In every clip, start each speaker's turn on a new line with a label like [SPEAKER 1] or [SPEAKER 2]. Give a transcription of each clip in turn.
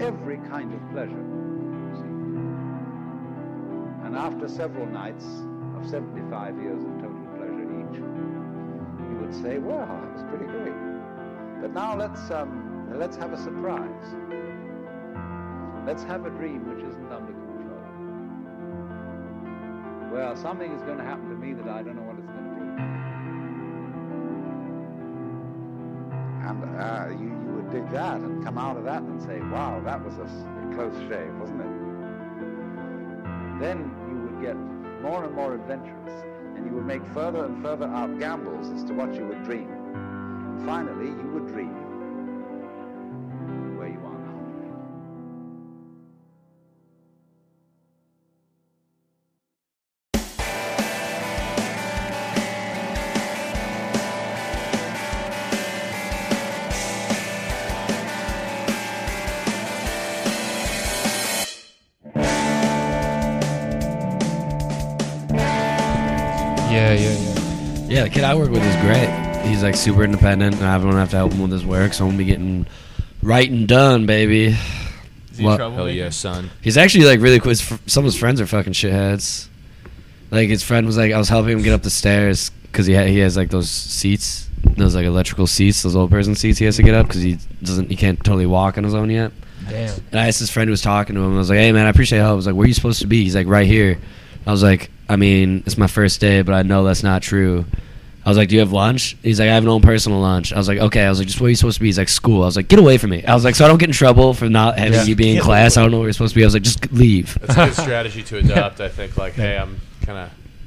[SPEAKER 1] every kind of pleasure. And after several nights of 75 years of total pleasure each, you would say, well, it was pretty great. But now let's, um, let's have a surprise. Let's have a dream which isn't under control. Well, something is going to happen to me that I don't know what it's going to be. And uh, you, you would dig that and come out of that and say, wow, that was a close shave, wasn't it? Then you would get more and more adventurous, and you would make further and further out gambles as to what you would dream. And finally, you would dream where you are
[SPEAKER 2] Yeah, yeah, yeah.
[SPEAKER 3] Yeah, the kid I work with is great. He's like super independent, and I don't have to help him with his work, so I'm gonna be getting right and done, baby.
[SPEAKER 4] Is he
[SPEAKER 3] Well,
[SPEAKER 4] a troublemaker?
[SPEAKER 2] Hell yeah, son.
[SPEAKER 3] He's actually like really cool. His fr- Some of his friends are fucking shitheads. Like his friend was like, I was helping him get up the stairs because he ha- he has like those seats, those like electrical seats, those old person seats. He has to get up because he doesn't, he can't totally walk on his own yet.
[SPEAKER 4] Damn.
[SPEAKER 3] And I asked his friend who was talking to him. I was like, "Hey, man, I appreciate your help." I was like, "Where are you supposed to be?" He's like, "Right here." I was like, "I mean, it's my first day, but I know that's not true." I was like, "Do you have lunch?" He's like, "I have an own personal lunch." I was like, "Okay." I was like, "Just where are you supposed to be?" He's like, "School." I was like, "Get away from me!" I was like, "So I don't get in trouble for not having
[SPEAKER 4] Yeah.
[SPEAKER 3] you be in
[SPEAKER 4] Get
[SPEAKER 3] class. I
[SPEAKER 4] away.
[SPEAKER 3] don't know where you're supposed to be." I was like, "Just leave."
[SPEAKER 4] That's a good strategy to adopt, I think. Like, hey, I'm kind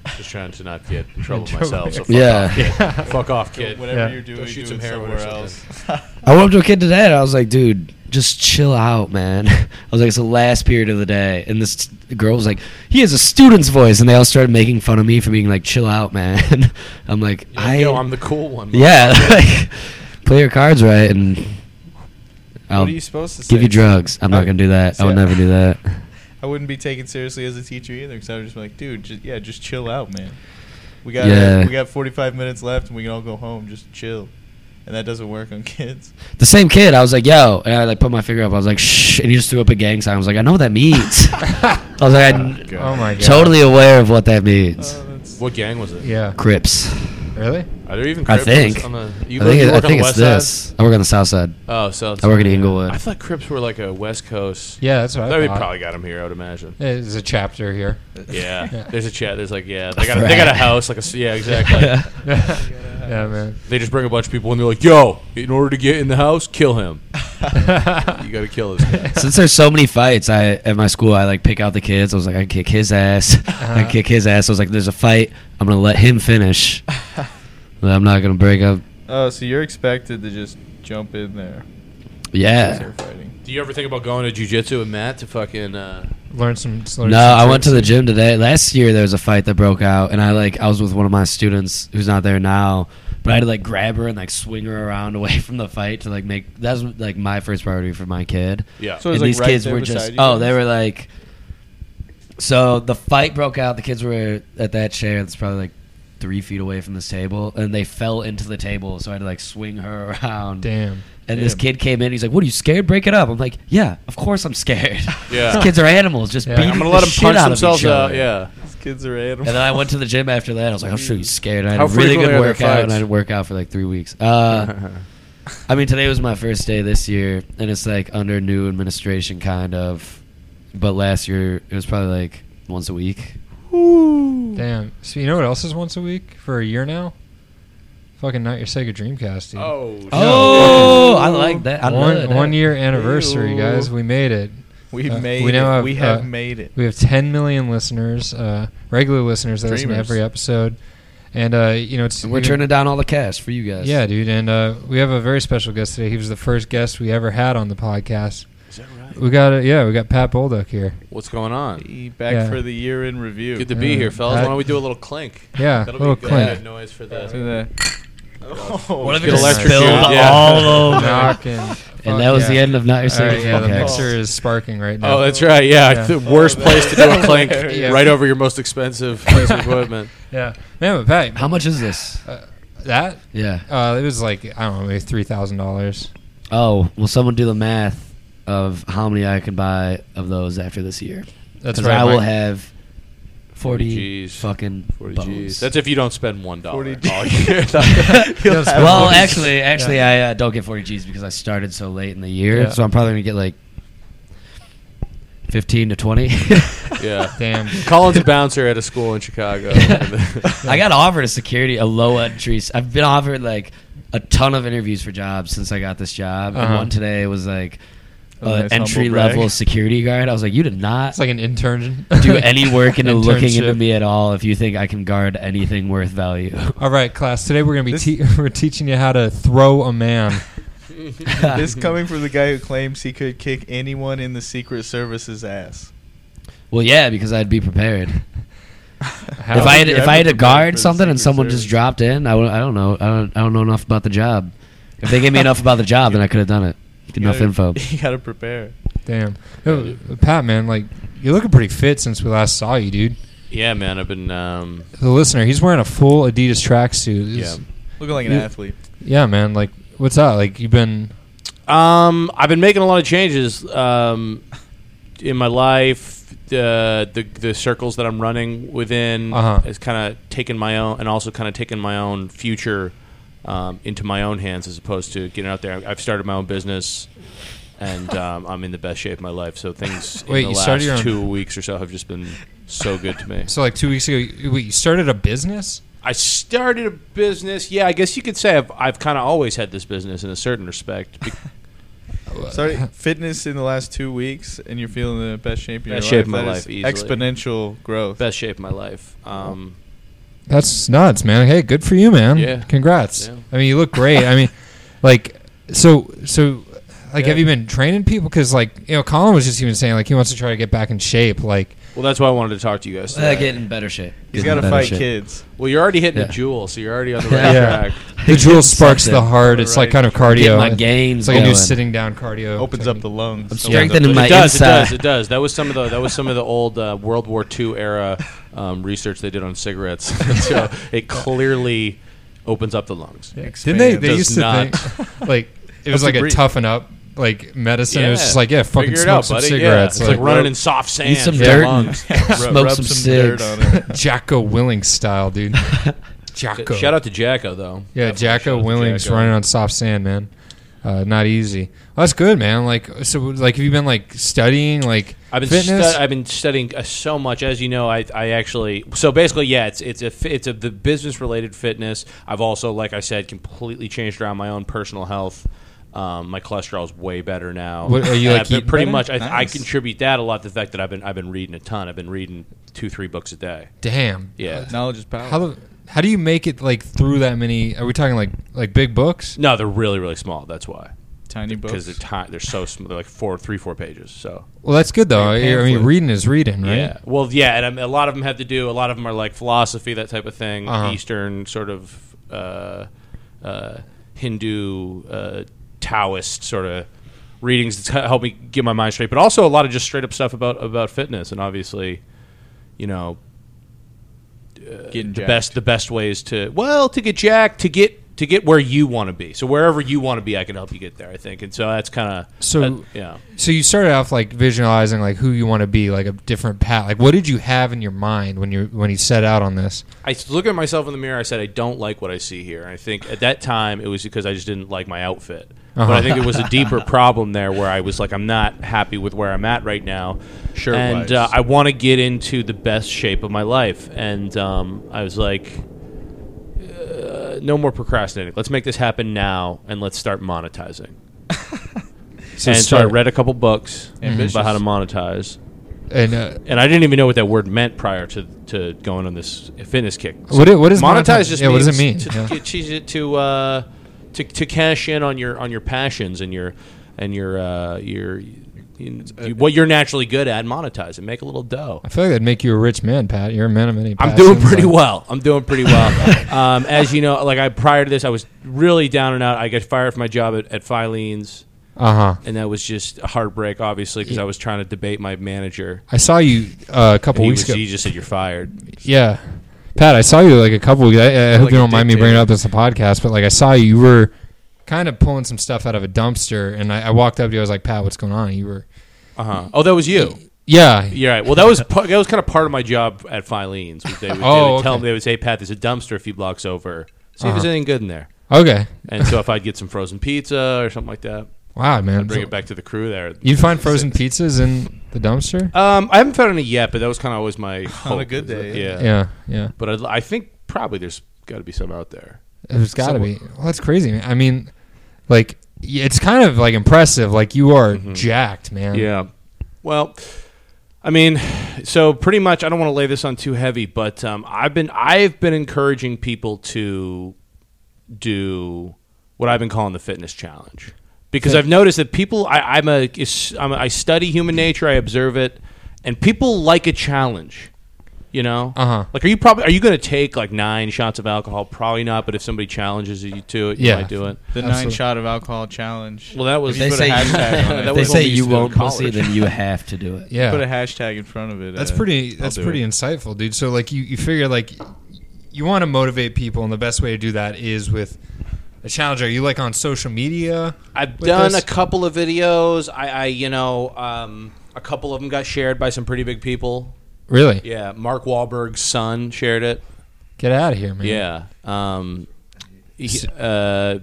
[SPEAKER 4] of just trying to not get in trouble
[SPEAKER 2] trouble
[SPEAKER 4] myself. So fuck
[SPEAKER 3] Yeah.
[SPEAKER 4] off, kid. fuck off, kid.
[SPEAKER 5] Whatever
[SPEAKER 2] Yeah.
[SPEAKER 5] you're doing,
[SPEAKER 4] Go shoot
[SPEAKER 5] do
[SPEAKER 4] some
[SPEAKER 5] it
[SPEAKER 4] heroin or
[SPEAKER 5] somewhere else.
[SPEAKER 4] something.
[SPEAKER 3] I went up to a kid today and I was like, dude, just chill out, man. I was like, it's the last period of the day. And this girl was like, he has a student's voice. And they all started making fun of me for being like, chill out, man. I'm like,
[SPEAKER 4] Yo,
[SPEAKER 3] I.
[SPEAKER 4] yo, I'm the cool one.
[SPEAKER 3] yeah, like, play your cards right and I'll
[SPEAKER 5] What are you
[SPEAKER 3] give
[SPEAKER 5] supposed to say?
[SPEAKER 3] you drugs. I'm not
[SPEAKER 5] I-
[SPEAKER 3] going to do that. I would
[SPEAKER 5] Yeah.
[SPEAKER 3] never do that.
[SPEAKER 5] I wouldn't be taken seriously as a teacher either because I would just be like, dude, just, yeah, just chill out, man. We got
[SPEAKER 3] Yeah.
[SPEAKER 5] we got 45 minutes left and we can all go home. Just chill. And that doesn't work on kids.
[SPEAKER 3] The same kid, I was like, yo. And I like put my finger up. I was like, shh. And he just threw up a gang sign. I was like, I know what that means. I was like, I'm
[SPEAKER 4] God.
[SPEAKER 2] Oh my god.
[SPEAKER 3] totally aware of what that means.
[SPEAKER 4] Uh,
[SPEAKER 5] Oh, that's
[SPEAKER 4] What gang was it?
[SPEAKER 2] Yeah.
[SPEAKER 3] Crips.
[SPEAKER 2] Really?
[SPEAKER 4] Are there even
[SPEAKER 3] I
[SPEAKER 4] Crips
[SPEAKER 3] think.
[SPEAKER 4] On the, you
[SPEAKER 3] I
[SPEAKER 4] live-
[SPEAKER 3] think,
[SPEAKER 4] you
[SPEAKER 3] it, I
[SPEAKER 4] work on
[SPEAKER 3] think
[SPEAKER 4] the
[SPEAKER 3] it's
[SPEAKER 4] West
[SPEAKER 3] this.
[SPEAKER 4] Side?
[SPEAKER 3] I work on the South Side.
[SPEAKER 4] Oh, so
[SPEAKER 3] I work in Inglewood.
[SPEAKER 4] I thought Crips were like a West Coast.
[SPEAKER 2] Yeah, that's what I
[SPEAKER 4] I thought they
[SPEAKER 2] thought.
[SPEAKER 4] probably got them here. I would imagine.
[SPEAKER 2] Yeah, There's a chapter here.
[SPEAKER 4] Yeah,
[SPEAKER 2] Yeah.
[SPEAKER 4] there's a chat. There's like, yeah, they got a, they got a
[SPEAKER 3] Right.
[SPEAKER 4] house. Like, a, s- yeah, exactly.
[SPEAKER 3] Yeah.
[SPEAKER 2] yeah, man.
[SPEAKER 4] They just bring a bunch of people and they're like, yo, in order to get in the house, kill him. You got to kill this guy.
[SPEAKER 3] Since there's so many fights, I at my school I like pick out the kids. I was like, I kick his ass.
[SPEAKER 4] Uh-huh.
[SPEAKER 3] I kick his ass. I was like, there's a fight. I'm gonna let him finish. But I'm not gonna break up.
[SPEAKER 5] Oh, so you're expected to just jump in there? as
[SPEAKER 3] Yeah.
[SPEAKER 5] they're fighting.
[SPEAKER 4] Do you ever think about going to jujitsu with Matt to fucking? Uh,
[SPEAKER 2] Learn some. Learn some
[SPEAKER 3] No, I went to
[SPEAKER 2] tricks.
[SPEAKER 3] the gym today. Last year there was a fight that broke out, and I like I was with one of my students who's not there now. But I had to like grab her and like swing her around away from the fight to like make that's like my first priority for my kid.
[SPEAKER 4] yeah.
[SPEAKER 5] So- it
[SPEAKER 3] and
[SPEAKER 5] was, like,
[SPEAKER 3] these
[SPEAKER 5] right
[SPEAKER 3] kids
[SPEAKER 5] there
[SPEAKER 3] were
[SPEAKER 5] beside
[SPEAKER 3] just
[SPEAKER 5] you
[SPEAKER 3] oh
[SPEAKER 5] guys?
[SPEAKER 3] they were like so the fight broke out the kids were at that chair that's probably like three feet away from this table and they fell into the table so i had to like swing her around
[SPEAKER 2] Damn.
[SPEAKER 3] and this
[SPEAKER 5] Damn.
[SPEAKER 3] kid came in he's like what are you scared break it up i'm like yeah of course i'm scared
[SPEAKER 4] Yeah.
[SPEAKER 3] these kids are animals just
[SPEAKER 2] Yeah.
[SPEAKER 3] beating
[SPEAKER 4] I'm gonna
[SPEAKER 3] the
[SPEAKER 4] let them
[SPEAKER 3] shit
[SPEAKER 4] punch
[SPEAKER 3] out of
[SPEAKER 4] themselves
[SPEAKER 3] each other.
[SPEAKER 4] out. Yeah.
[SPEAKER 5] These kids are
[SPEAKER 3] and uh,
[SPEAKER 5] animals.
[SPEAKER 3] then i went to the gym after that i was like i'm sure you're scared and i
[SPEAKER 4] How
[SPEAKER 3] had a really
[SPEAKER 4] frequently
[SPEAKER 3] good
[SPEAKER 4] are there
[SPEAKER 3] workout and i
[SPEAKER 4] fights?
[SPEAKER 3] didn't work out for like three weeks uh I mean, today was my first day this year, and it's like under new administration, kind of. But last year, it was probably like once a week.
[SPEAKER 2] Damn. So you know what else is once a week for a year now? Fucking not your Sega Dreamcast, dude.
[SPEAKER 4] oh. shit.
[SPEAKER 3] Oh, I like that. I
[SPEAKER 2] one
[SPEAKER 3] love that.
[SPEAKER 2] one year anniversary,
[SPEAKER 5] Ew.
[SPEAKER 2] guys. We made it.
[SPEAKER 5] we
[SPEAKER 2] Uh,
[SPEAKER 5] made
[SPEAKER 2] we now
[SPEAKER 5] it.
[SPEAKER 2] have,
[SPEAKER 5] we have
[SPEAKER 2] uh,
[SPEAKER 5] made it.
[SPEAKER 2] We have 10 million listeners, uh, regular listeners that listen to
[SPEAKER 5] Dreamers.
[SPEAKER 2] every episode, and uh, you know it's
[SPEAKER 3] And we're
[SPEAKER 2] even-
[SPEAKER 3] turning down all the cash for you guys.
[SPEAKER 2] Yeah, dude, and uh, we have a very special guest today. He was the first guest we ever had on the podcast.
[SPEAKER 4] Is that right?
[SPEAKER 2] We got it. Yeah, we got Pat Bolduc here.
[SPEAKER 4] What's going on?
[SPEAKER 5] Be back
[SPEAKER 2] Yeah.
[SPEAKER 5] for the year in review.
[SPEAKER 4] Good to be
[SPEAKER 2] Yeah.
[SPEAKER 4] here, fellas. Why
[SPEAKER 2] Pat-
[SPEAKER 4] don't we do a little clink?
[SPEAKER 2] Yeah,
[SPEAKER 4] That'll
[SPEAKER 2] little
[SPEAKER 4] be good
[SPEAKER 2] Clint.
[SPEAKER 4] noise for the.
[SPEAKER 5] To the- uh, Oh,
[SPEAKER 4] What if it
[SPEAKER 5] shit.
[SPEAKER 4] just electrocuted, spilled yeah.
[SPEAKER 3] all over?
[SPEAKER 2] Knocking.
[SPEAKER 3] And that was the end of not your
[SPEAKER 2] All right,
[SPEAKER 3] second
[SPEAKER 2] yeah, the
[SPEAKER 5] Okay.
[SPEAKER 2] mixer is sparking right now.
[SPEAKER 4] Oh, that's right. Yeah,
[SPEAKER 2] Yeah.
[SPEAKER 4] the worst place to do a clink
[SPEAKER 2] Yeah.
[SPEAKER 4] right over your most expensive piece of equipment.
[SPEAKER 2] yeah. Man, but
[SPEAKER 3] How
[SPEAKER 2] Pat,
[SPEAKER 3] much is this?
[SPEAKER 2] that
[SPEAKER 3] Yeah.
[SPEAKER 2] uh, it was like I don't know, maybe three thousand dollars.
[SPEAKER 3] Oh, will someone do the math of how many I can buy of those after this year?
[SPEAKER 2] That's
[SPEAKER 3] 'Cause
[SPEAKER 2] right.
[SPEAKER 3] I will
[SPEAKER 2] Mike.
[SPEAKER 3] have 40
[SPEAKER 4] 40 Gs.
[SPEAKER 3] fucking
[SPEAKER 4] 40
[SPEAKER 3] bones.
[SPEAKER 4] G's. That's if you don't spend one dollar
[SPEAKER 5] 40
[SPEAKER 4] all year.
[SPEAKER 5] You'll
[SPEAKER 2] Yes,
[SPEAKER 5] have
[SPEAKER 3] well,
[SPEAKER 5] one.
[SPEAKER 3] actually, actually, I uh, don't get 40 G's because I started so late in the year,
[SPEAKER 2] Yeah.
[SPEAKER 3] so I'm probably gonna get like 15 to 20.
[SPEAKER 4] yeah.
[SPEAKER 2] Damn.
[SPEAKER 4] Colin's a bouncer at a school in Chicago.
[SPEAKER 3] I got offered a security, a low entry. s- I've been offered like a ton of interviews for jobs since I got this job, and
[SPEAKER 2] Uh-huh.
[SPEAKER 3] one today was like
[SPEAKER 5] A nice
[SPEAKER 3] an
[SPEAKER 5] humble
[SPEAKER 3] entry
[SPEAKER 5] brag.
[SPEAKER 3] level security guard. I was like, you did not
[SPEAKER 2] It's like an intern.
[SPEAKER 3] do any work into looking into
[SPEAKER 2] Internship.
[SPEAKER 3] me at all if you think I can guard anything worth value.
[SPEAKER 2] All right, class. Today we're gonna be
[SPEAKER 5] This-
[SPEAKER 2] te- we're teaching you how to throw a man.
[SPEAKER 5] this coming from the guy who claims he could kick anyone in the Secret Service's ass.
[SPEAKER 3] well, yeah, because I'd be prepared.
[SPEAKER 2] How-
[SPEAKER 3] if I had
[SPEAKER 5] Yeah,
[SPEAKER 3] if
[SPEAKER 5] I'd
[SPEAKER 3] I had to
[SPEAKER 5] be prepared for
[SPEAKER 3] guard
[SPEAKER 5] the
[SPEAKER 3] something and
[SPEAKER 5] Secret
[SPEAKER 3] someone
[SPEAKER 5] Service.
[SPEAKER 3] just dropped in, I, would, I don't know. I don't, I don't know enough about the job. If they gave me enough about the job, then I could have done it.
[SPEAKER 5] You
[SPEAKER 3] Enough
[SPEAKER 5] gotta-
[SPEAKER 3] info.
[SPEAKER 5] You gotta prepare.
[SPEAKER 2] Damn. Yo, Pat, man, like you're looking pretty fit since we last saw you, dude.
[SPEAKER 4] yeah, man. I've been. Um,
[SPEAKER 2] The listener, he's wearing a full Adidas tracksuit.
[SPEAKER 4] yeah.
[SPEAKER 2] It's-
[SPEAKER 5] Looking like an
[SPEAKER 2] You-
[SPEAKER 5] athlete.
[SPEAKER 2] Yeah, man. Like, what's up? Like, you've been.
[SPEAKER 4] Um, I've been making a lot of changes um, in my life. The, the the circles that I'm running within
[SPEAKER 2] Uh-huh.
[SPEAKER 4] has kind of taken my own, and also kind of taken my own future um, into my own hands as opposed to getting out there. I've started my own business, and um, I'm in the best shape of my life. So things
[SPEAKER 2] Wait,
[SPEAKER 4] in the
[SPEAKER 2] you
[SPEAKER 4] last
[SPEAKER 2] started your own-
[SPEAKER 4] two weeks or so have just been so good to me.
[SPEAKER 2] So, like, two weeks ago, you, wait, you started a business?
[SPEAKER 4] I started a business. Yeah, I guess you could say I've I've kind of always had this business in a certain respect. Be-
[SPEAKER 5] Sorry, fitness in the last two weeks, and you're feeling the best shape of your
[SPEAKER 4] Best
[SPEAKER 5] life.
[SPEAKER 4] shape of my
[SPEAKER 5] That
[SPEAKER 4] life,
[SPEAKER 5] is
[SPEAKER 4] easily.
[SPEAKER 5] Exponential growth.
[SPEAKER 4] best shape of my life. Um,
[SPEAKER 2] That's nuts, man. Hey, good for you, man.
[SPEAKER 4] Yeah.
[SPEAKER 2] Congrats.
[SPEAKER 4] Yeah.
[SPEAKER 2] I mean, you look great. I mean, like, so, so, like,
[SPEAKER 4] Yeah.
[SPEAKER 2] have you been training people? Because, like, you know, Colin was just even saying, like, he wants to try to get back in shape. Like,
[SPEAKER 4] Well, that's why I wanted to talk to you guys.
[SPEAKER 3] Uh,
[SPEAKER 4] Today.
[SPEAKER 3] get in better shape.
[SPEAKER 5] He's
[SPEAKER 3] Get
[SPEAKER 5] got
[SPEAKER 3] in
[SPEAKER 5] to
[SPEAKER 3] better
[SPEAKER 5] fight
[SPEAKER 3] shape.
[SPEAKER 5] kids.
[SPEAKER 4] Well, you're already hitting
[SPEAKER 3] Yeah.
[SPEAKER 4] a jewel, so you're already on the
[SPEAKER 3] Yeah.
[SPEAKER 4] right
[SPEAKER 2] Yeah.
[SPEAKER 4] track.
[SPEAKER 2] the drill sparks
[SPEAKER 3] something.
[SPEAKER 2] the heart. It's like
[SPEAKER 5] Right.
[SPEAKER 2] kind of cardio.
[SPEAKER 3] Get my gains
[SPEAKER 2] It's like a new
[SPEAKER 3] going.
[SPEAKER 2] sitting down cardio.
[SPEAKER 5] Opens up the lungs.
[SPEAKER 3] I'm
[SPEAKER 5] Opens
[SPEAKER 3] strengthening
[SPEAKER 5] up
[SPEAKER 3] my
[SPEAKER 4] it does,
[SPEAKER 3] inside.
[SPEAKER 4] it does, it does. That was some of the that was some of the old uh, World War II era um, research they did on cigarettes. so it clearly opens up the lungs.
[SPEAKER 2] Didn't they? They
[SPEAKER 4] Does
[SPEAKER 2] used to
[SPEAKER 4] not.
[SPEAKER 2] think like it was
[SPEAKER 5] to
[SPEAKER 2] like a
[SPEAKER 5] breathe.
[SPEAKER 2] toughen up like medicine. It was
[SPEAKER 4] Yeah.
[SPEAKER 2] just like yeah, fucking
[SPEAKER 4] Figure it
[SPEAKER 2] smoke
[SPEAKER 4] out,
[SPEAKER 2] some
[SPEAKER 4] buddy.
[SPEAKER 2] cigarettes.
[SPEAKER 4] Yeah. It's like,
[SPEAKER 2] Like,
[SPEAKER 4] running in soft sand.
[SPEAKER 3] Eat some
[SPEAKER 4] for the
[SPEAKER 3] dirt and
[SPEAKER 4] lungs.
[SPEAKER 3] smoke
[SPEAKER 5] Rub
[SPEAKER 3] some
[SPEAKER 5] some dirt
[SPEAKER 3] cigs.
[SPEAKER 5] on it.
[SPEAKER 2] Jacko Willings style, dude. Jacko.
[SPEAKER 4] Shout out to Jacko though.
[SPEAKER 2] Yeah,
[SPEAKER 4] Definitely shout out
[SPEAKER 2] Jacko
[SPEAKER 4] to
[SPEAKER 2] Willings
[SPEAKER 4] Jacko.
[SPEAKER 2] running on soft sand, man. Uh, not easy. Well, that's good, man. Like so, like have you been like studying like
[SPEAKER 4] I've been
[SPEAKER 2] fitness?
[SPEAKER 4] stu- I've been studying uh, so much, as you know. I, I actually so basically, yeah. It's it's a fi- it's a the business related fitness. I've also, like I said, completely changed around my own personal health. Um, my cholesterol is way better now.
[SPEAKER 2] What, are you,
[SPEAKER 4] And
[SPEAKER 2] like,
[SPEAKER 4] I've been
[SPEAKER 2] eating
[SPEAKER 4] pretty
[SPEAKER 2] better?
[SPEAKER 4] much? I, I
[SPEAKER 5] Nice.
[SPEAKER 4] contribute that a lot. to The fact that I've been I've been reading a ton. I've been reading two three books a day.
[SPEAKER 2] Damn.
[SPEAKER 4] Yeah.
[SPEAKER 5] Knowledge is power.
[SPEAKER 2] How the, how do you make it like through that many? Are we talking like like big books?
[SPEAKER 4] No, they're really really small. That's why
[SPEAKER 5] Tiny
[SPEAKER 4] because
[SPEAKER 5] books.
[SPEAKER 4] they're ti- they're so small. They're like four three four pages. So
[SPEAKER 2] Well, that's good though.
[SPEAKER 5] Like a
[SPEAKER 2] I- I mean,
[SPEAKER 5] pamphlet.
[SPEAKER 2] reading is reading, right?
[SPEAKER 4] Yeah. Well, yeah, and um, a lot of them have to do. A lot of them are like philosophy, that type of thing,
[SPEAKER 2] Uh-huh.
[SPEAKER 4] Eastern sort of uh, uh, Hindu uh, Taoist sort of readings that's h- helped me get my mind straight. But also a lot of just straight up stuff about about fitness, and obviously, you know,
[SPEAKER 5] Getting
[SPEAKER 4] the
[SPEAKER 5] jacked.
[SPEAKER 4] best the best ways to well to get jacked to get. To get where you want to be, so wherever you want to be, I can help you get there. I think, and so that's kind of
[SPEAKER 2] So-
[SPEAKER 4] yeah.
[SPEAKER 2] So you started off like visualizing like who you want to be, like a different path. Like what did you have in your mind when you when you set out on this?
[SPEAKER 4] I s- look at myself in the mirror. I said, I don't like what I see here. And I think at that time it was because I just didn't like my outfit. But I think it was
[SPEAKER 5] Uh-huh.
[SPEAKER 4] a deeper problem there where I was like, I'm not happy with where I'm at right now.
[SPEAKER 5] Sure
[SPEAKER 4] And
[SPEAKER 5] was.
[SPEAKER 4] uh, I want to get into the best shape of my life. And um, I was like, uh, no more procrastinating. Let's make this happen now and let's start monetizing.
[SPEAKER 2] So
[SPEAKER 4] and so I
[SPEAKER 2] start-
[SPEAKER 4] read a couple books
[SPEAKER 5] Ambitious.
[SPEAKER 4] about how to monetize.
[SPEAKER 2] and uh,
[SPEAKER 4] And I didn't even know what that word meant prior to, to going on this fitness kick.
[SPEAKER 2] What i- what is monetize?
[SPEAKER 4] monetize? Just
[SPEAKER 2] Yeah, what does it
[SPEAKER 4] means
[SPEAKER 2] mean?
[SPEAKER 4] To,
[SPEAKER 2] Yeah.
[SPEAKER 4] to, to, to, uh, to, to cash in on your on your passions and your and your uh, your you- you- what you're naturally good at, monetize it, make a little dough.
[SPEAKER 2] I feel like that'd make you a rich man, Pat. You're a man of many.
[SPEAKER 4] I'm
[SPEAKER 2] Passions.
[SPEAKER 4] doing pretty
[SPEAKER 2] like-
[SPEAKER 4] well. I'm doing pretty well. um, as you know, like I prior to this, I was really down and out. I got fired from my job at, at Filene's,
[SPEAKER 2] Uh huh.
[SPEAKER 4] and that was just a heartbreak, obviously, because I was trying to debate my manager.
[SPEAKER 2] I saw you uh, a
[SPEAKER 4] And
[SPEAKER 2] couple
[SPEAKER 4] he,
[SPEAKER 2] weeks
[SPEAKER 4] was,
[SPEAKER 2] ago.
[SPEAKER 4] he just said you're fired.
[SPEAKER 2] Yeah, Pat, I saw you like a couple. Weeks, I, I hope
[SPEAKER 5] Like
[SPEAKER 2] you
[SPEAKER 5] a
[SPEAKER 2] don't mind me bringing
[SPEAKER 5] dictator.
[SPEAKER 2] up this podcast, but like I saw you, you were kind of pulling some stuff out of a dumpster, and I, I walked up to you. I was like, Pat, what's going on? And you were,
[SPEAKER 4] Uh huh. Oh, that was you.
[SPEAKER 2] yeah,
[SPEAKER 4] Yeah, right. Well, that was part, that was kind of part of my job at Filene's. was They would, they
[SPEAKER 2] Oh,
[SPEAKER 4] would tell
[SPEAKER 2] okay. Uh-huh.
[SPEAKER 4] me they would say, "Pat, there's a dumpster a few blocks over. See if there's anything good in there."
[SPEAKER 2] okay,
[SPEAKER 4] And so if I'd get some frozen pizza or something like that,
[SPEAKER 2] wow, man,
[SPEAKER 4] I'd bring it back to the crew there.
[SPEAKER 2] You'd find frozen pizzas in the dumpster.
[SPEAKER 4] Um, I haven't found any yet, but that was kind of always my hope.
[SPEAKER 5] good
[SPEAKER 4] was that-
[SPEAKER 5] day,
[SPEAKER 4] yeah.
[SPEAKER 2] yeah, yeah.
[SPEAKER 4] But I'd, I think probably there's got to be some out there.
[SPEAKER 2] It's got to be. Well, that's crazy. Man. I mean, like y- it's kind of like impressive. Like you are jacked, man.
[SPEAKER 4] Mm-hmm. Yeah. Well, I mean, so pretty much, I don't want to lay this on too heavy, but um, I've been I've been encouraging people to do what I've been calling the fitness challenge because I've noticed that people I, I'm a is- I'm a I study human nature, I observe it, and people like a challenge. You know,
[SPEAKER 2] Uh-huh.
[SPEAKER 4] like are you probably are you going to take like nine shots of alcohol? Probably not. But if somebody challenges you to it, you
[SPEAKER 2] Yeah.
[SPEAKER 4] might do it.
[SPEAKER 5] The nine
[SPEAKER 2] Absolutely.
[SPEAKER 5] shot of alcohol challenge.
[SPEAKER 4] Well, that was
[SPEAKER 5] If you
[SPEAKER 3] They
[SPEAKER 5] put
[SPEAKER 3] say
[SPEAKER 5] a
[SPEAKER 3] you-
[SPEAKER 5] hashtag on it.
[SPEAKER 4] That
[SPEAKER 3] they
[SPEAKER 4] was
[SPEAKER 3] say
[SPEAKER 4] what we used
[SPEAKER 3] you
[SPEAKER 4] to do in
[SPEAKER 3] won't pussy,
[SPEAKER 4] college.
[SPEAKER 3] then you have to do it.
[SPEAKER 2] yeah.
[SPEAKER 5] Put a hashtag in front of it.
[SPEAKER 2] That's
[SPEAKER 5] uh,
[SPEAKER 2] pretty. That's
[SPEAKER 5] do
[SPEAKER 2] pretty
[SPEAKER 5] it.
[SPEAKER 2] insightful, dude. So like you, you figure like you want to motivate people, and the best way to do that is with a challenge. Are you like on social media?
[SPEAKER 4] I've
[SPEAKER 2] with
[SPEAKER 4] done
[SPEAKER 2] this?
[SPEAKER 4] a couple of videos. I, I you know, um, a couple of them got shared by some pretty big people.
[SPEAKER 2] really
[SPEAKER 4] Yeah, Mark Wahlberg's son shared it.
[SPEAKER 2] get out of here, man.
[SPEAKER 4] Yeah, um, he- uh,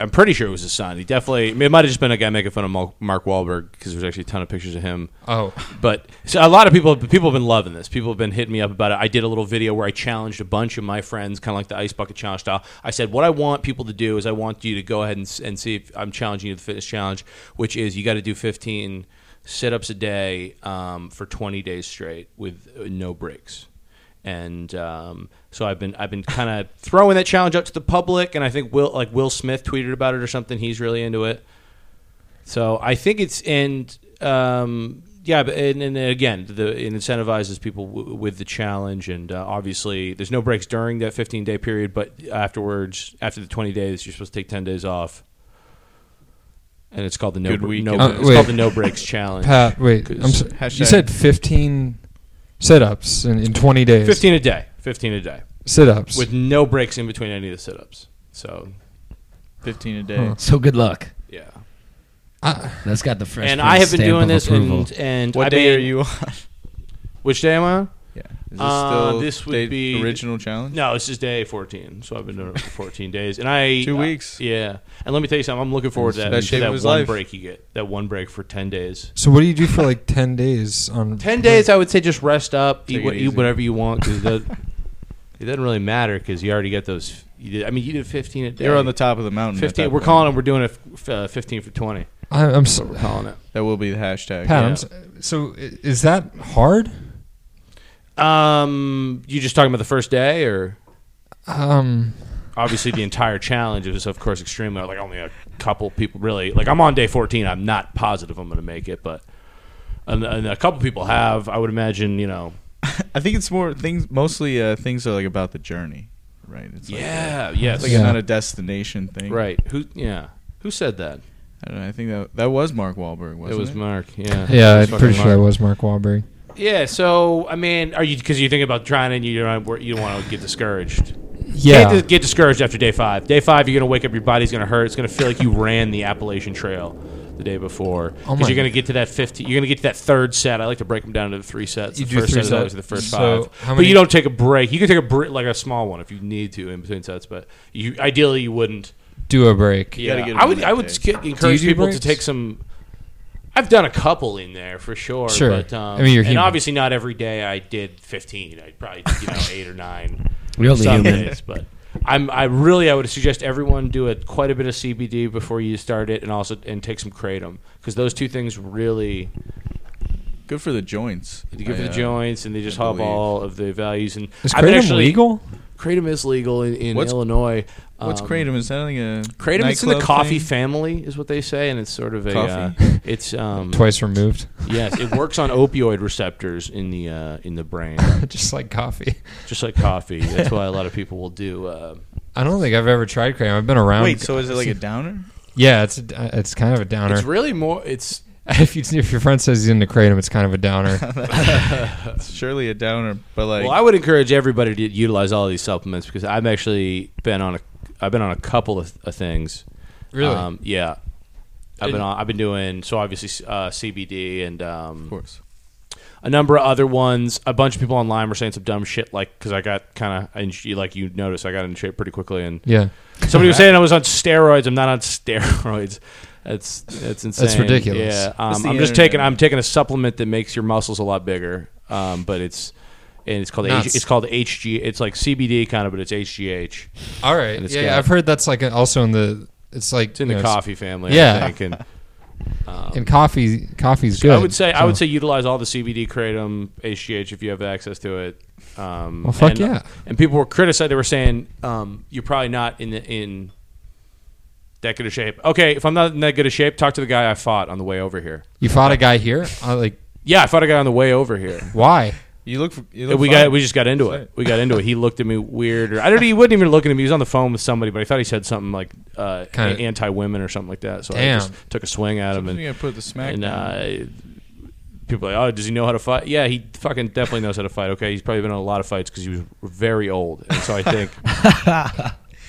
[SPEAKER 4] I'm pretty sure it was his son. He definitely. I mean, it might have just been a guy making fun of Mal- Mark Wahlberg because there's actually a ton of pictures of him.
[SPEAKER 2] Oh,
[SPEAKER 4] But so a lot of people people have been loving this. People have been hitting me up about it. I did a little video where I challenged a bunch of my friends, kind of like the ice bucket challenge style. I said, what I want people to do is I want you to go ahead and, s- and see if I'm challenging you to the fitness challenge, which is you got to do 15 sit ups a day um, for 20 days straight with uh, no breaks. And um, so I've been I've been kind of throwing that challenge out to the public, and I think Will like Will Smith tweeted about it or something. He's really into it. So I think it's and um, yeah, but and, and again, the it incentivizes people w- with the challenge, and uh, obviously there's no breaks during that 15 day period, but afterwards, after the 20 days, you're supposed to take 10 days off, and it's called the no
[SPEAKER 5] Good
[SPEAKER 4] Bre-
[SPEAKER 5] week.
[SPEAKER 4] no
[SPEAKER 2] Uh,
[SPEAKER 4] Bre- it's
[SPEAKER 2] wait.
[SPEAKER 4] called the no breaks challenge.
[SPEAKER 2] Pat, wait. I'm
[SPEAKER 4] 'Cause
[SPEAKER 2] so, you
[SPEAKER 5] hashtag-
[SPEAKER 2] said 15 sit-ups in, in 20 days.
[SPEAKER 4] 15 a day, 15 a day,
[SPEAKER 2] sit-ups.
[SPEAKER 4] with no breaks in between any of the sit ups. So
[SPEAKER 5] fifteen a day.
[SPEAKER 2] Huh.
[SPEAKER 3] So good luck.
[SPEAKER 4] yeah,
[SPEAKER 3] That's got the fresh.
[SPEAKER 4] and
[SPEAKER 3] Prince
[SPEAKER 4] I have been
[SPEAKER 3] stamp
[SPEAKER 4] doing
[SPEAKER 3] of
[SPEAKER 4] this,
[SPEAKER 3] approval.
[SPEAKER 4] and and
[SPEAKER 5] What
[SPEAKER 4] I
[SPEAKER 5] day
[SPEAKER 4] mean-
[SPEAKER 5] are you on?
[SPEAKER 4] Which day am I on?
[SPEAKER 5] Yeah. Is this
[SPEAKER 4] Uh,
[SPEAKER 5] still
[SPEAKER 4] this would
[SPEAKER 5] day-
[SPEAKER 4] be-
[SPEAKER 5] original challenge?
[SPEAKER 4] No, this is day 14, so I've been doing it for 14 days, and I
[SPEAKER 5] Two
[SPEAKER 4] uh,
[SPEAKER 5] weeks.
[SPEAKER 4] yeah, and let me tell you something. I'm looking forward to that.
[SPEAKER 5] Best
[SPEAKER 4] to
[SPEAKER 5] shape
[SPEAKER 4] that
[SPEAKER 5] of his
[SPEAKER 4] one
[SPEAKER 5] life.
[SPEAKER 4] break you get. That one break for 10 days.
[SPEAKER 2] so what do you do for like 10 days on
[SPEAKER 4] 10 days, I would say, just rest up,
[SPEAKER 5] Take
[SPEAKER 4] eat,
[SPEAKER 5] it
[SPEAKER 4] what, eat
[SPEAKER 5] easy.
[SPEAKER 4] whatever you want, because it, doesn't really matter because you already get those. You did, I mean, you did 15 a day.
[SPEAKER 5] You're on the top of the mountain. at
[SPEAKER 4] 15.
[SPEAKER 5] that
[SPEAKER 4] We're
[SPEAKER 5] point.
[SPEAKER 4] calling it. We're doing a f- uh, 15 for 20.
[SPEAKER 2] I, I'm so,
[SPEAKER 4] We're calling it.
[SPEAKER 5] That will be the hashtag.
[SPEAKER 2] Pat,
[SPEAKER 4] yeah.
[SPEAKER 2] I'm so, so i- is that hard?
[SPEAKER 4] Um, you just talking about the first day, or
[SPEAKER 2] Um,
[SPEAKER 4] obviously the entire challenge is of course extremely like only a couple people really like i'm on day 14 i'm not positive i'm going to make it but and, and a couple people have i would imagine you know
[SPEAKER 5] I think it's more things. Mostly uh, things are like about the journey, right? It's like
[SPEAKER 4] uh, yeah
[SPEAKER 5] It's
[SPEAKER 4] yes
[SPEAKER 5] like
[SPEAKER 2] Yeah.
[SPEAKER 5] not a destination thing,
[SPEAKER 4] right who yeah who said that
[SPEAKER 5] I, don't know, I think that that was Mark Wahlberg, wasn't it?
[SPEAKER 4] it was mark yeah
[SPEAKER 2] yeah,
[SPEAKER 4] It
[SPEAKER 2] I'm
[SPEAKER 4] was
[SPEAKER 2] pretty
[SPEAKER 4] fucking
[SPEAKER 2] sure that
[SPEAKER 4] Mark.
[SPEAKER 2] was Mark Wahlberg.
[SPEAKER 4] yeah so i mean are you because you think about trying and you don't want- you don't want to get discouraged
[SPEAKER 2] Yeah.
[SPEAKER 4] Can't get discouraged after day five. Day five, you're gonna wake up, your body's gonna hurt. It's gonna feel like you ran the Appalachian Trail the day before.
[SPEAKER 2] Oh
[SPEAKER 4] Because
[SPEAKER 2] my-
[SPEAKER 4] you're gonna get to that fifty. You're gonna get to that third set. I like to break them down into three sets.
[SPEAKER 2] You
[SPEAKER 4] the
[SPEAKER 2] do
[SPEAKER 4] first
[SPEAKER 2] three
[SPEAKER 4] set is always
[SPEAKER 2] sets.
[SPEAKER 4] the first
[SPEAKER 2] So,
[SPEAKER 4] five.
[SPEAKER 2] how
[SPEAKER 4] but
[SPEAKER 2] many-
[SPEAKER 4] you don't take a break. You can take a break, like a small one if you need to in between sets. But you ideally you wouldn't.
[SPEAKER 2] do a break.
[SPEAKER 4] Yeah,
[SPEAKER 5] gotta get 'em
[SPEAKER 4] I would.
[SPEAKER 5] in that
[SPEAKER 4] I would
[SPEAKER 5] day.
[SPEAKER 4] sk- encourage
[SPEAKER 2] do
[SPEAKER 4] people
[SPEAKER 2] breaks?
[SPEAKER 4] to take some. I've done a couple in there for sure.
[SPEAKER 2] Sure.
[SPEAKER 4] But, um,
[SPEAKER 2] I mean, you're
[SPEAKER 4] and
[SPEAKER 2] human.
[SPEAKER 4] obviously not every day. I did fifteen. I probably did, you know eight or nine
[SPEAKER 3] We're only
[SPEAKER 4] some
[SPEAKER 3] human.
[SPEAKER 4] days, but I'm I really I would suggest everyone do it quite a bit of CBD before you start it, and also and take some kratom because those two things really
[SPEAKER 5] good for the joints.
[SPEAKER 4] they good for
[SPEAKER 5] I,
[SPEAKER 4] the
[SPEAKER 5] uh,
[SPEAKER 4] joints and they just
[SPEAKER 5] I
[SPEAKER 4] help
[SPEAKER 5] believe.
[SPEAKER 4] all of the values. And
[SPEAKER 2] Is
[SPEAKER 4] I've been
[SPEAKER 2] kratom legal?
[SPEAKER 4] Kratom is legal in, in
[SPEAKER 5] What's-
[SPEAKER 4] Illinois.
[SPEAKER 5] What's
[SPEAKER 4] Um,
[SPEAKER 5] kratom? Is that like a
[SPEAKER 4] Kratom is in the
[SPEAKER 5] nightclub
[SPEAKER 4] coffee
[SPEAKER 5] thing?
[SPEAKER 4] family, is what they say, and it's sort of a. Uh,
[SPEAKER 5] Coffee?
[SPEAKER 4] it's um.
[SPEAKER 2] Twice removed,
[SPEAKER 4] Yes, it works on opioid receptors in the uh, in the brain,
[SPEAKER 2] just like coffee.
[SPEAKER 4] just like coffee. That's why a lot of people will do. Uh,
[SPEAKER 2] I don't think I've ever tried Kratom. I've been around.
[SPEAKER 5] Wait, so is it like a downer?
[SPEAKER 2] yeah, it's a, it's kind of a downer.
[SPEAKER 4] it's really more. It's
[SPEAKER 2] if you if your friend says he's into kratom, it's kind of a downer.
[SPEAKER 5] It's surely a downer, but like
[SPEAKER 4] well, I would encourage everybody to utilize all these supplements because I've actually been on a I've been on a couple of, of things.
[SPEAKER 2] Really?
[SPEAKER 4] Um, yeah. I've been
[SPEAKER 2] And-
[SPEAKER 4] on, I've been doing so obviously uh, CBD and um,
[SPEAKER 5] of course.
[SPEAKER 4] a number of other ones. A bunch of people online were saying some dumb shit, like because I got kind of like you noticed I got in shape pretty quickly, and
[SPEAKER 2] yeah,
[SPEAKER 4] somebody was saying I was on steroids. I'm not on steroids. That's that's insane.
[SPEAKER 2] ridiculous.
[SPEAKER 4] Yeah, um,
[SPEAKER 5] That's
[SPEAKER 4] I'm
[SPEAKER 5] the
[SPEAKER 4] just
[SPEAKER 5] internet.
[SPEAKER 4] taking I'm taking a supplement that makes your muscles a lot bigger, um, but it's and it's called H,
[SPEAKER 2] Nuts.
[SPEAKER 4] it's called HG. It's like CBD kind of, but it's HGH.
[SPEAKER 2] all right.
[SPEAKER 4] And it's
[SPEAKER 2] Yeah,
[SPEAKER 4] got-
[SPEAKER 2] I've heard that's like a- also in the it's like
[SPEAKER 4] It's in the coffee family.
[SPEAKER 2] Yeah.
[SPEAKER 4] I think. And, um,
[SPEAKER 2] and coffee coffee's
[SPEAKER 4] so
[SPEAKER 2] good.
[SPEAKER 4] I would say I
[SPEAKER 2] so-
[SPEAKER 4] would say utilize all the CBD kratom HGH if you have access to it. Um,
[SPEAKER 2] Well, fuck
[SPEAKER 4] and,
[SPEAKER 2] yeah.
[SPEAKER 4] And people were criticized. They were saying um, you're probably not in the, in that good of shape. Okay, if I'm not in that good of shape, talk to the guy I fought on the way over here.
[SPEAKER 2] you fought a guy here. I like
[SPEAKER 4] Yeah, I fought a guy on the way over here.
[SPEAKER 2] why?
[SPEAKER 5] You look. For, you look
[SPEAKER 4] Uh, We
[SPEAKER 5] fine.
[SPEAKER 4] got we just got into
[SPEAKER 5] That's
[SPEAKER 4] it.
[SPEAKER 5] right.
[SPEAKER 4] We got into it. He looked at me weird. Or, I don't. He wasn't even looking at me. He was on the phone with somebody, but I thought he said something like uh,
[SPEAKER 2] Kinda-
[SPEAKER 4] anti women or something like that. So I
[SPEAKER 2] Damn.
[SPEAKER 4] just took a swing at him and
[SPEAKER 5] Sometimes you gotta put the smack.
[SPEAKER 4] and
[SPEAKER 5] down.
[SPEAKER 4] uh, people are like, oh, does he know how to fight? Yeah, he fucking definitely knows how to fight. Okay, he's probably been in a lot of fights because he was very old, and so I think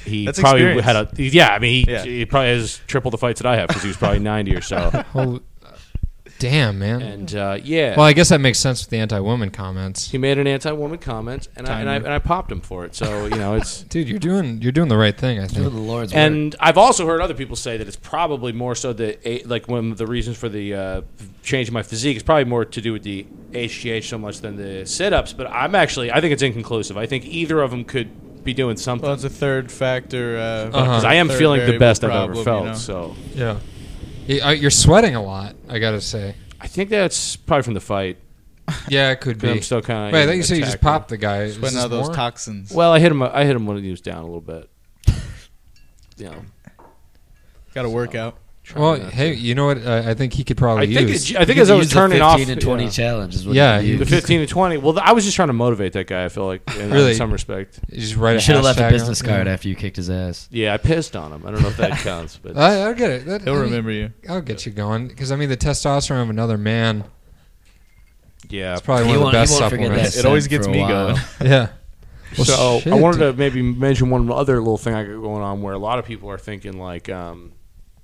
[SPEAKER 4] he
[SPEAKER 5] That's
[SPEAKER 4] probably
[SPEAKER 5] experience.
[SPEAKER 4] had a yeah. I mean, he,
[SPEAKER 5] Yeah.
[SPEAKER 4] he probably has triple the fights that I have because he was probably ninety or so.
[SPEAKER 2] Holy, damn man.
[SPEAKER 4] And uh, yeah,
[SPEAKER 2] well, I guess that makes sense with the anti-woman comments.
[SPEAKER 4] he made an anti-woman comment, and I, and I
[SPEAKER 5] Timing.
[SPEAKER 4] and I popped him for it. So you know, it's
[SPEAKER 2] Dude, you're doing you're doing the right thing. I
[SPEAKER 3] Do
[SPEAKER 2] think.
[SPEAKER 3] the Lord's work.
[SPEAKER 4] And I've also heard other people say that it's probably more so the a- like one of the reasons for the uh, change in my physique is probably more to do with the HGH so much than the sit-ups. But I'm actually I think it's inconclusive. I think either of them could be doing something
[SPEAKER 5] well, it's a third factor. Uh,
[SPEAKER 4] because Uh-huh. I am
[SPEAKER 5] third
[SPEAKER 4] feeling the
[SPEAKER 5] variable
[SPEAKER 4] best I've ever
[SPEAKER 5] problem,
[SPEAKER 4] felt.
[SPEAKER 5] you know?
[SPEAKER 4] So
[SPEAKER 2] Yeah. You- uh, You're sweating a lot. I gotta say.
[SPEAKER 4] I think that's probably from the fight.
[SPEAKER 2] Yeah, it could
[SPEAKER 4] 'Cause
[SPEAKER 2] be.
[SPEAKER 4] I'm still
[SPEAKER 2] Wait,
[SPEAKER 4] kinda,
[SPEAKER 2] I
[SPEAKER 4] you know,
[SPEAKER 2] thought you said you just
[SPEAKER 4] attacked.
[SPEAKER 2] popped the guy. Is
[SPEAKER 5] Sweating
[SPEAKER 2] this
[SPEAKER 5] out those
[SPEAKER 2] more?
[SPEAKER 5] toxins.
[SPEAKER 4] Well, I hit him. I hit him when he was down a little bit. You know,
[SPEAKER 5] got to work out.
[SPEAKER 4] trying
[SPEAKER 2] Well,
[SPEAKER 4] not
[SPEAKER 2] hey,
[SPEAKER 4] to-
[SPEAKER 2] you know what? Uh, I think he could probably
[SPEAKER 4] I think
[SPEAKER 2] use.
[SPEAKER 4] it, I think
[SPEAKER 3] You
[SPEAKER 4] as
[SPEAKER 3] could
[SPEAKER 4] I was
[SPEAKER 3] use the
[SPEAKER 4] turning
[SPEAKER 3] 15
[SPEAKER 4] off
[SPEAKER 3] to 20
[SPEAKER 4] yeah.
[SPEAKER 3] challenge is what
[SPEAKER 2] Yeah,
[SPEAKER 3] you,
[SPEAKER 2] you
[SPEAKER 4] The 15 to 20. Well, th- I was just trying to motivate that guy, I feel like, in
[SPEAKER 2] Really?
[SPEAKER 4] some respect.
[SPEAKER 2] You just write a
[SPEAKER 3] should have left a
[SPEAKER 2] hashtag
[SPEAKER 3] business
[SPEAKER 2] on-
[SPEAKER 3] card
[SPEAKER 2] yeah.
[SPEAKER 3] after you kicked his ass.
[SPEAKER 4] Yeah, I pissed on him. I don't know if that counts, but
[SPEAKER 2] I, I'll get it. That,
[SPEAKER 5] He'll
[SPEAKER 2] I mean,
[SPEAKER 5] remember you.
[SPEAKER 2] I'll get you going because I mean the testosterone of another man
[SPEAKER 4] yeah.
[SPEAKER 2] is probably one
[SPEAKER 3] He
[SPEAKER 2] of the
[SPEAKER 3] won't- he
[SPEAKER 2] best
[SPEAKER 3] won't forget
[SPEAKER 2] supplements.
[SPEAKER 3] that.
[SPEAKER 5] It always
[SPEAKER 3] Said for
[SPEAKER 5] gets
[SPEAKER 3] a
[SPEAKER 5] me
[SPEAKER 3] while.
[SPEAKER 5] going.
[SPEAKER 2] Yeah. Well,
[SPEAKER 4] so
[SPEAKER 2] shit,
[SPEAKER 4] I wanted
[SPEAKER 2] dude.
[SPEAKER 4] to maybe mention one other little thing I got going on where a lot of people are thinking like, um,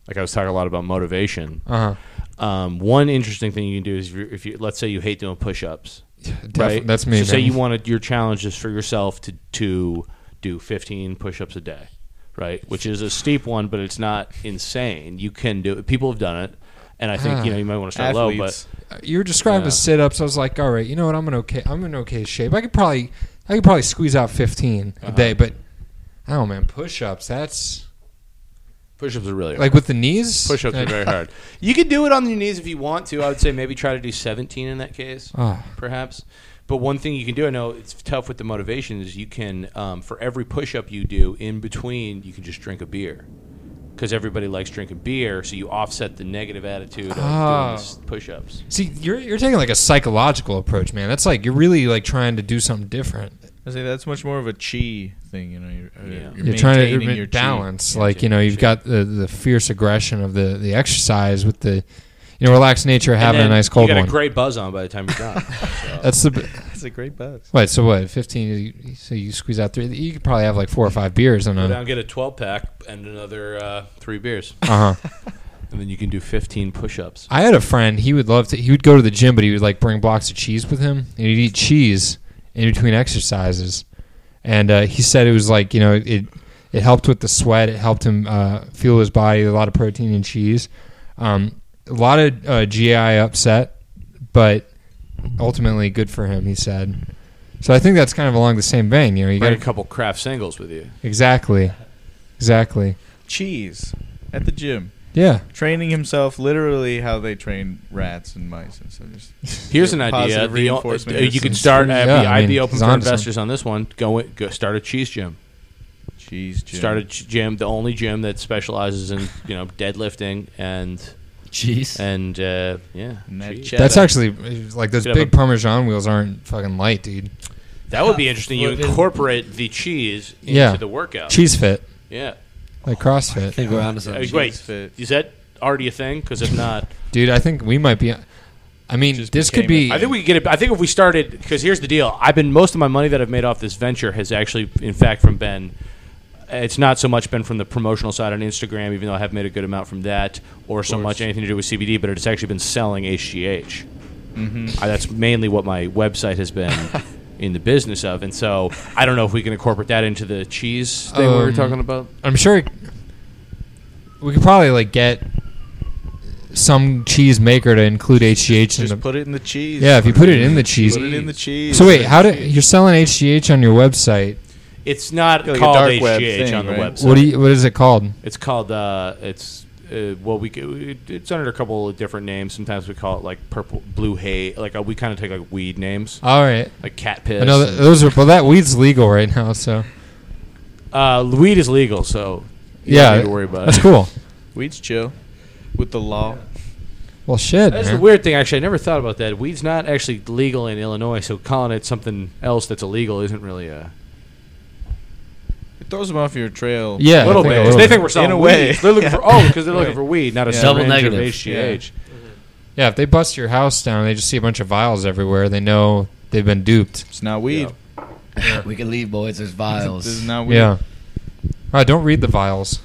[SPEAKER 4] like I was talking a lot about motivation.
[SPEAKER 2] Uh-huh.
[SPEAKER 4] Um, one interesting thing you can do is if you, if you let's say you hate doing push-ups,
[SPEAKER 2] Def-
[SPEAKER 4] right?
[SPEAKER 2] That's me.
[SPEAKER 4] So say
[SPEAKER 2] man.
[SPEAKER 4] you wanted your challenge is for yourself to to do 15 push-ups a day, right? Which is a steep one, but it's not insane. You can do it. People have done it, and I think you know you might want to start low, but
[SPEAKER 5] Athletes.
[SPEAKER 2] you were describing
[SPEAKER 4] Yeah.
[SPEAKER 2] sit ups. I was like, all right, you know what? I'm in okay. I'm in okay shape. I could probably, I could probably squeeze out 15 a day. But I don't, know, man. Push ups. That's
[SPEAKER 4] push-ups are really hard.
[SPEAKER 2] like with the knees.
[SPEAKER 4] Push ups are
[SPEAKER 2] like-
[SPEAKER 4] very hard. You can do it on your knees if you want to. I would say maybe try to do 17 in that case,
[SPEAKER 2] Ah.
[SPEAKER 4] perhaps. But one thing you can do, I know it's tough with the motivation, is you can, um, for every push up you do in between, you can just drink a beer. Because everybody likes drinking beer, so you offset the negative attitude of
[SPEAKER 2] Oh.
[SPEAKER 4] doing push ups.
[SPEAKER 2] See, you're you're taking like a psychological approach, man. That's like you're really like trying to do something different.
[SPEAKER 5] I say that's much more of a chi thing. You know, you're, uh,
[SPEAKER 4] Yeah.
[SPEAKER 5] you're,
[SPEAKER 2] You're, trying
[SPEAKER 5] maintaining
[SPEAKER 2] to
[SPEAKER 5] your chi.
[SPEAKER 2] balance.
[SPEAKER 4] Yeah,
[SPEAKER 2] like you know, you've got the, the fierce aggression of the the exercise with the you know relaxed nature of having a nice cold
[SPEAKER 4] You got
[SPEAKER 2] one.
[SPEAKER 4] a great buzz on by the time you're done.
[SPEAKER 2] That's the b-
[SPEAKER 5] That's a great buzz.
[SPEAKER 2] wait. So what? Fifteen. you- So you squeeze out three. You could probably have like four or five beers in
[SPEAKER 4] Go
[SPEAKER 2] a.
[SPEAKER 4] down, get a 12 pack, and another uh, three beers.
[SPEAKER 2] Uh huh.
[SPEAKER 4] And then you can do 15 push ups.
[SPEAKER 2] I had a friend. He would love to. He would go to the gym, but he would like bring blocks of cheese with him, and he'd eat cheese in between exercises. And uh, he said it was like you know it it helped with the sweat. It helped him uh, fuel his body. A lot of protein and cheese. Um, a lot of uh, GI upset, but ultimately good for him. He said. So I think that's kind of along the same vein. You know, you
[SPEAKER 4] Bring a
[SPEAKER 2] got
[SPEAKER 4] couple craft singles with you.
[SPEAKER 2] exactly, exactly.
[SPEAKER 5] Cheese at the gym.
[SPEAKER 2] Yeah.
[SPEAKER 5] Training himself literally how they train rats and mice and so just
[SPEAKER 4] Here's an
[SPEAKER 5] get
[SPEAKER 4] idea.
[SPEAKER 5] positive
[SPEAKER 4] The o-
[SPEAKER 5] reinforcement
[SPEAKER 4] uh, you
[SPEAKER 5] from
[SPEAKER 4] could start.
[SPEAKER 2] Yeah,
[SPEAKER 4] I'd be,
[SPEAKER 2] I
[SPEAKER 4] I'd be
[SPEAKER 2] mean,
[SPEAKER 4] open
[SPEAKER 2] he's
[SPEAKER 4] for
[SPEAKER 2] onto
[SPEAKER 4] investors on this one. Go, in- go start a cheese gym.
[SPEAKER 5] cheese gym.
[SPEAKER 4] Start a ch- gym, the only gym that specializes in you know deadlifting and
[SPEAKER 3] Jeez.
[SPEAKER 4] and uh, yeah.
[SPEAKER 5] And that
[SPEAKER 4] cheese.
[SPEAKER 5] cheddar.
[SPEAKER 2] That's actually like those
[SPEAKER 4] Could have
[SPEAKER 2] big
[SPEAKER 4] a-
[SPEAKER 2] Parmesan wheels aren't fucking light, dude.
[SPEAKER 4] that would be interesting. You
[SPEAKER 3] Flippin'.
[SPEAKER 4] incorporate the cheese into
[SPEAKER 2] Yeah.
[SPEAKER 4] the workout.
[SPEAKER 2] Cheese fit,
[SPEAKER 4] Yeah.
[SPEAKER 2] like
[SPEAKER 3] I
[SPEAKER 2] CrossFit,
[SPEAKER 3] think we're onto
[SPEAKER 4] Uh,
[SPEAKER 3] something.
[SPEAKER 4] wait,
[SPEAKER 5] cheese fit.
[SPEAKER 4] is that already a thing? Because if not,
[SPEAKER 2] dude. I think we might be. I mean,
[SPEAKER 5] Just
[SPEAKER 2] this could
[SPEAKER 5] became
[SPEAKER 2] be.
[SPEAKER 4] I think we could get it. I think if we started, because here's the deal. I've been most of my money that I've made off this venture has actually, in fact, from Ben. It's not so much been from the promotional side on Instagram, even though I have made a good amount from that, or so much anything to do with CBD, but it's actually been selling HGH.
[SPEAKER 5] Mm-hmm.
[SPEAKER 4] Uh, that's mainly what my website has been in the business of, and so I don't know if we can incorporate that into the cheese
[SPEAKER 5] Uh,
[SPEAKER 4] thing we were
[SPEAKER 2] Um,
[SPEAKER 4] talking about.
[SPEAKER 2] I'm sure we could probably like get some cheese maker to include HGH in
[SPEAKER 5] Just
[SPEAKER 2] the.
[SPEAKER 5] put it in the cheese.
[SPEAKER 2] yeah, if you put it in the cheese.
[SPEAKER 5] Put it in the cheese.
[SPEAKER 2] so wait, how do you're selling HGH on your website?
[SPEAKER 4] It's not
[SPEAKER 5] Like a
[SPEAKER 4] called
[SPEAKER 5] dark web
[SPEAKER 4] HGH
[SPEAKER 5] thing,
[SPEAKER 4] on the
[SPEAKER 5] right?
[SPEAKER 4] website.
[SPEAKER 2] what do you? What is it called?
[SPEAKER 4] It's called uh, it's uh, well we c- it- it's under a couple of different names. Sometimes we call it like purple blue hay. Like uh, we kind of take like weed names,
[SPEAKER 2] All right.
[SPEAKER 4] like cat piss.
[SPEAKER 2] I know that, those are well. That weed's legal right now, so
[SPEAKER 4] uh, weed is legal, so you don't
[SPEAKER 2] yeah,
[SPEAKER 4] need to worry about
[SPEAKER 2] that's
[SPEAKER 4] it.
[SPEAKER 2] cool.
[SPEAKER 5] Weeds chill with the law.
[SPEAKER 2] Well, shit,
[SPEAKER 4] That's
[SPEAKER 2] man.
[SPEAKER 4] the weird thing. Actually, I never thought about that. Weed's not actually legal in Illinois, so calling it something else that's illegal isn't really a
[SPEAKER 5] It throws them off your trail.
[SPEAKER 2] Yeah, I
[SPEAKER 4] little
[SPEAKER 2] think
[SPEAKER 4] bit.
[SPEAKER 2] a little
[SPEAKER 4] they
[SPEAKER 2] bit.
[SPEAKER 4] think we're selling
[SPEAKER 5] In a way.
[SPEAKER 4] weed. They're looking for oh, because they're looking
[SPEAKER 5] Right.
[SPEAKER 4] for weed, not a
[SPEAKER 5] Yeah.
[SPEAKER 4] sub
[SPEAKER 3] Double
[SPEAKER 4] range
[SPEAKER 3] negative.
[SPEAKER 4] of HGH.
[SPEAKER 2] Yeah, if they bust your house down and they just see a bunch of vials everywhere, they know they've been duped.
[SPEAKER 5] It's not weed.
[SPEAKER 3] we can leave, boys. There's
[SPEAKER 5] This is
[SPEAKER 3] vials.
[SPEAKER 5] not weed.
[SPEAKER 2] Yeah. All right, don't read the vials.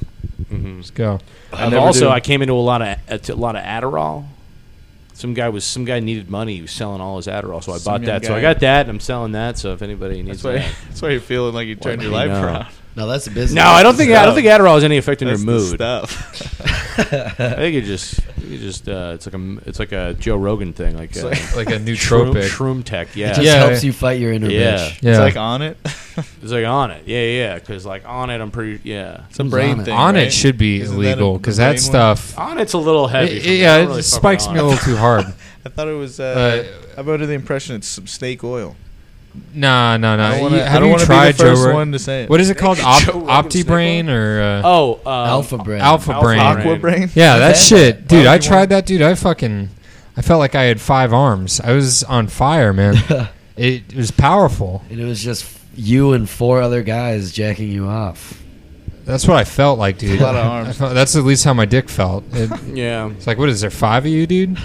[SPEAKER 4] Mhm.
[SPEAKER 2] Let's go.
[SPEAKER 5] I
[SPEAKER 4] I've
[SPEAKER 5] never
[SPEAKER 4] also
[SPEAKER 5] do.
[SPEAKER 4] I came into a lot of a, t- a lot of Adderall. Some guy was some guy needed money. He was selling all his Adderall, so I
[SPEAKER 5] Some
[SPEAKER 4] bought
[SPEAKER 5] young
[SPEAKER 4] that. So I
[SPEAKER 5] guy.
[SPEAKER 4] got that, and I'm selling that. So if anybody needs
[SPEAKER 5] That's why.
[SPEAKER 4] that,
[SPEAKER 5] That's why you're feeling like you turned
[SPEAKER 4] do
[SPEAKER 5] your
[SPEAKER 4] you
[SPEAKER 5] life
[SPEAKER 4] know?
[SPEAKER 5] around.
[SPEAKER 3] No, that's a business.
[SPEAKER 4] no, I don't think I don't
[SPEAKER 5] stuff.
[SPEAKER 4] think Adderall has any effect on
[SPEAKER 5] That's
[SPEAKER 4] your
[SPEAKER 5] the
[SPEAKER 4] mood.
[SPEAKER 5] stuff.
[SPEAKER 4] I think it just it just uh, it's like a m- it's like a Joe Rogan thing, like
[SPEAKER 5] It's
[SPEAKER 4] uh,
[SPEAKER 5] like-
[SPEAKER 2] Like a
[SPEAKER 4] shroom,
[SPEAKER 2] nootropic.
[SPEAKER 4] shroom tech. Yeah,
[SPEAKER 3] It just
[SPEAKER 2] Yeah.
[SPEAKER 3] helps you fight your inner
[SPEAKER 4] Yeah.
[SPEAKER 3] bitch.
[SPEAKER 2] yeah.
[SPEAKER 5] It's like on it.
[SPEAKER 4] it's like on it. Yeah, yeah, because like on it, I'm pretty yeah.
[SPEAKER 5] It's a
[SPEAKER 3] Who's
[SPEAKER 5] brain
[SPEAKER 3] on it?
[SPEAKER 5] thing.
[SPEAKER 2] on it
[SPEAKER 5] right?
[SPEAKER 2] should be
[SPEAKER 5] Isn't that a-
[SPEAKER 2] illegal
[SPEAKER 5] the
[SPEAKER 2] because that,
[SPEAKER 5] brain one?
[SPEAKER 2] stuff.
[SPEAKER 4] On it's a little heavy.
[SPEAKER 2] it-
[SPEAKER 4] for me. I
[SPEAKER 2] yeah,
[SPEAKER 4] don't
[SPEAKER 2] it
[SPEAKER 4] really fuck
[SPEAKER 2] spikes
[SPEAKER 4] with
[SPEAKER 2] me a
[SPEAKER 4] on it.
[SPEAKER 2] little too hard.
[SPEAKER 5] I thought it was.
[SPEAKER 2] Uh,
[SPEAKER 5] Uh, I'm under the impression it's some snake oil.
[SPEAKER 2] Nah, nah, nah.
[SPEAKER 5] I
[SPEAKER 2] Uh,
[SPEAKER 5] don't
[SPEAKER 2] You-
[SPEAKER 5] wanna- I
[SPEAKER 2] Have
[SPEAKER 5] don't
[SPEAKER 2] you
[SPEAKER 5] wanna be
[SPEAKER 2] tried
[SPEAKER 5] the first
[SPEAKER 2] Joe Rog-
[SPEAKER 5] one to say it.
[SPEAKER 2] What is it called? Op-
[SPEAKER 4] Joe Rogan snake
[SPEAKER 2] OptiBrain or uh,
[SPEAKER 4] Oh, um,
[SPEAKER 3] Alpha brain.
[SPEAKER 2] Alpha,
[SPEAKER 4] Alpha
[SPEAKER 2] Brain?
[SPEAKER 4] Brain.
[SPEAKER 5] Aqua brain.
[SPEAKER 2] Yeah, that
[SPEAKER 3] That-
[SPEAKER 2] shit, dude.
[SPEAKER 5] why
[SPEAKER 2] I
[SPEAKER 5] would you
[SPEAKER 2] tried
[SPEAKER 5] want-
[SPEAKER 2] that, dude. I fucking, I felt like I had five arms. I was on fire, man. it was powerful.
[SPEAKER 3] And it was just you and four other guys jacking you off.
[SPEAKER 2] That's what I felt like, dude.
[SPEAKER 5] A lot of
[SPEAKER 2] I
[SPEAKER 5] arms.
[SPEAKER 2] felt- that's at least how my dick felt. It,
[SPEAKER 4] Yeah,
[SPEAKER 2] it's like, what is there five of you, dude?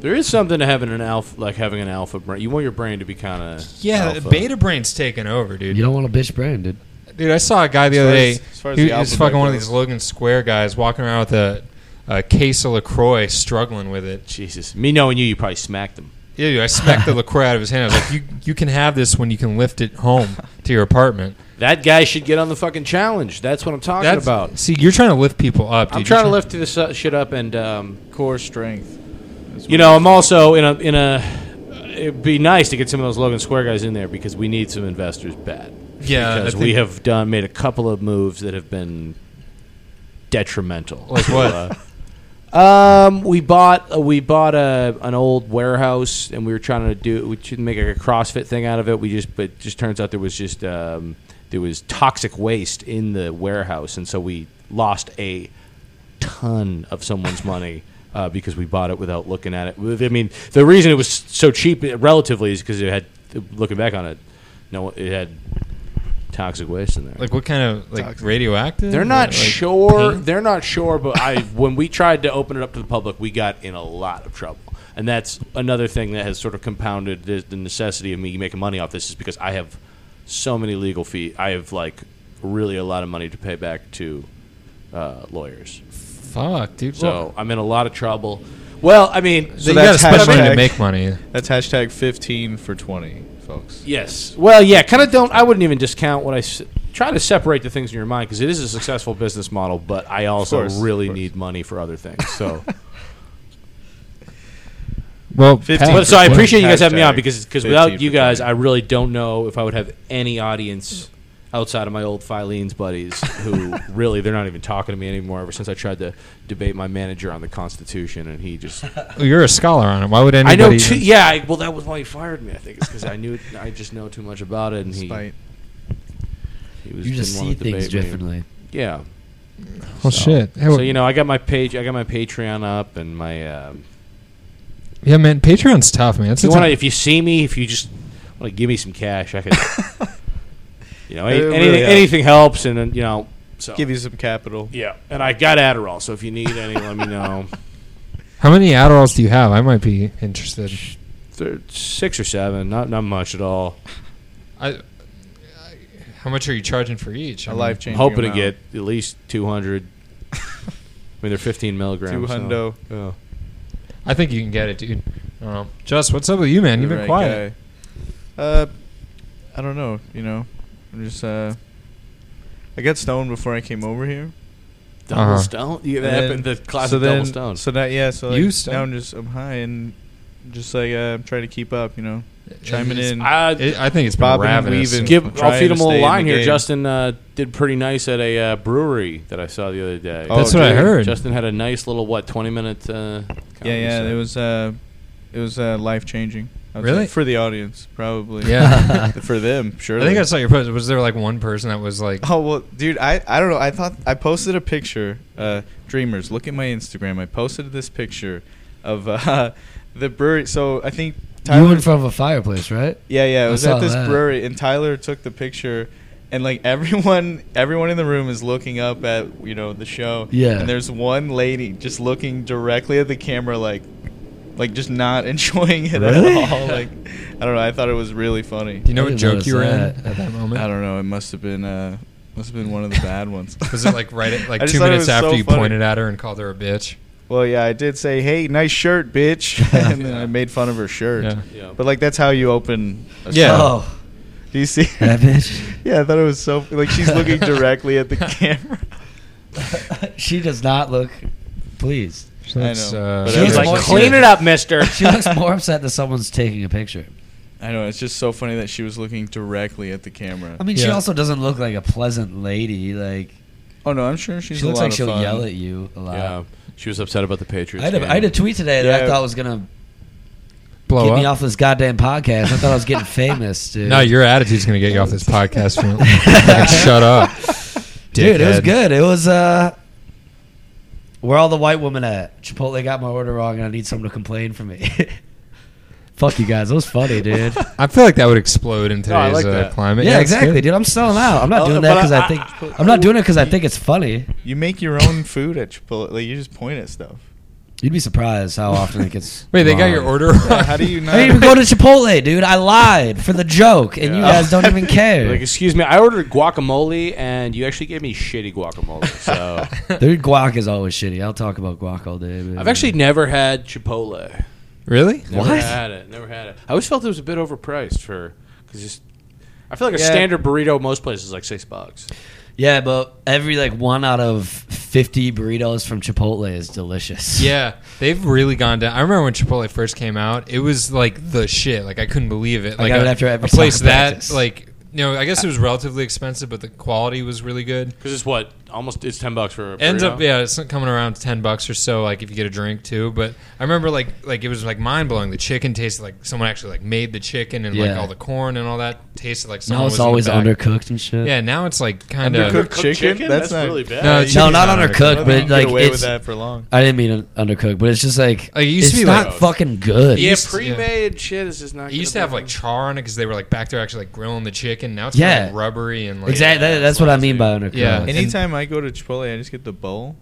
[SPEAKER 4] there is something to having an alpha, like having an alpha brain. You want your brain to be kind of
[SPEAKER 2] Yeah, the beta brain's taking over, dude.
[SPEAKER 3] You don't want a bitch brain, dude.
[SPEAKER 2] Dude, I saw a guy the
[SPEAKER 5] As
[SPEAKER 2] other
[SPEAKER 5] far
[SPEAKER 2] day.
[SPEAKER 5] as- as far as
[SPEAKER 2] he
[SPEAKER 5] the
[SPEAKER 2] was
[SPEAKER 5] alphabet
[SPEAKER 2] fucking one of
[SPEAKER 5] goes.
[SPEAKER 2] these Logan Square guys walking around with a, a case of Lacroix, struggling with it.
[SPEAKER 4] Jesus. Me knowing you, you probably smacked them.
[SPEAKER 2] Yeah, dude, I smacked the Lacroix out of his hand. I was like, you, you can have this when you can lift it home to your apartment.
[SPEAKER 4] That guy should get on the fucking challenge. That's what I'm talking
[SPEAKER 2] That's
[SPEAKER 4] about.
[SPEAKER 2] See, you're trying to lift people up. Dude.
[SPEAKER 4] I'm
[SPEAKER 2] You're
[SPEAKER 4] trying to lift this uh, shit up, and um,
[SPEAKER 5] Core strength. That's
[SPEAKER 4] you
[SPEAKER 5] what-
[SPEAKER 4] know, I'm also in a in a. It'd be nice to get some of those Logan Square guys in there because we need some investors bad.
[SPEAKER 2] Yeah, I
[SPEAKER 4] because
[SPEAKER 2] think-
[SPEAKER 4] we have done made a couple of moves that have been detrimental.
[SPEAKER 2] Like
[SPEAKER 4] to,
[SPEAKER 2] what?
[SPEAKER 4] uh, Um, we bought uh, we bought a an old warehouse, and we were trying to do we should make like a CrossFit thing out of it. We just but just turns out there was just um, there was toxic waste in the warehouse, and so we lost a ton of someone's money. Uh, because we bought it without looking at it. I mean, the reason it was so cheap, uh, relatively, is because it had. Looking back on it, no, it had toxic waste in there.
[SPEAKER 2] Like what kind of like radioactive?
[SPEAKER 4] They're not
[SPEAKER 2] Like, like
[SPEAKER 4] sure.
[SPEAKER 2] paint?
[SPEAKER 4] They're not sure. But I, when we tried to open it up to the public, we got in a lot of trouble. And that's another thing that has sort of compounded the, the necessity of me making money off this is because I have so many legal fees. I have like really a lot of money to pay back to uh, lawyers.
[SPEAKER 2] Fuck, dude.
[SPEAKER 4] So
[SPEAKER 2] Well,
[SPEAKER 4] I'm in a lot of trouble. Well, I mean,
[SPEAKER 2] so you
[SPEAKER 5] that's
[SPEAKER 2] gotta spend money to
[SPEAKER 5] hashtag-
[SPEAKER 2] make money.
[SPEAKER 5] That's hashtag 15 for 20, folks.
[SPEAKER 4] Yes. Well, yeah. Kind of don't. I wouldn't even discount what I s- try to separate the things in your mind because it is a successful business model, but I also
[SPEAKER 5] course, of
[SPEAKER 4] really
[SPEAKER 5] course.
[SPEAKER 4] need money for other things. So,
[SPEAKER 2] Well,
[SPEAKER 5] 15
[SPEAKER 2] Pat-
[SPEAKER 4] but, so I
[SPEAKER 5] percent.
[SPEAKER 4] appreciate you guys having me on
[SPEAKER 5] Hashtag
[SPEAKER 4] because because without you guys,
[SPEAKER 5] 15%.
[SPEAKER 4] I really don't know if I would have any audience outside of my old Filene's buddies who really they're not even talking to me anymore ever since I tried to debate my manager on the Constitution and he just
[SPEAKER 2] Oh, You're a scholar on it. Why would
[SPEAKER 4] I
[SPEAKER 2] anybody?
[SPEAKER 4] know too, yeah I, well that was why he fired me I think it's because I knew I just know too much about it and he,
[SPEAKER 5] Despite.
[SPEAKER 4] he was
[SPEAKER 3] You just see
[SPEAKER 4] didn't wanna
[SPEAKER 3] things
[SPEAKER 4] debate me.
[SPEAKER 3] differently.
[SPEAKER 4] yeah
[SPEAKER 2] Well, shit. Hey,
[SPEAKER 4] so
[SPEAKER 2] well,
[SPEAKER 4] you know I got my page I got my Patreon up and my um,
[SPEAKER 2] yeah, man. Patreon's tough, man. It's
[SPEAKER 4] if you
[SPEAKER 2] a
[SPEAKER 4] want
[SPEAKER 2] tough-
[SPEAKER 4] if you see me if you just want to give me some cash I could you know any,
[SPEAKER 5] It really
[SPEAKER 4] anything,
[SPEAKER 5] helps.
[SPEAKER 4] anything helps and then, you know so
[SPEAKER 5] Give you some capital.
[SPEAKER 4] yeah and I got Adderall so if you need any let me know.
[SPEAKER 2] How many Adderalls do you have? I might be interested.
[SPEAKER 4] Thir- six or seven, not not much at all.
[SPEAKER 2] I, I, how much are you charging for each? I
[SPEAKER 5] A
[SPEAKER 2] mean,
[SPEAKER 5] life changing.
[SPEAKER 4] I'm hoping to get at least two hundred. I mean, they're fifteen
[SPEAKER 5] two
[SPEAKER 4] milligrams. so-
[SPEAKER 5] hundo.
[SPEAKER 4] Yeah.
[SPEAKER 2] I think you can get it, dude. I don't know. Just what's up with you, man? You've
[SPEAKER 5] the
[SPEAKER 2] been
[SPEAKER 5] right
[SPEAKER 2] quiet.
[SPEAKER 5] guy. Uh, I don't know. You know, I'm just uh, I got stoned before I came over here.
[SPEAKER 4] Double
[SPEAKER 2] Uh-huh.
[SPEAKER 4] stone. Yeah, that
[SPEAKER 5] And
[SPEAKER 4] happened. The
[SPEAKER 5] then-
[SPEAKER 4] class
[SPEAKER 5] so
[SPEAKER 4] of
[SPEAKER 5] then,
[SPEAKER 4] double stone.
[SPEAKER 5] So that yeah. So like,
[SPEAKER 2] You
[SPEAKER 5] now
[SPEAKER 2] stoned.
[SPEAKER 5] I'm just I'm high and just like uh, I'm trying to keep up. You know, chiming
[SPEAKER 2] It's-
[SPEAKER 5] in.
[SPEAKER 4] I,
[SPEAKER 2] It, I think it's been
[SPEAKER 5] Bobbing and
[SPEAKER 2] ravenous.
[SPEAKER 5] weaving.
[SPEAKER 4] give.
[SPEAKER 5] I'm
[SPEAKER 4] I'll
[SPEAKER 5] trying
[SPEAKER 4] feed him
[SPEAKER 5] to
[SPEAKER 4] a
[SPEAKER 5] stay
[SPEAKER 4] little
[SPEAKER 5] in
[SPEAKER 4] line
[SPEAKER 5] the
[SPEAKER 4] here.
[SPEAKER 5] game.
[SPEAKER 4] Justin uh, did pretty nice at a uh, brewery that I saw the other day.
[SPEAKER 5] Oh, That's what I dude.
[SPEAKER 2] heard.
[SPEAKER 4] Justin had a nice little what twenty minute. Uh,
[SPEAKER 5] yeah,
[SPEAKER 4] comedy
[SPEAKER 5] yeah.
[SPEAKER 4] set.
[SPEAKER 5] It was uh, it was uh, life changing.
[SPEAKER 2] Really?
[SPEAKER 5] for the audience, probably.
[SPEAKER 2] Yeah.
[SPEAKER 5] for them, sure.
[SPEAKER 2] I think I saw your post. Was there like one person that was like,
[SPEAKER 5] Oh well, dude, I, I don't know. I thought I posted a picture. Uh, dreamers, look at my Instagram. I posted this picture of uh, the brewery. So I think
[SPEAKER 3] You
[SPEAKER 5] Tyler.
[SPEAKER 3] were in front of a fireplace, right?
[SPEAKER 5] yeah, yeah. It
[SPEAKER 3] I
[SPEAKER 5] was
[SPEAKER 3] saw
[SPEAKER 5] at this
[SPEAKER 3] that.
[SPEAKER 5] brewery, and Tyler took the picture, and like everyone, everyone in the room is looking up at you know the show.
[SPEAKER 3] Yeah.
[SPEAKER 5] And there's one lady just looking directly at the camera, like, like just not enjoying it
[SPEAKER 3] Really?
[SPEAKER 5] at all. Like, I don't know. I thought it was really funny.
[SPEAKER 2] do you know
[SPEAKER 3] I
[SPEAKER 2] what
[SPEAKER 3] didn't
[SPEAKER 2] joke
[SPEAKER 3] notice
[SPEAKER 2] you were in
[SPEAKER 3] that.
[SPEAKER 2] at that moment?
[SPEAKER 5] I don't know. It must have been uh, must have been one of the bad ones.
[SPEAKER 2] Was it like right at
[SPEAKER 5] I
[SPEAKER 2] like
[SPEAKER 5] just
[SPEAKER 2] two
[SPEAKER 5] thought it
[SPEAKER 2] minutes
[SPEAKER 5] was
[SPEAKER 2] after
[SPEAKER 5] so
[SPEAKER 2] you
[SPEAKER 5] funny.
[SPEAKER 2] pointed at her and called her a bitch?
[SPEAKER 5] Well, yeah, I did say, "Hey, nice shirt, bitch," and then I made fun of her shirt.
[SPEAKER 2] Yeah.
[SPEAKER 4] Yeah.
[SPEAKER 5] But like, that's how you open. A
[SPEAKER 2] Yeah.
[SPEAKER 5] show.
[SPEAKER 3] Oh,
[SPEAKER 5] Do you see?
[SPEAKER 3] that bitch.
[SPEAKER 5] yeah, I thought it was so like she's looking directly at the camera.
[SPEAKER 3] she does not look pleased.
[SPEAKER 2] She
[SPEAKER 5] I
[SPEAKER 2] looks,
[SPEAKER 5] know,
[SPEAKER 2] uh,
[SPEAKER 5] but
[SPEAKER 2] she
[SPEAKER 5] it
[SPEAKER 2] looks
[SPEAKER 5] was
[SPEAKER 3] like,
[SPEAKER 2] like-
[SPEAKER 3] "Clean it
[SPEAKER 4] up, Mister.
[SPEAKER 3] She looks more upset that someone's taking a picture.
[SPEAKER 5] I know it's just so funny that she was looking directly at the camera.
[SPEAKER 3] I mean, she
[SPEAKER 2] Yeah.
[SPEAKER 3] also doesn't look like a pleasant lady. Like
[SPEAKER 5] oh no, I'm sure she's.
[SPEAKER 3] she
[SPEAKER 5] a
[SPEAKER 3] looks
[SPEAKER 5] lot
[SPEAKER 3] like
[SPEAKER 5] of
[SPEAKER 3] she'll
[SPEAKER 5] fun.
[SPEAKER 3] yell at you a lot.
[SPEAKER 4] yeah, she was upset about the Patriots.
[SPEAKER 3] I had, a,
[SPEAKER 4] game.
[SPEAKER 3] I had a tweet today that
[SPEAKER 5] Yeah.
[SPEAKER 3] I thought was gonna
[SPEAKER 2] blow
[SPEAKER 3] get me
[SPEAKER 2] up.
[SPEAKER 3] off this goddamn podcast. I thought I was getting famous, dude.
[SPEAKER 2] No, your attitude's gonna get you off this podcast. man. Like, shut up,
[SPEAKER 3] dude. It was
[SPEAKER 2] dickhead.
[SPEAKER 3] good. It was uh, where all the white women at? Chipotle got my order wrong, and I need someone to complain for me. Fuck you guys. It was funny, dude.
[SPEAKER 2] I feel like that would explode in today's
[SPEAKER 4] I like
[SPEAKER 2] uh,
[SPEAKER 4] that.
[SPEAKER 2] climate.
[SPEAKER 3] yeah,
[SPEAKER 2] it's
[SPEAKER 3] exactly,
[SPEAKER 2] good.
[SPEAKER 3] dude. I'm selling out. I'm not
[SPEAKER 5] Oh,
[SPEAKER 3] doing that
[SPEAKER 5] but
[SPEAKER 3] because
[SPEAKER 5] I-
[SPEAKER 3] I, think I'm not doing it because I think it's funny.
[SPEAKER 5] You make your own food at Chipotle. Like, you just point at stuff.
[SPEAKER 3] You'd be surprised how often it gets.
[SPEAKER 2] Wait, they got your
[SPEAKER 3] wrong.
[SPEAKER 2] order. wrong?
[SPEAKER 5] how do you not?
[SPEAKER 3] I didn't even go to Chipotle, dude. I lied for the joke, and you
[SPEAKER 4] Yeah.
[SPEAKER 3] guys don't even
[SPEAKER 4] Like,
[SPEAKER 3] care.
[SPEAKER 4] excuse me, I ordered guacamole, and you actually gave me shitty guacamole. So
[SPEAKER 3] Dude, guac is always shitty. I'll talk about guac all day. man.
[SPEAKER 4] I've actually never had Chipotle.
[SPEAKER 2] really?
[SPEAKER 4] Never
[SPEAKER 3] What?
[SPEAKER 4] had it. Never had it. I always felt it was a bit overpriced for because just. I feel like a
[SPEAKER 5] Yeah.
[SPEAKER 4] standard burrito most places is like six bucks.
[SPEAKER 3] yeah, but every like one out of fifty burritos from Chipotle is delicious.
[SPEAKER 2] Yeah, they've really gone down. I remember when Chipotle first came out, it was like the shit. Like I couldn't believe it.
[SPEAKER 3] I
[SPEAKER 2] Like
[SPEAKER 3] got
[SPEAKER 2] a,
[SPEAKER 3] it after every
[SPEAKER 2] a place
[SPEAKER 3] soccer
[SPEAKER 2] that
[SPEAKER 3] practice.
[SPEAKER 2] like you know, I guess it
[SPEAKER 5] Uh,
[SPEAKER 2] was relatively expensive, but the quality was really good.
[SPEAKER 4] Because it's what almost it's ten bucks for a burrito.
[SPEAKER 2] Ends up yeah, it's coming around ten bucks or so. Like if you get a drink too, but I remember like like it was like mind blowing. The chicken tasted like someone actually like made the chicken and like
[SPEAKER 3] Yeah.
[SPEAKER 2] all the corn and all that tasted like someone
[SPEAKER 3] Now
[SPEAKER 2] was
[SPEAKER 3] it's
[SPEAKER 2] in the
[SPEAKER 3] always
[SPEAKER 2] back.
[SPEAKER 3] undercooked and shit.
[SPEAKER 2] Yeah, now it's like kind
[SPEAKER 5] Undercooked
[SPEAKER 2] of
[SPEAKER 4] Cooked
[SPEAKER 5] chicken? That's
[SPEAKER 4] That's,
[SPEAKER 5] not-
[SPEAKER 4] really bad.
[SPEAKER 2] No,
[SPEAKER 4] Yeah,
[SPEAKER 2] it's-
[SPEAKER 4] you-
[SPEAKER 3] No, not undercooked,
[SPEAKER 5] I don't think you
[SPEAKER 3] but
[SPEAKER 5] can
[SPEAKER 3] like
[SPEAKER 5] get away
[SPEAKER 3] it's.
[SPEAKER 5] with that for long.
[SPEAKER 3] I didn't mean un- undercooked, but it's just like,
[SPEAKER 2] Like, it used to
[SPEAKER 3] it's
[SPEAKER 2] be,
[SPEAKER 3] not
[SPEAKER 2] like-
[SPEAKER 3] fucking good.
[SPEAKER 4] yeah,
[SPEAKER 2] used to-
[SPEAKER 4] pre-made shit is just not.
[SPEAKER 2] It used to
[SPEAKER 4] gonna
[SPEAKER 2] have
[SPEAKER 4] be-
[SPEAKER 2] like char on it because they were like back there actually like grilling the chicken. Now it's
[SPEAKER 3] Yeah.
[SPEAKER 2] kind of rubbery and like
[SPEAKER 3] exactly. that- that's what I mean by undercooked.
[SPEAKER 2] Yeah. And-
[SPEAKER 5] Anytime I go to Chipotle, I just get the bowl.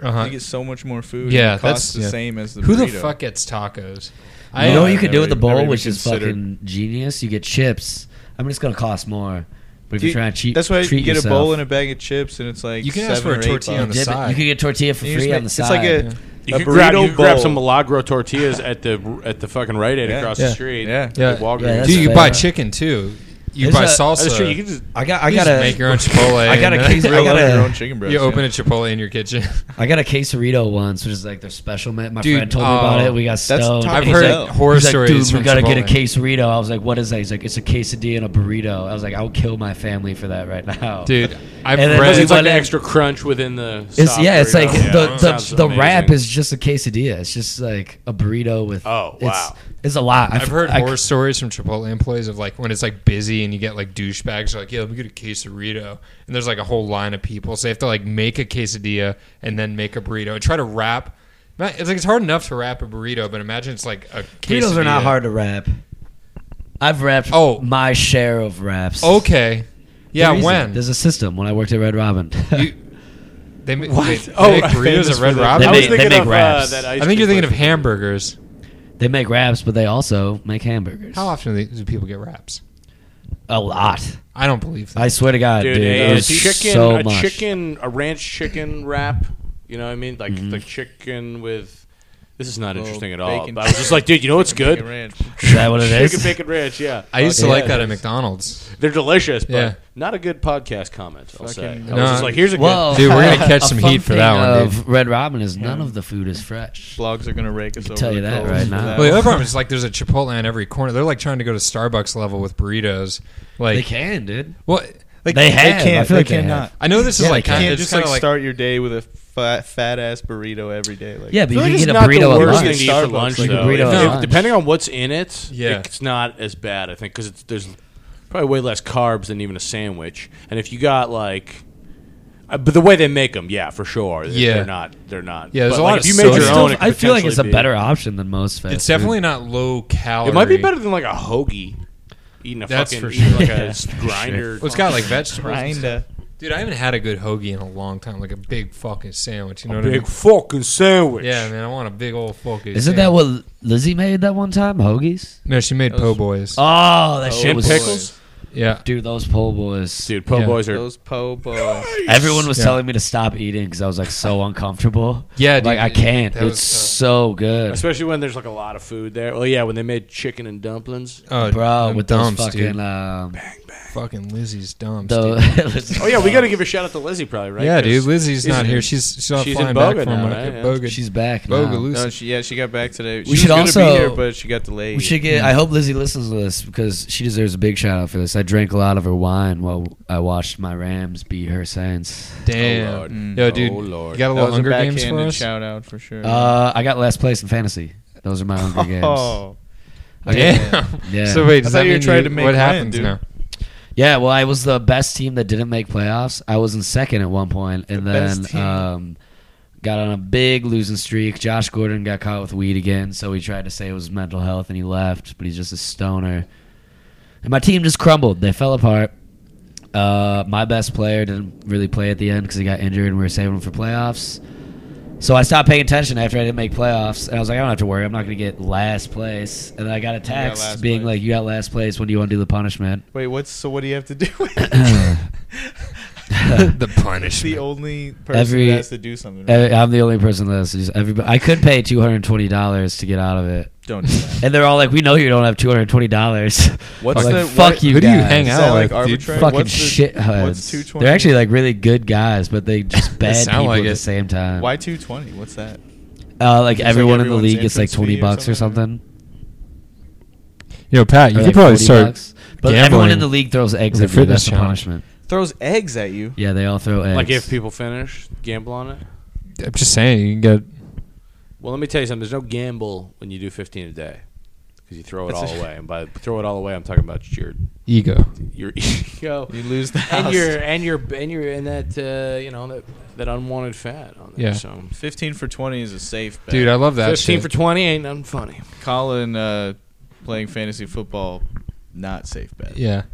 [SPEAKER 2] Uh-huh.
[SPEAKER 5] You get so much more food.
[SPEAKER 2] Yeah,
[SPEAKER 5] it
[SPEAKER 2] that's-
[SPEAKER 5] costs the
[SPEAKER 2] yeah.
[SPEAKER 5] same as the
[SPEAKER 2] Who the
[SPEAKER 5] burrito.
[SPEAKER 2] fuck gets tacos?
[SPEAKER 3] You know what you
[SPEAKER 5] I
[SPEAKER 3] could do with the
[SPEAKER 5] never- never
[SPEAKER 3] bowl,
[SPEAKER 5] even
[SPEAKER 3] which is
[SPEAKER 5] considered.
[SPEAKER 3] fucking genius? You get chips. I mean, it's gonna cost more, but if
[SPEAKER 5] Dude,
[SPEAKER 3] you're trying to cheat,
[SPEAKER 5] That's why
[SPEAKER 3] treat
[SPEAKER 5] you get
[SPEAKER 3] yourself,
[SPEAKER 5] a bowl and a bag of chips, and it's like
[SPEAKER 2] You can
[SPEAKER 5] seven
[SPEAKER 2] ask for a
[SPEAKER 5] or eight
[SPEAKER 2] tortilla on
[SPEAKER 5] bucks.
[SPEAKER 2] the
[SPEAKER 3] dip it.
[SPEAKER 2] side.
[SPEAKER 3] You could get tortilla for
[SPEAKER 5] You just
[SPEAKER 3] free
[SPEAKER 5] make-
[SPEAKER 3] on the
[SPEAKER 5] it's
[SPEAKER 3] side.
[SPEAKER 5] like a,
[SPEAKER 4] You
[SPEAKER 5] a
[SPEAKER 4] could
[SPEAKER 5] burrito
[SPEAKER 4] grab, you could grab
[SPEAKER 5] bowl.
[SPEAKER 4] some La Gro tortillas at the at the fucking Rite Aid
[SPEAKER 5] Yeah.
[SPEAKER 4] across
[SPEAKER 2] Yeah.
[SPEAKER 4] the street.
[SPEAKER 5] Yeah.
[SPEAKER 4] at
[SPEAKER 2] Yeah.
[SPEAKER 4] Walgreens.
[SPEAKER 3] Yeah, that's
[SPEAKER 2] Dude, you could buy
[SPEAKER 3] fair.
[SPEAKER 2] chicken too. you
[SPEAKER 3] There's
[SPEAKER 2] buy
[SPEAKER 3] a-
[SPEAKER 2] salsa.
[SPEAKER 4] That's true. You can just
[SPEAKER 3] I got I
[SPEAKER 2] you just
[SPEAKER 3] got a
[SPEAKER 2] make your own Chipotle.
[SPEAKER 3] I got
[SPEAKER 2] and,
[SPEAKER 3] a
[SPEAKER 2] uh,
[SPEAKER 3] case. I
[SPEAKER 5] Grill
[SPEAKER 3] got
[SPEAKER 5] out your own
[SPEAKER 3] a,
[SPEAKER 5] chicken breast.
[SPEAKER 2] You open
[SPEAKER 5] yeah.
[SPEAKER 2] a Chipotle in your kitchen.
[SPEAKER 3] I got a quesarito once, which is like their special. My, my
[SPEAKER 2] Dude,
[SPEAKER 3] friend told me about
[SPEAKER 2] oh,
[SPEAKER 3] it. We got stoned.
[SPEAKER 5] Taco
[SPEAKER 2] I've
[SPEAKER 3] He's
[SPEAKER 2] heard
[SPEAKER 3] like-
[SPEAKER 5] Bell.
[SPEAKER 2] horror
[SPEAKER 3] he's like,
[SPEAKER 2] stories
[SPEAKER 3] Dude,
[SPEAKER 2] from
[SPEAKER 3] we gotta get a
[SPEAKER 2] Chipotle.
[SPEAKER 3] quesarito. I was like, what is that? He's like, it's a quesadilla and a burrito. I was like, I would kill my family for that right now,
[SPEAKER 2] Dude, I've
[SPEAKER 3] And then
[SPEAKER 2] read
[SPEAKER 3] Right.
[SPEAKER 4] it's like an
[SPEAKER 3] But it-
[SPEAKER 4] extra crunch within the.
[SPEAKER 3] It's
[SPEAKER 4] soft
[SPEAKER 3] yeah, it's
[SPEAKER 4] burrito.
[SPEAKER 3] like
[SPEAKER 4] Yeah.
[SPEAKER 3] the
[SPEAKER 4] Sounds
[SPEAKER 3] the, the wrap
[SPEAKER 4] amazing.
[SPEAKER 3] is just a quesadilla. It's just like a burrito with
[SPEAKER 4] Oh,
[SPEAKER 3] it's-
[SPEAKER 4] wow.
[SPEAKER 3] it's, a lot.
[SPEAKER 2] I've heard
[SPEAKER 3] I-
[SPEAKER 2] horror stories from Chipotle employees of like when it's like busy and you get like douchebags who are like, yeah, let me get a quesarito. And there's like a whole line of people. So they have to like make a quesadilla and then make a burrito and try to wrap. It's like it's hard enough to wrap a burrito, but imagine it's like a quesadilla.
[SPEAKER 3] burritos are not hard to wrap. I've wrapped
[SPEAKER 2] Oh.
[SPEAKER 3] my share of wraps.
[SPEAKER 2] Okay. Yeah,
[SPEAKER 3] There is a-
[SPEAKER 2] when?
[SPEAKER 3] there's a system when I worked at Red Robin.
[SPEAKER 2] You- they, ma-
[SPEAKER 4] What?
[SPEAKER 2] they- they
[SPEAKER 4] Oh,
[SPEAKER 2] make
[SPEAKER 4] right.
[SPEAKER 2] burritos
[SPEAKER 4] Famous
[SPEAKER 2] at
[SPEAKER 4] for
[SPEAKER 2] Red
[SPEAKER 4] the-
[SPEAKER 2] Robin?
[SPEAKER 3] They
[SPEAKER 4] I
[SPEAKER 3] make-
[SPEAKER 4] was
[SPEAKER 3] they
[SPEAKER 4] thinking
[SPEAKER 3] make
[SPEAKER 4] of,
[SPEAKER 3] wraps.
[SPEAKER 4] Uh, that
[SPEAKER 2] I
[SPEAKER 4] ice
[SPEAKER 2] think you're
[SPEAKER 4] cream
[SPEAKER 2] thinking of
[SPEAKER 4] place.
[SPEAKER 2] hamburgers.
[SPEAKER 3] they make wraps, but they also make hamburgers.
[SPEAKER 2] How often do, they- do people get wraps?
[SPEAKER 3] A lot.
[SPEAKER 2] I don't believe that.
[SPEAKER 3] I swear to God, dude.
[SPEAKER 4] dude. a-
[SPEAKER 3] it
[SPEAKER 4] a
[SPEAKER 3] was
[SPEAKER 4] chicken,
[SPEAKER 3] so
[SPEAKER 4] a
[SPEAKER 3] much.
[SPEAKER 4] chicken, a ranch chicken wrap. You know what I mean? Like
[SPEAKER 3] Mm-hmm.
[SPEAKER 4] the chicken with. This is not
[SPEAKER 5] Little
[SPEAKER 4] interesting at all.
[SPEAKER 5] bacon-
[SPEAKER 4] But I was just like, dude, you know what's good?
[SPEAKER 5] Chicken ranch.
[SPEAKER 3] Is that what it is?
[SPEAKER 4] Chicken bacon ranch. Yeah,
[SPEAKER 2] I used to
[SPEAKER 3] Yeah.
[SPEAKER 2] like that at McDonald's.
[SPEAKER 4] they're delicious, but
[SPEAKER 2] Yeah.
[SPEAKER 4] not a good podcast comment. I'll say. I
[SPEAKER 5] Fucking-
[SPEAKER 4] was
[SPEAKER 2] No.
[SPEAKER 4] just like, here's a
[SPEAKER 3] Well,
[SPEAKER 2] Dude, we're gonna catch
[SPEAKER 3] a
[SPEAKER 2] some
[SPEAKER 3] fun
[SPEAKER 2] heat for
[SPEAKER 3] thing
[SPEAKER 2] that one, dude.
[SPEAKER 3] Of Red Robin is none of the food is fresh.
[SPEAKER 5] Blogs are gonna rake us over.
[SPEAKER 3] tell you
[SPEAKER 5] the
[SPEAKER 3] that
[SPEAKER 5] coals
[SPEAKER 3] right
[SPEAKER 5] for
[SPEAKER 3] now.
[SPEAKER 5] that.
[SPEAKER 2] Well, the other problem is like there's a Chipotle on every corner. They're like trying to go to Starbucks level with burritos. Like
[SPEAKER 3] They can, dude.
[SPEAKER 2] what? Like
[SPEAKER 3] They have.
[SPEAKER 5] can't,
[SPEAKER 3] I feel
[SPEAKER 5] they
[SPEAKER 3] like they
[SPEAKER 5] cannot.
[SPEAKER 3] have.
[SPEAKER 2] I know this is
[SPEAKER 3] Yeah,
[SPEAKER 2] like
[SPEAKER 3] they can.
[SPEAKER 2] kind
[SPEAKER 5] can't
[SPEAKER 2] of
[SPEAKER 5] just
[SPEAKER 2] just
[SPEAKER 5] like
[SPEAKER 2] kind of like.
[SPEAKER 5] start your day with a fat, fat ass burrito every day. Like,
[SPEAKER 3] Yeah, but you
[SPEAKER 4] Food
[SPEAKER 3] can
[SPEAKER 4] is
[SPEAKER 3] get a
[SPEAKER 4] not
[SPEAKER 3] burrito
[SPEAKER 4] the
[SPEAKER 3] at
[SPEAKER 4] worst
[SPEAKER 3] lunch.
[SPEAKER 4] thing to eat for
[SPEAKER 5] Starbucks,
[SPEAKER 4] lunch,
[SPEAKER 3] like a
[SPEAKER 4] though.
[SPEAKER 3] burrito
[SPEAKER 4] If-
[SPEAKER 3] at
[SPEAKER 4] if-
[SPEAKER 3] lunch.
[SPEAKER 4] depending on what's in it,
[SPEAKER 2] Yeah.
[SPEAKER 4] it's not as bad, I think, because there's probably way less carbs than even a sandwich. And if you got like, uh, but the way they make them, yeah, for sure, They-
[SPEAKER 2] Yeah.
[SPEAKER 4] they're not, they're not.
[SPEAKER 2] Yeah, there's
[SPEAKER 4] But,
[SPEAKER 2] a
[SPEAKER 4] like,
[SPEAKER 2] lot of
[SPEAKER 4] if you made
[SPEAKER 2] soda.
[SPEAKER 4] your own, it
[SPEAKER 3] I
[SPEAKER 4] could
[SPEAKER 3] feel like it's a
[SPEAKER 4] potentially be-
[SPEAKER 3] better option than most fast
[SPEAKER 2] it's
[SPEAKER 3] food.
[SPEAKER 2] definitely not low calorie.
[SPEAKER 4] It might be better than like a hoagie, eating a
[SPEAKER 2] That's
[SPEAKER 4] fucking
[SPEAKER 2] for
[SPEAKER 4] eating
[SPEAKER 2] sure.
[SPEAKER 4] like
[SPEAKER 3] Yeah.
[SPEAKER 4] a s- grinder.
[SPEAKER 2] Well, it's got like vegetables. and stuff.
[SPEAKER 5] kinda.
[SPEAKER 2] Dude, I haven't had a good hoagie in a long time. Like a big fucking sandwich. You know what
[SPEAKER 4] big
[SPEAKER 2] I
[SPEAKER 4] fucking sandwich.
[SPEAKER 2] mean? Yeah, man. I want a big old fucking.
[SPEAKER 3] Isn't that
[SPEAKER 2] sandwich.
[SPEAKER 3] what Lizzie made that one time? Hoagies?
[SPEAKER 2] No, she made po' boys.
[SPEAKER 3] Oh, that
[SPEAKER 5] It
[SPEAKER 3] shit
[SPEAKER 4] And
[SPEAKER 3] was
[SPEAKER 4] pickles,
[SPEAKER 2] yeah.
[SPEAKER 3] Dude, those po' boys.
[SPEAKER 4] dude. Po'
[SPEAKER 2] Yeah.
[SPEAKER 4] boys are
[SPEAKER 5] Those po' boys.
[SPEAKER 3] Everyone was
[SPEAKER 2] Yeah.
[SPEAKER 3] telling me to stop eating because I was like so uncomfortable.
[SPEAKER 2] Yeah, dude,
[SPEAKER 3] like I
[SPEAKER 2] that-
[SPEAKER 3] can't.
[SPEAKER 2] that
[SPEAKER 3] It's
[SPEAKER 2] was tough.
[SPEAKER 4] uh,
[SPEAKER 3] so good,
[SPEAKER 4] especially when there's like a lot of food there. Well, yeah, when they made chicken and dumplings.
[SPEAKER 2] Oh,
[SPEAKER 3] bro.
[SPEAKER 2] them
[SPEAKER 3] With
[SPEAKER 2] dumps,
[SPEAKER 3] those fucking
[SPEAKER 2] dude.
[SPEAKER 3] um,
[SPEAKER 2] fucking Lizzie's dumps.
[SPEAKER 3] the
[SPEAKER 2] dude.
[SPEAKER 4] Oh yeah, we got to give a shout out to Lizzie, probably right?
[SPEAKER 2] Yeah, dude.
[SPEAKER 4] 'Cause
[SPEAKER 2] Lizzie's not
[SPEAKER 4] isn't-
[SPEAKER 2] here. She's she's, not
[SPEAKER 4] she's in
[SPEAKER 2] flying back
[SPEAKER 4] Boga
[SPEAKER 2] from
[SPEAKER 4] now,
[SPEAKER 2] uh,
[SPEAKER 4] right? Yeah.
[SPEAKER 2] Boga.
[SPEAKER 3] she's back now.
[SPEAKER 2] Bogalusa.
[SPEAKER 5] No, she, yeah, she got back today. She
[SPEAKER 3] We
[SPEAKER 5] was
[SPEAKER 3] should
[SPEAKER 5] gonna
[SPEAKER 3] also-
[SPEAKER 5] be here, but she got delayed.
[SPEAKER 3] We should get. I hope Lizzie listens to this because she deserves a big shout out for this. I drank a lot of her wine while I watched my Rams beat her Saints.
[SPEAKER 2] Damn.
[SPEAKER 4] Oh, Lord.
[SPEAKER 5] Mm.
[SPEAKER 2] Yo,
[SPEAKER 4] Oh,
[SPEAKER 2] dude.
[SPEAKER 4] Lord.
[SPEAKER 2] You got a little
[SPEAKER 5] that was a
[SPEAKER 2] Hunger Games
[SPEAKER 5] backhanded
[SPEAKER 2] for us?
[SPEAKER 5] shout out for sure.
[SPEAKER 3] Uh, I got last place in fantasy. Those are my Hunger Games.
[SPEAKER 5] oh,
[SPEAKER 3] I got-
[SPEAKER 2] Damn.
[SPEAKER 3] Yeah.
[SPEAKER 2] So wait, does
[SPEAKER 5] I thought
[SPEAKER 2] that
[SPEAKER 5] you were
[SPEAKER 2] mean
[SPEAKER 5] trying
[SPEAKER 2] you,
[SPEAKER 5] to make
[SPEAKER 2] what
[SPEAKER 5] mine,
[SPEAKER 2] happens
[SPEAKER 5] dude.
[SPEAKER 2] now?
[SPEAKER 3] Yeah, well, I was the best team that didn't make playoffs. I was in second at one point, and
[SPEAKER 5] The best
[SPEAKER 3] then
[SPEAKER 5] team.
[SPEAKER 3] um, got on a big losing streak. Josh Gordon got caught with weed again, so he tried to say it was mental health, and he left. But he's just a stoner. And my team just crumbled. They fell apart. Uh, my best player didn't really play at the end because he got injured, and we were saving him for playoffs. So I stopped paying attention after I didn't make playoffs, and I was like, I don't have to worry. I'm not going to get last place. And then I got a text
[SPEAKER 5] last
[SPEAKER 3] being
[SPEAKER 5] place.
[SPEAKER 3] like, "You got last place. When do you want to do the punishment?"
[SPEAKER 5] wait, what's so? What do you have to do? It's
[SPEAKER 2] the
[SPEAKER 5] the
[SPEAKER 2] punishment.
[SPEAKER 5] only person
[SPEAKER 3] Every-
[SPEAKER 5] that has to do something. Right?
[SPEAKER 3] I- I'm the only person that is. Everybody, I could pay two hundred twenty dollars to get out of it,
[SPEAKER 5] Don't do that.
[SPEAKER 3] and they're all like, "We know you don't have two hundred twenty dollars."
[SPEAKER 5] What's
[SPEAKER 3] like,
[SPEAKER 5] the-
[SPEAKER 3] fuck
[SPEAKER 5] what-
[SPEAKER 3] you?
[SPEAKER 2] Who do you
[SPEAKER 3] guys.
[SPEAKER 2] hang
[SPEAKER 5] Is
[SPEAKER 2] out
[SPEAKER 5] that,
[SPEAKER 2] like,
[SPEAKER 5] like,
[SPEAKER 2] dude?
[SPEAKER 5] arbitrary?
[SPEAKER 3] Fucking
[SPEAKER 5] What's the-
[SPEAKER 3] shit
[SPEAKER 5] what's
[SPEAKER 3] shitheads.
[SPEAKER 5] 220?
[SPEAKER 3] They're actually like really good guys, but they just bad
[SPEAKER 2] sound
[SPEAKER 3] people
[SPEAKER 2] like
[SPEAKER 3] at
[SPEAKER 2] it.
[SPEAKER 3] the same time.
[SPEAKER 5] Why 220? What's that?
[SPEAKER 3] Uh, like
[SPEAKER 5] It's like
[SPEAKER 3] everyone in the
[SPEAKER 5] everyone's
[SPEAKER 3] league gets like
[SPEAKER 5] entrance
[SPEAKER 3] twenty
[SPEAKER 5] fee or
[SPEAKER 3] bucks or
[SPEAKER 5] something?
[SPEAKER 3] something.
[SPEAKER 2] You know, Pat,
[SPEAKER 3] or
[SPEAKER 2] you
[SPEAKER 3] like
[SPEAKER 2] could probably
[SPEAKER 3] 40
[SPEAKER 2] start.
[SPEAKER 3] bucks. But everyone
[SPEAKER 2] gambling
[SPEAKER 3] in the league throws eggs
[SPEAKER 2] the
[SPEAKER 3] at you.
[SPEAKER 2] fitness
[SPEAKER 3] That's the
[SPEAKER 2] challenge.
[SPEAKER 3] punishment.
[SPEAKER 5] Throws eggs at you.
[SPEAKER 3] Yeah, they all throw eggs.
[SPEAKER 4] Like if people finish, gamble on it.
[SPEAKER 2] I'm just saying, you can get.
[SPEAKER 4] Well, let me tell you something. There's no gamble when you do 15 a day because you throw it
[SPEAKER 5] That's
[SPEAKER 4] all
[SPEAKER 5] a-
[SPEAKER 4] away. And by throw it all away, I'm talking about your
[SPEAKER 2] Ego.
[SPEAKER 4] your ego
[SPEAKER 5] You lose the house.
[SPEAKER 4] and your and your and your and that uh, you know that that unwanted fat on there.
[SPEAKER 2] Yeah.
[SPEAKER 4] So
[SPEAKER 5] 15 for 20 is a safe bet.
[SPEAKER 2] Dude, I love that
[SPEAKER 4] 15
[SPEAKER 2] shit.
[SPEAKER 4] for 20 ain't nothing funny.
[SPEAKER 5] Colin uh, playing fantasy football, not safe bet.
[SPEAKER 2] yeah.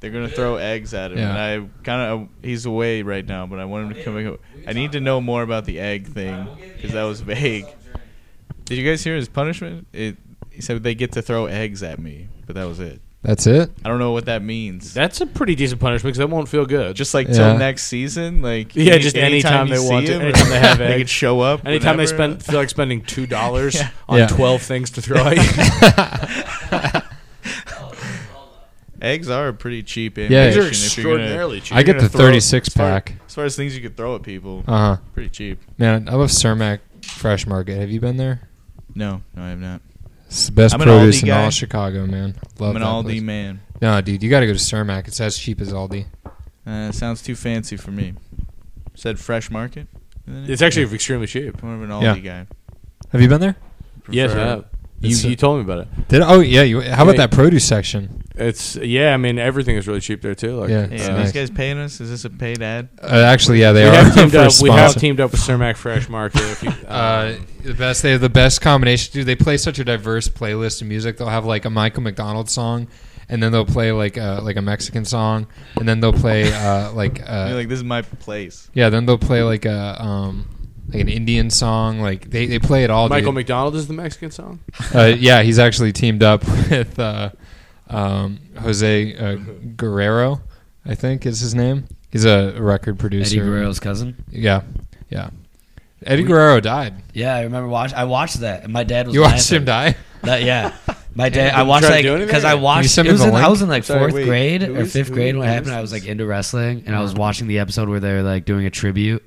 [SPEAKER 5] They're gonna throw eggs at him,
[SPEAKER 2] Yeah.
[SPEAKER 5] and I kind of he's away right now, but I want him to come. back. I need to know more about the egg thing because that was vague. Did you guys hear his punishment? It, he said they get to throw eggs at me, but that was it.
[SPEAKER 2] That's it?
[SPEAKER 5] I don't know what that means.
[SPEAKER 4] That's a pretty decent punishment because that won't feel good.
[SPEAKER 5] just like till
[SPEAKER 2] Yeah.
[SPEAKER 5] next season, like
[SPEAKER 4] Yeah, just anytime
[SPEAKER 5] you
[SPEAKER 4] they
[SPEAKER 5] see
[SPEAKER 4] want to,
[SPEAKER 5] him,
[SPEAKER 4] anytime they have
[SPEAKER 5] they
[SPEAKER 4] eggs.
[SPEAKER 5] could show up.
[SPEAKER 4] Anytime they
[SPEAKER 5] whenever.
[SPEAKER 4] spend feel like spending two dollars
[SPEAKER 5] Yeah.
[SPEAKER 4] on
[SPEAKER 2] Yeah. Uh-huh.
[SPEAKER 4] twelve things to throw at you.
[SPEAKER 5] Eggs are a pretty cheap
[SPEAKER 2] Yeah.
[SPEAKER 5] innovation.
[SPEAKER 2] Eggs are
[SPEAKER 4] These
[SPEAKER 5] if
[SPEAKER 4] are
[SPEAKER 5] you're
[SPEAKER 4] extraordinarily cheap.
[SPEAKER 2] I get the
[SPEAKER 5] gonna throw-
[SPEAKER 2] 36
[SPEAKER 5] as far-
[SPEAKER 2] pack.
[SPEAKER 5] Gonna, as far as things you could throw at people,
[SPEAKER 2] Uh huh.
[SPEAKER 5] pretty cheap.
[SPEAKER 2] Man, I love Cermak Fresh Market. Have you been there?
[SPEAKER 5] No, no, I have not.
[SPEAKER 2] It's the best
[SPEAKER 5] I'm an
[SPEAKER 2] produce
[SPEAKER 5] Aldi
[SPEAKER 2] in all
[SPEAKER 5] guy.
[SPEAKER 2] Chicago, man. Love
[SPEAKER 5] I'm an
[SPEAKER 2] that
[SPEAKER 5] Aldi
[SPEAKER 2] place.
[SPEAKER 5] man.
[SPEAKER 2] No, dude, you got to go to Cermak. It's as cheap as Aldi.
[SPEAKER 5] Uh, sounds too fancy for me. Said fresh market.
[SPEAKER 4] It's actually extremely cheap.
[SPEAKER 5] more of an
[SPEAKER 2] Yeah.
[SPEAKER 5] Aldi guy.
[SPEAKER 2] Have you been there?
[SPEAKER 4] Yes, I
[SPEAKER 5] Prefer-
[SPEAKER 4] have. You,
[SPEAKER 2] It's a-
[SPEAKER 4] you told me about it.
[SPEAKER 2] Did oh yeah. You, how about
[SPEAKER 4] Yeah.
[SPEAKER 2] that produce section?
[SPEAKER 4] It's yeah. I mean, everything is really cheap there too. Like, uh,
[SPEAKER 2] Yeah,
[SPEAKER 5] Hey,
[SPEAKER 2] it's
[SPEAKER 5] are
[SPEAKER 2] nice.
[SPEAKER 5] these guys paying us? Is this a paid ad?
[SPEAKER 2] Uh, actually, yeah, they
[SPEAKER 4] we
[SPEAKER 2] are.
[SPEAKER 4] have teamed
[SPEAKER 2] for a
[SPEAKER 4] up. We have
[SPEAKER 2] sponsor.
[SPEAKER 4] teamed up with Cermak Fresh Market. If you,
[SPEAKER 2] Uh, the best. They have the best combination, dude. They play such a diverse playlist of music. They'll have like a Michael McDonald song, and then they'll play like uh, like a Mexican song, and then they'll play uh, like
[SPEAKER 5] You're
[SPEAKER 2] uh,
[SPEAKER 5] like, this is my place.
[SPEAKER 2] yeah, then they'll play like a um, like an Indian song. Like they, they play it all.
[SPEAKER 4] Michael
[SPEAKER 2] dude.
[SPEAKER 4] McDonald is the Mexican song.
[SPEAKER 2] uh, yeah, he's actually teamed up with uh, um, Jose uh, Guerrero, I think is his name. He's a record producer.
[SPEAKER 3] Eddie Guerrero's cousin.
[SPEAKER 2] Yeah, yeah. Eddie Guerrero died.
[SPEAKER 3] Yeah, I remember watch. I watched that. and My dad was.
[SPEAKER 2] You watched
[SPEAKER 3] laughing.
[SPEAKER 2] him die.
[SPEAKER 3] That, yeah. My dad,
[SPEAKER 4] Did
[SPEAKER 3] I
[SPEAKER 4] you
[SPEAKER 3] watched
[SPEAKER 4] try to
[SPEAKER 3] like
[SPEAKER 4] do anything?
[SPEAKER 3] because I
[SPEAKER 4] Can you
[SPEAKER 3] watched.
[SPEAKER 2] send
[SPEAKER 3] It
[SPEAKER 2] me
[SPEAKER 3] was
[SPEAKER 2] the
[SPEAKER 3] in, I
[SPEAKER 2] link?
[SPEAKER 3] was in like
[SPEAKER 5] Sorry,
[SPEAKER 3] fourth
[SPEAKER 5] wait,
[SPEAKER 3] grade
[SPEAKER 5] who
[SPEAKER 3] or
[SPEAKER 5] is-
[SPEAKER 3] fifth
[SPEAKER 5] who-
[SPEAKER 3] grade when it
[SPEAKER 5] who
[SPEAKER 3] happened.
[SPEAKER 5] is
[SPEAKER 3] I was like
[SPEAKER 5] this?
[SPEAKER 3] into wrestling, and I was watching the episode where they were like doing a tribute.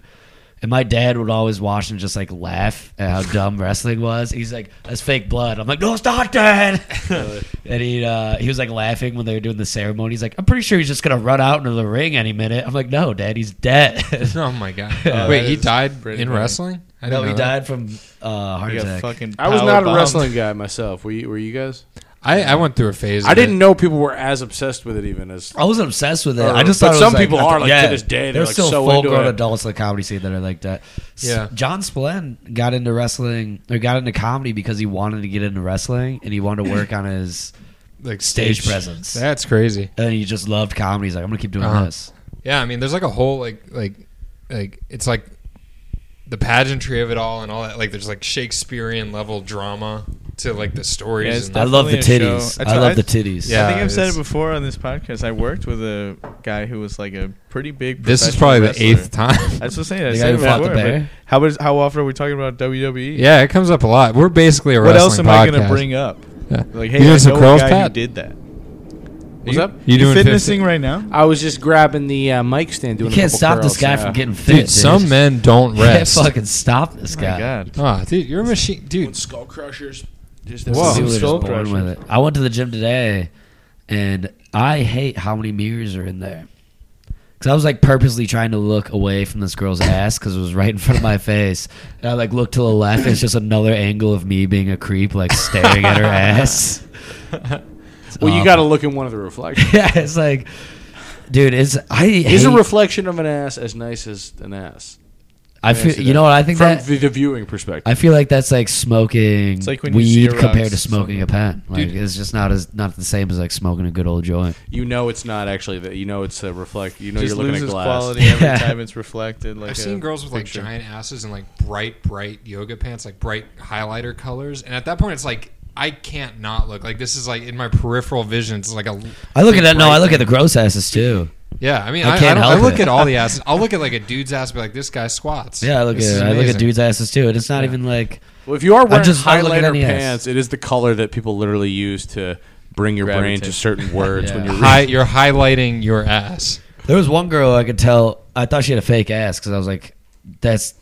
[SPEAKER 3] And my dad would always watch and just like laugh at how dumb wrestling was. He's like, "That's fake blood." I'm like, "No, it's not, Dad." and he uh, he was like laughing when they were doing the ceremony. He's like, "I'm pretty sure he's just gonna run out into the ring any minute." I'm like, "No, Dad, he's dead."
[SPEAKER 2] Oh my god!
[SPEAKER 3] Yeah,
[SPEAKER 2] Wait,
[SPEAKER 5] that
[SPEAKER 2] he
[SPEAKER 5] is
[SPEAKER 2] died in
[SPEAKER 5] pretty funny.
[SPEAKER 2] wrestling? I didn't
[SPEAKER 3] no, he
[SPEAKER 2] know that.
[SPEAKER 3] died from uh, heart
[SPEAKER 5] You got
[SPEAKER 3] attack.
[SPEAKER 5] fucking.
[SPEAKER 4] I was
[SPEAKER 5] power
[SPEAKER 4] not a
[SPEAKER 5] bombed.
[SPEAKER 4] wrestling guy myself. Were you? Were you guys?
[SPEAKER 2] I, I went through a phase.
[SPEAKER 4] I
[SPEAKER 2] of it.
[SPEAKER 4] didn't know people were as obsessed with it even as.
[SPEAKER 3] I wasn't obsessed with it.
[SPEAKER 4] Or-
[SPEAKER 3] I just
[SPEAKER 4] Oh, but
[SPEAKER 3] thought it was
[SPEAKER 4] some
[SPEAKER 3] like-
[SPEAKER 4] people
[SPEAKER 3] I thought-
[SPEAKER 4] are, like, to
[SPEAKER 3] yeah,
[SPEAKER 4] this day, they're,
[SPEAKER 3] there's
[SPEAKER 4] like,
[SPEAKER 3] still
[SPEAKER 4] so
[SPEAKER 3] full
[SPEAKER 4] into
[SPEAKER 3] grown
[SPEAKER 4] it.
[SPEAKER 3] adults in the comedy scene that are like that. S-
[SPEAKER 2] Yeah.
[SPEAKER 3] John Splend got into wrestling or got into comedy because he wanted to get into wrestling and he wanted to work on his
[SPEAKER 2] like
[SPEAKER 3] stage presence.
[SPEAKER 2] That's crazy.
[SPEAKER 3] and he just loved comedy. He's like, I'm gonna keep doing
[SPEAKER 2] Uh-huh.
[SPEAKER 3] this.
[SPEAKER 2] Yeah, I mean, there's like a whole like like like it's like the pageantry of it all and all that. Like there's like Shakespearean level drama to like the
[SPEAKER 5] Yeah,
[SPEAKER 2] stories.
[SPEAKER 5] it's
[SPEAKER 2] and
[SPEAKER 3] I love the
[SPEAKER 5] Definitely a
[SPEAKER 3] titties.
[SPEAKER 5] show.
[SPEAKER 3] I
[SPEAKER 5] I-
[SPEAKER 3] love
[SPEAKER 5] I-
[SPEAKER 3] the titties.
[SPEAKER 2] Yeah,
[SPEAKER 5] I think I've said
[SPEAKER 2] it's-
[SPEAKER 5] it before on this podcast. I worked with a guy who was like a pretty big.
[SPEAKER 2] this is
[SPEAKER 5] professional
[SPEAKER 2] probably the
[SPEAKER 5] wrestler.
[SPEAKER 2] eighth time.
[SPEAKER 5] That's what I'm saying.
[SPEAKER 3] The
[SPEAKER 5] I
[SPEAKER 3] guy
[SPEAKER 5] said
[SPEAKER 3] who
[SPEAKER 5] it
[SPEAKER 3] fought the
[SPEAKER 5] before, but
[SPEAKER 3] bear?
[SPEAKER 5] How is how often are we talking about E? WWE?
[SPEAKER 2] yeah, it comes up a lot. We're basically a
[SPEAKER 5] What else am
[SPEAKER 2] wrestling
[SPEAKER 5] I going
[SPEAKER 2] podcast.
[SPEAKER 5] to bring up?
[SPEAKER 2] Yeah. you
[SPEAKER 5] Like, hey,
[SPEAKER 2] doing
[SPEAKER 5] I
[SPEAKER 2] some
[SPEAKER 5] know
[SPEAKER 2] curls,
[SPEAKER 5] a guy
[SPEAKER 2] Pat?
[SPEAKER 5] who did that. Oh
[SPEAKER 4] What's
[SPEAKER 5] you,
[SPEAKER 4] up?
[SPEAKER 2] You
[SPEAKER 5] You,
[SPEAKER 2] doing
[SPEAKER 5] fitnessing
[SPEAKER 2] 50?
[SPEAKER 5] right now?
[SPEAKER 4] I was just grabbing the uh, mic stand.
[SPEAKER 3] You
[SPEAKER 4] Doing
[SPEAKER 3] can't stop this guy from getting fit.
[SPEAKER 2] dude, some men don't
[SPEAKER 3] You can't
[SPEAKER 2] rest.
[SPEAKER 3] fucking stop
[SPEAKER 4] Oh
[SPEAKER 3] this
[SPEAKER 5] My
[SPEAKER 3] guy.
[SPEAKER 5] God.
[SPEAKER 2] Ah, dude, you're a machine, dude.
[SPEAKER 4] skull crushers. Just
[SPEAKER 3] There's
[SPEAKER 2] Whoa.
[SPEAKER 3] some people that are
[SPEAKER 5] Skull
[SPEAKER 3] just born
[SPEAKER 5] crushers.
[SPEAKER 3] with it. I went to the gym today, and I hate how many mirrors are in there. Because I was like purposely trying to look away from this girl's ass because it was right in front of my face. And I like looked to the left, and it's just another angle of me being a creep, like staring at her ass. It's
[SPEAKER 4] Well, you
[SPEAKER 3] awful.
[SPEAKER 4] got to look in one of the reflections.
[SPEAKER 3] yeah, it's like, dude, it's I.
[SPEAKER 4] Is
[SPEAKER 3] Hate,
[SPEAKER 4] a reflection of an ass as nice as an ass
[SPEAKER 3] I feel you know what I think
[SPEAKER 4] from
[SPEAKER 3] that
[SPEAKER 4] the, the viewing perspective?
[SPEAKER 3] I feel like that's like smoking
[SPEAKER 5] It's like when you
[SPEAKER 3] weed
[SPEAKER 5] Xerox
[SPEAKER 3] compared to smoking a pen. Like
[SPEAKER 2] Dude.
[SPEAKER 3] it's just not as not the same as like smoking a good old joint.
[SPEAKER 4] you know it's not actually that. You know it's a reflect. You know
[SPEAKER 5] Just
[SPEAKER 4] you're looking
[SPEAKER 5] loses
[SPEAKER 4] at glass.
[SPEAKER 5] quality every
[SPEAKER 3] Yeah.
[SPEAKER 5] time it's reflected. Like
[SPEAKER 2] I've
[SPEAKER 5] a
[SPEAKER 2] seen girls with like
[SPEAKER 5] picture.
[SPEAKER 2] giant asses and like bright, bright yoga pants, like bright highlighter colors. And at that point, it's like I can't not look. Like this is like in my peripheral vision. It's like a.
[SPEAKER 3] I look
[SPEAKER 2] big
[SPEAKER 3] at that. No,
[SPEAKER 2] bright
[SPEAKER 3] I look at the
[SPEAKER 2] thing.
[SPEAKER 3] gross asses too.
[SPEAKER 2] Yeah, I mean,
[SPEAKER 3] I
[SPEAKER 2] I, I,
[SPEAKER 3] can't
[SPEAKER 2] don't, I
[SPEAKER 3] help
[SPEAKER 2] look
[SPEAKER 3] it.
[SPEAKER 2] at all the asses. I'll look at like a dude's ass, and be like, this guy squats.
[SPEAKER 3] Yeah, I look
[SPEAKER 2] This is
[SPEAKER 3] at I look at
[SPEAKER 2] amazing.
[SPEAKER 3] dudes' asses too, and it's not even like
[SPEAKER 4] Well, if you are wearing
[SPEAKER 3] just- I look at
[SPEAKER 4] highlighter
[SPEAKER 3] any ass.
[SPEAKER 4] pants, it is the color that people literally use to bring your brain
[SPEAKER 5] Gravitate.
[SPEAKER 4] to certain words
[SPEAKER 3] Yeah.
[SPEAKER 4] when you're
[SPEAKER 2] Hi,
[SPEAKER 4] reading.
[SPEAKER 2] you're highlighting your ass.
[SPEAKER 3] there was one girl I could tell. I thought she had a fake ass because I was like, that's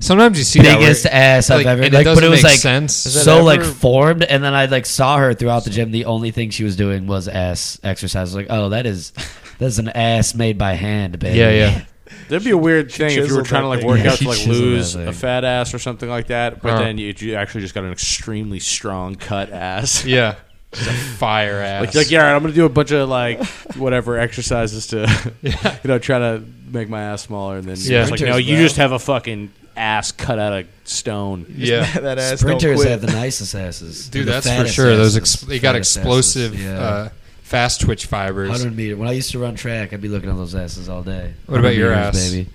[SPEAKER 2] Sometimes you see that where-
[SPEAKER 3] biggest ass I've
[SPEAKER 2] like,
[SPEAKER 3] ever.
[SPEAKER 2] and
[SPEAKER 3] Like,
[SPEAKER 2] it doesn't
[SPEAKER 3] but it was
[SPEAKER 2] make
[SPEAKER 3] like
[SPEAKER 2] sense.
[SPEAKER 5] that
[SPEAKER 3] so like
[SPEAKER 5] ever-
[SPEAKER 3] formed, and then I like saw her throughout the gym. The only thing she was doing was ass exercise. Like, oh, that is that's an ass made by hand, baby.
[SPEAKER 2] Yeah, yeah.
[SPEAKER 4] That'd be a weird thing if you were
[SPEAKER 5] chiseled
[SPEAKER 4] trying to
[SPEAKER 5] that
[SPEAKER 4] like
[SPEAKER 5] thing.
[SPEAKER 4] work
[SPEAKER 3] Yeah,
[SPEAKER 4] out
[SPEAKER 3] she
[SPEAKER 4] to like
[SPEAKER 3] chiseled
[SPEAKER 4] lose
[SPEAKER 3] that
[SPEAKER 4] a
[SPEAKER 3] thing.
[SPEAKER 4] fat ass or something like that, but
[SPEAKER 2] Uh-huh.
[SPEAKER 4] then you, you actually just got an extremely strong cut ass.
[SPEAKER 2] Yeah. Just a fire ass.
[SPEAKER 4] Like, like, yeah, all right, I'm gonna do a bunch of like whatever exercises to, you know, try to make my ass smaller, and then
[SPEAKER 2] Yeah.
[SPEAKER 4] yeah. like, no,
[SPEAKER 5] Sprinters,
[SPEAKER 4] you
[SPEAKER 5] bro.
[SPEAKER 4] just have a fucking ass cut out of stone.
[SPEAKER 2] yeah.
[SPEAKER 5] that ass don't
[SPEAKER 3] Sprinters
[SPEAKER 5] quit.
[SPEAKER 3] have the nicest asses,
[SPEAKER 2] Dude,
[SPEAKER 3] The
[SPEAKER 2] that's for
[SPEAKER 3] fattest
[SPEAKER 2] sure. Those
[SPEAKER 3] asses,
[SPEAKER 2] ex- they got
[SPEAKER 3] fattest asses.
[SPEAKER 2] explosive,
[SPEAKER 3] Yeah.
[SPEAKER 2] uh, fast twitch fibers.
[SPEAKER 3] 100 meter. When I used to run track, I'd be looking at those asses all day.
[SPEAKER 2] What about
[SPEAKER 3] 100
[SPEAKER 2] your ass?
[SPEAKER 3] baby?